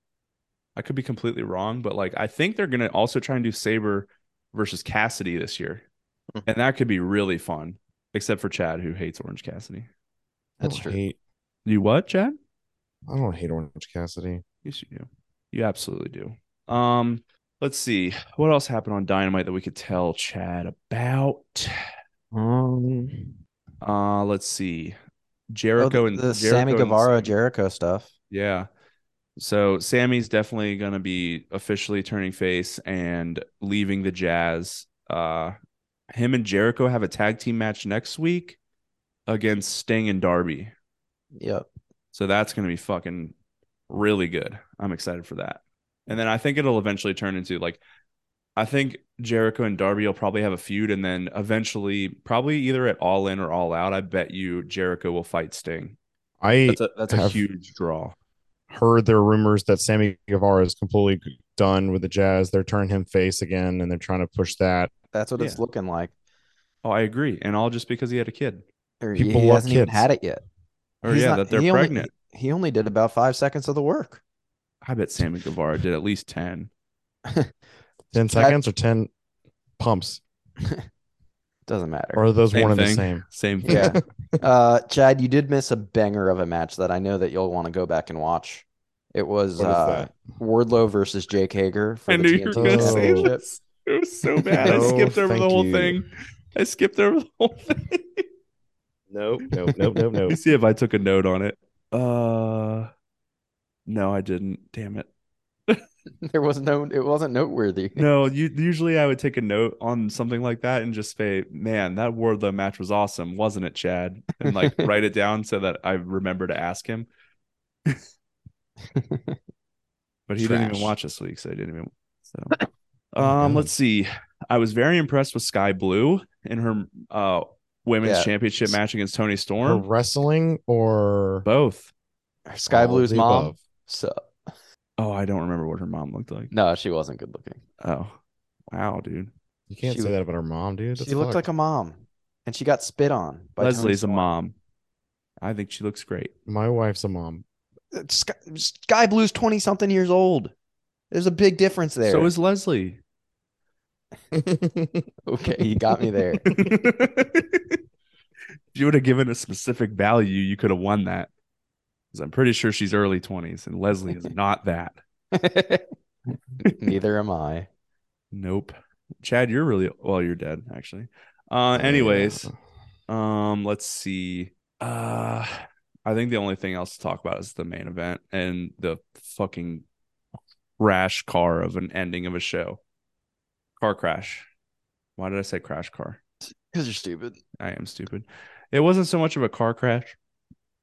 S1: I could be completely wrong, but like I think they're gonna also try and do Sabre versus Cassidy this year. And that could be really fun. Except for Chad, who hates Orange Cassidy.
S8: That's
S3: I don't
S8: true.
S3: Hate,
S1: You what, Chad?
S3: I don't hate Orange Cassidy.
S1: Yes, you do. You absolutely do. Um, let's see what else happened on Dynamite that we could tell Chad about.
S8: Um,
S1: Uh, let's see, Jericho
S8: the,
S1: and
S8: Oh, the
S1: Jericho
S8: Sammy
S1: and-
S8: Guevara Jericho stuff.
S1: yeah. So Sammy's definitely gonna be officially turning face and leaving the Jazz. Uh, him and Jericho have a tag team match next week against Sting and Darby.
S8: Yep.
S1: So that's going to be fucking really good. I'm excited for that. And then I think it'll eventually turn into like, I think Jericho and Darby will probably have a feud. And then eventually, probably either at All In or All Out, I bet you Jericho will fight Sting.
S3: I
S1: That's a, that's a
S3: Have-
S1: huge draw.
S3: heard there are rumors that Sammy Guevara is completely done with the Jazz. They're turning him face again, and they're trying to push that.
S8: That's what it's looking like.
S1: Oh, I agree. And all just because he had a kid.
S8: Or
S3: People
S8: he
S3: love
S8: hasn't even
S3: kids.
S8: had it yet.
S1: Or
S8: He's
S1: yeah,
S8: not-
S1: that they're
S8: he only-
S1: pregnant.
S8: he only did about five seconds of the work.
S1: I bet Sammy Guevara did at least 10.
S3: Ten
S8: That-
S3: seconds or ten pumps,
S8: Doesn't matter.
S3: or are those
S1: Same
S3: one
S1: thing.
S3: and the
S1: Same
S3: same?
S1: thing.
S8: Yeah. uh, Chad, you did miss a banger of a match that I know that you'll want to go back and watch. It was
S3: What is
S8: uh,
S3: that?
S8: Wardlow versus Jake Hager for
S1: I
S8: the
S1: knew you were
S8: TNT
S1: going to say
S8: Championship.
S1: this. It was so bad. I
S3: No,
S1: skipped over the
S3: thank
S1: whole
S3: you.
S1: thing. I skipped over the whole thing.
S3: Nope, nope, nope, nope,
S1: Let me
S3: nope.
S1: see if I took a note on it. Uh, no, I didn't. Damn it.
S8: There was no, it wasn't noteworthy.
S1: No, you, usually I would take a note on something like that and just say, "Man, that Wardlow match was awesome, wasn't it, Chad?" And like write it down so that I remember to ask him. but he didn't even
S8: Trash. Mm.
S1: watch this week, so he didn't even. So, um, let's see. I was very impressed with Sky Blue in her uh women's
S8: Yeah.
S1: championship match against Tony
S3: Or
S1: Storm.
S3: wrestling, or
S1: Both.
S8: Sky
S3: all of
S8: Blue's
S3: the
S8: mom.
S3: above?
S8: So
S1: Oh, I don't remember what her mom looked like.
S8: no, she wasn't good looking.
S1: Oh, wow, dude.
S3: You can't
S8: She
S3: say
S8: was-
S3: that about her mom, dude.
S8: she looked like a mom, and she got spit on. By Tony
S1: Leslie's a
S8: Storm.
S1: mom. I think she looks great.
S3: my wife's a mom.
S8: Uh, Sky, Sky Blue's twenty something years old. There's a big difference there.
S1: So is Leslie.
S8: okay, you got me there.
S1: if you would have given a specific value, you could have won that. Because I'm pretty sure she's early 20s, and Leslie is not that.
S8: Neither am I.
S1: Nope. Chad, you're really well, you're dead, actually. Uh, anyways, um, let's see. Uh I think the only thing else to talk about is the main event and the fucking crash car of an ending of a show. Car crash. Why did I say crash car?
S8: Because you're stupid.
S1: I am stupid. It wasn't so much of a car crash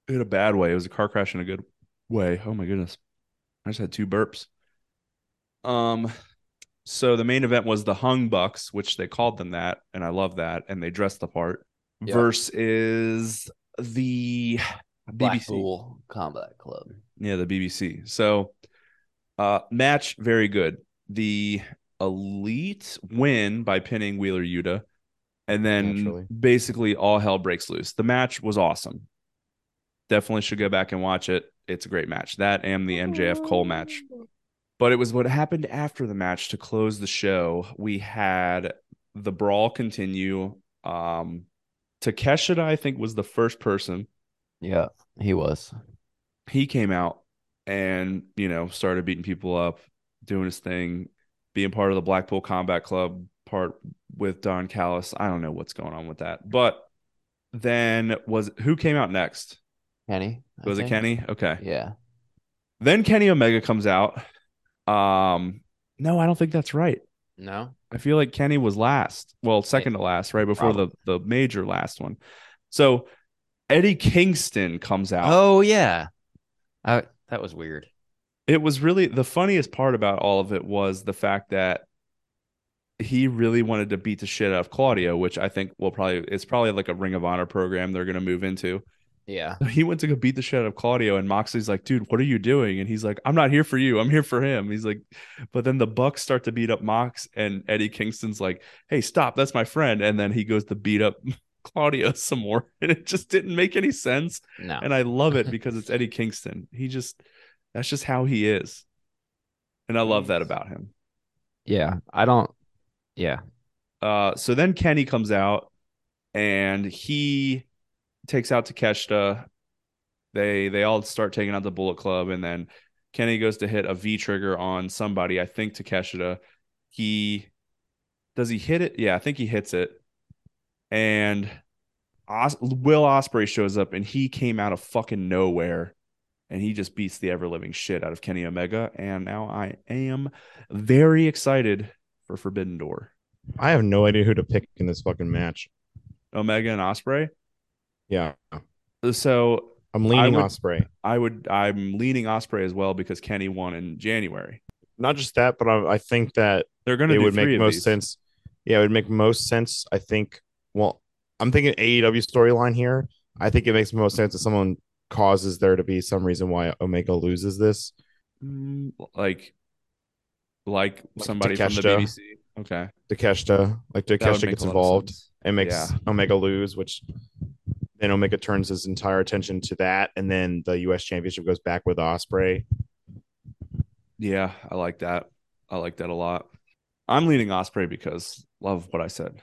S1: in a bad way. It was a car crash in a good way. Oh my goodness. I just had two burps. Um So the main event was the Hung Bucks, which they called them that, and I love that, and they dressed the part.
S2: Yeah.
S1: Versus the BBC.
S2: Blackpool Combat Club.
S1: Yeah, the BBC. So, uh, match very good. The elite win by pinning Wheeler Yuta, and then
S8: Naturally.
S1: basically all hell breaks loose. The match was awesome. Definitely should go back and watch it. It's a great match. That and the MJF Cole match. But it was what happened after the match to close the show. We had the brawl continue. Um, Takeshita, I think, was the first person
S2: Yeah, he was.
S1: he came out and you know started beating people up doing his thing being part of the blackpool combat club part with don callis i don't know what's going on with that but then was who came out next
S2: Kenny. I
S1: was it
S2: think?
S1: kenny okay
S2: Yeah.
S1: then kenny omega comes out um no i don't think that's right
S2: No.
S1: I feel like Kenny was last. Well, second to last, right before the the major last one. So Eddie Kingston comes out.
S2: Oh yeah. I, that was weird.
S1: it was really the funniest part about all of it was the fact that he really wanted to beat the shit out of Claudio, which I think will probably it's probably like a Ring of Honor program they're gonna move into.
S2: Yeah.
S1: He went to go beat the shit out of Claudio, and Moxley's like, "Dude, what are you doing?" And he's like, "I'm not here for you. I'm here for him." He's like, but then the Bucks start to beat up Mox, and Eddie Kingston's like, "Hey, stop! That's my friend." And then he goes to beat up Claudio some more, and it just didn't make any sense
S2: No.
S1: and I love it because it's Eddie Kingston. He just that's just how he is. And I love that about him.
S2: yeah. I don't. Yeah.
S1: Uh so then Kenny comes out and he takes out Takeshita. They they all start taking out the Bullet Club and then Kenny goes to hit a V trigger on somebody, I think Takeshita. He does he hit it? Yeah, I think he hits it. And Os- Will Osprey shows up and he came out of fucking nowhere and he just beats the ever living shit out of Kenny Omega and now I am very excited for Forbidden Door.
S3: I have no idea who to pick in this fucking match.
S1: Omega and Osprey.
S3: Yeah,
S1: So
S3: I'm leaning
S1: would-
S3: Osprey.
S1: I would I'm leaning Osprey as well because Kenny won in January.
S3: Not just that, but I, I think that
S1: They're going to
S3: it
S1: do
S3: would
S1: three
S3: make
S1: of
S3: most
S1: these.
S3: sense. Yeah, it would make most sense. I think. Well, I'm thinking AEW storyline here. I think it makes most sense if someone causes there to be some reason why Omega loses this.
S1: Mm, like like
S3: Like
S1: somebody from the
S3: Takeshita.
S1: BBC. Okay.
S3: Dakeshta, like
S1: That would
S3: Dakeshta
S1: make a lot of
S3: gets involved
S1: sense.
S3: and makes
S1: Yeah.
S3: Omega lose, which then Omega turns his entire attention to that, and then the U.S. Championship goes back with Osprey.
S1: Yeah, I like that. I like that a lot. I'm leaning Osprey because love what I said.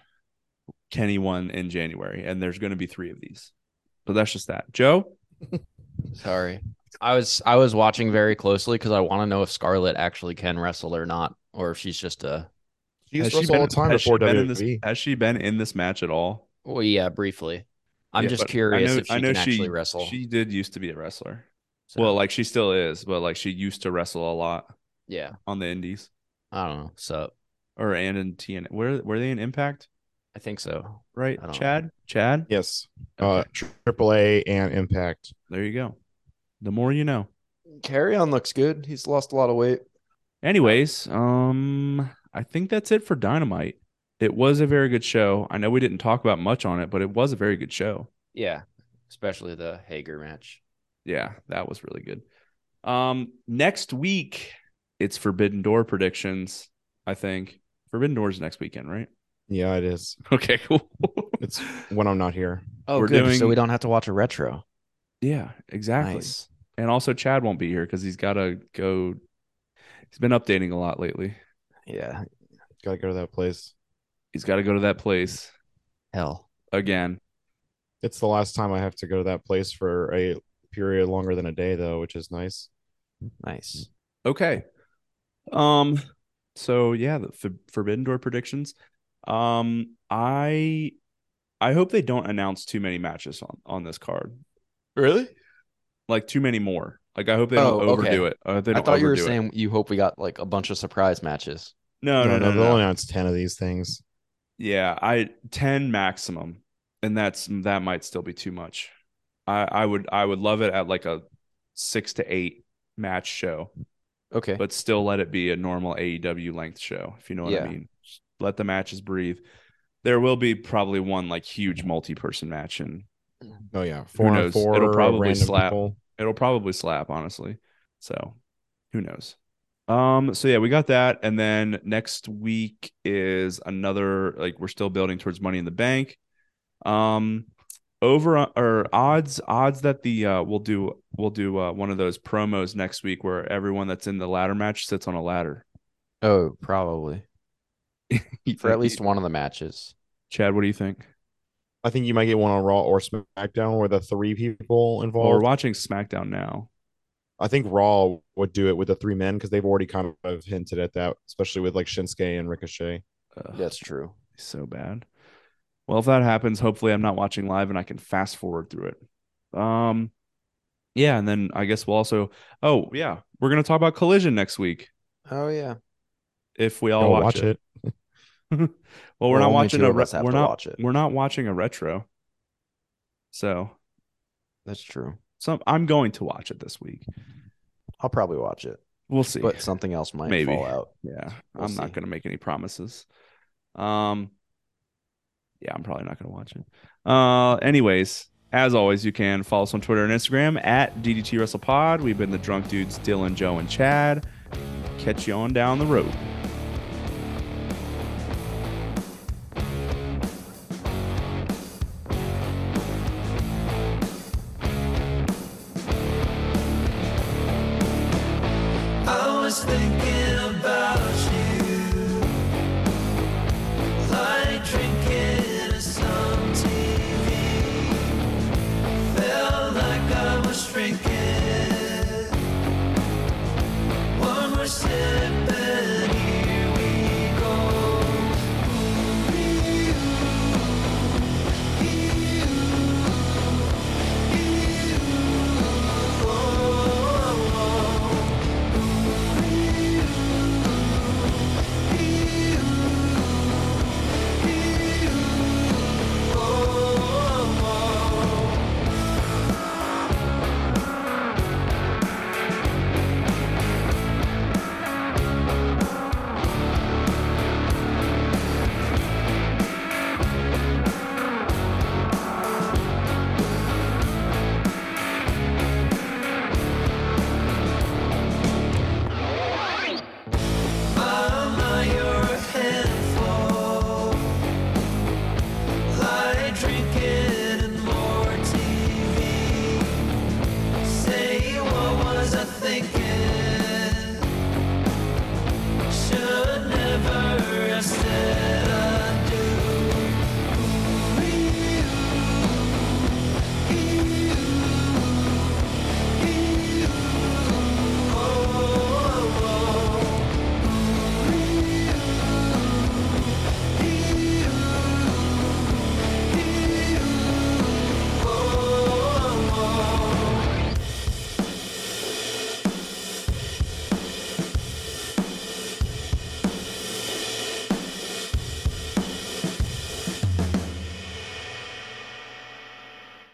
S1: Kenny won in January, and there's going to be three of these. So that's just that. Joe,
S2: Sorry. I was I was watching very closely because I want to know if Scarlett actually can wrestle or not, or if she's just a
S3: She used
S1: has
S3: to
S1: she
S3: wrestle all
S1: been-
S3: the time
S1: has she
S3: before E.
S1: been in
S3: WWE.
S1: this- has she been in this match at all?
S2: well, yeah, briefly. I'm
S1: Yeah,
S2: just
S1: but I
S2: curious
S1: know-
S2: if she
S1: I know
S2: can actually wrestle.
S1: She uh, did used to be a wrestler.
S2: So,
S1: Well, like she still is, but like she used to wrestle a lot
S2: yeah,
S1: on the indies
S2: I don't know. So
S1: or and in TNA. Where were they in Impact?
S2: I think so.
S1: Right,
S2: I don't know.
S1: Chad. Chad.
S3: Yes, uh,
S1: Okay.
S3: AAA and Impact.
S1: there you go. The more you know.
S8: Carry on looks good. He's lost a lot of weight.
S1: Anyways, um, I think that's it for Dynamite. It was a very good show. I know we didn't talk about much on it, but it was a very good show.
S2: Yeah, especially the Hager match.
S1: Yeah, that was really good. Um, next week it's Forbidden Door predictions. I think Forbidden Doors next weekend, right?
S3: Yeah, it is.
S1: Okay, cool.
S3: It's when I'm not here.
S2: Oh,
S1: We're
S2: good. So
S1: doing-
S2: we don't have to watch a retro.
S1: yeah, exactly.
S2: Nice.
S1: And also, Chad won't be here because he's got to go. He's been updating a lot lately.
S2: Yeah.
S3: Got to go to that place.
S1: He's got to go to that place
S2: Hell.
S1: again.
S3: It's the last time I have to go to that place for a period longer than a day, though, which is nice.
S2: Nice.
S1: Okay. Um. So yeah, the for- Forbidden Door predictions. Um. I. I hope they don't announce too many matches on on this card. Mm.
S2: Really?
S1: Like too many more. Like I hope they don't
S2: Oh, okay.
S1: overdo it. I hope they
S2: I
S1: don't
S2: thought you were
S1: overdo it.
S2: saying you hope we got like a bunch of surprise matches.
S1: No, no, no, no,
S3: they'll
S1: no.
S3: announce ten of these things.
S1: Yeah, I 10 maximum. And that's that might still be too much. I I would I would love it at like a 6 to 8 match show.
S8: Okay.
S1: but still let it be a normal AEW length show, if you know what I
S8: Yeah.
S1: mean. Just let the matches breathe. There will be probably one like huge multi person match, and
S3: Oh yeah, four
S1: knows?
S3: and four.
S1: It'll probably
S3: random
S1: slap.
S3: people.
S1: it'll probably slap, honestly. So who knows? Um, so yeah, we got that. And then next week is another like we're still building towards money in the bank. Um over or odds odds that the uh we'll do we'll do uh one of those promos next week where everyone that's in the ladder match sits on a ladder.
S7: Oh, probably.
S2: for at least one of the matches.
S1: Chad, what do you think?
S3: I think you might get one on Raw or SmackDown where the three people
S1: Well, we're
S3: involved.
S1: watching SmackDown now.
S3: I think Raw would do it with the three men because they've already kind of hinted at that, especially with like Shinsuke and Ricochet.
S1: Ugh,
S2: That's true.
S1: so bad. Well, if that happens, hopefully I'm not watching live and I can fast forward through it. Um, yeah, and then I guess we'll also. Oh yeah, we're gonna talk about Collision next week
S2: Oh yeah.
S1: if we all
S3: Go
S1: watch, it. Well, we're
S8: Well,
S1: not
S8: only
S1: watching
S8: two
S1: a
S8: of
S1: re-
S8: us have
S1: we're
S8: to
S1: not
S8: watch it.
S1: we're not watching a retro. So
S2: That's true.
S1: some I'm going to watch it this week.
S8: I'll probably watch it,
S1: We'll see.
S2: But something else might
S1: Maybe.
S2: fall out.
S1: Yeah,
S2: We'll
S1: I'm
S2: see.
S1: not gonna make any promises. Um, yeah, I'm probably not gonna watch it. Uh, anyways, as always, you can follow us on Twitter and Instagram at DDT WrestlePod. We've been the drunk dudes, Dylan, Joe, and Chad. Catch you on down the road.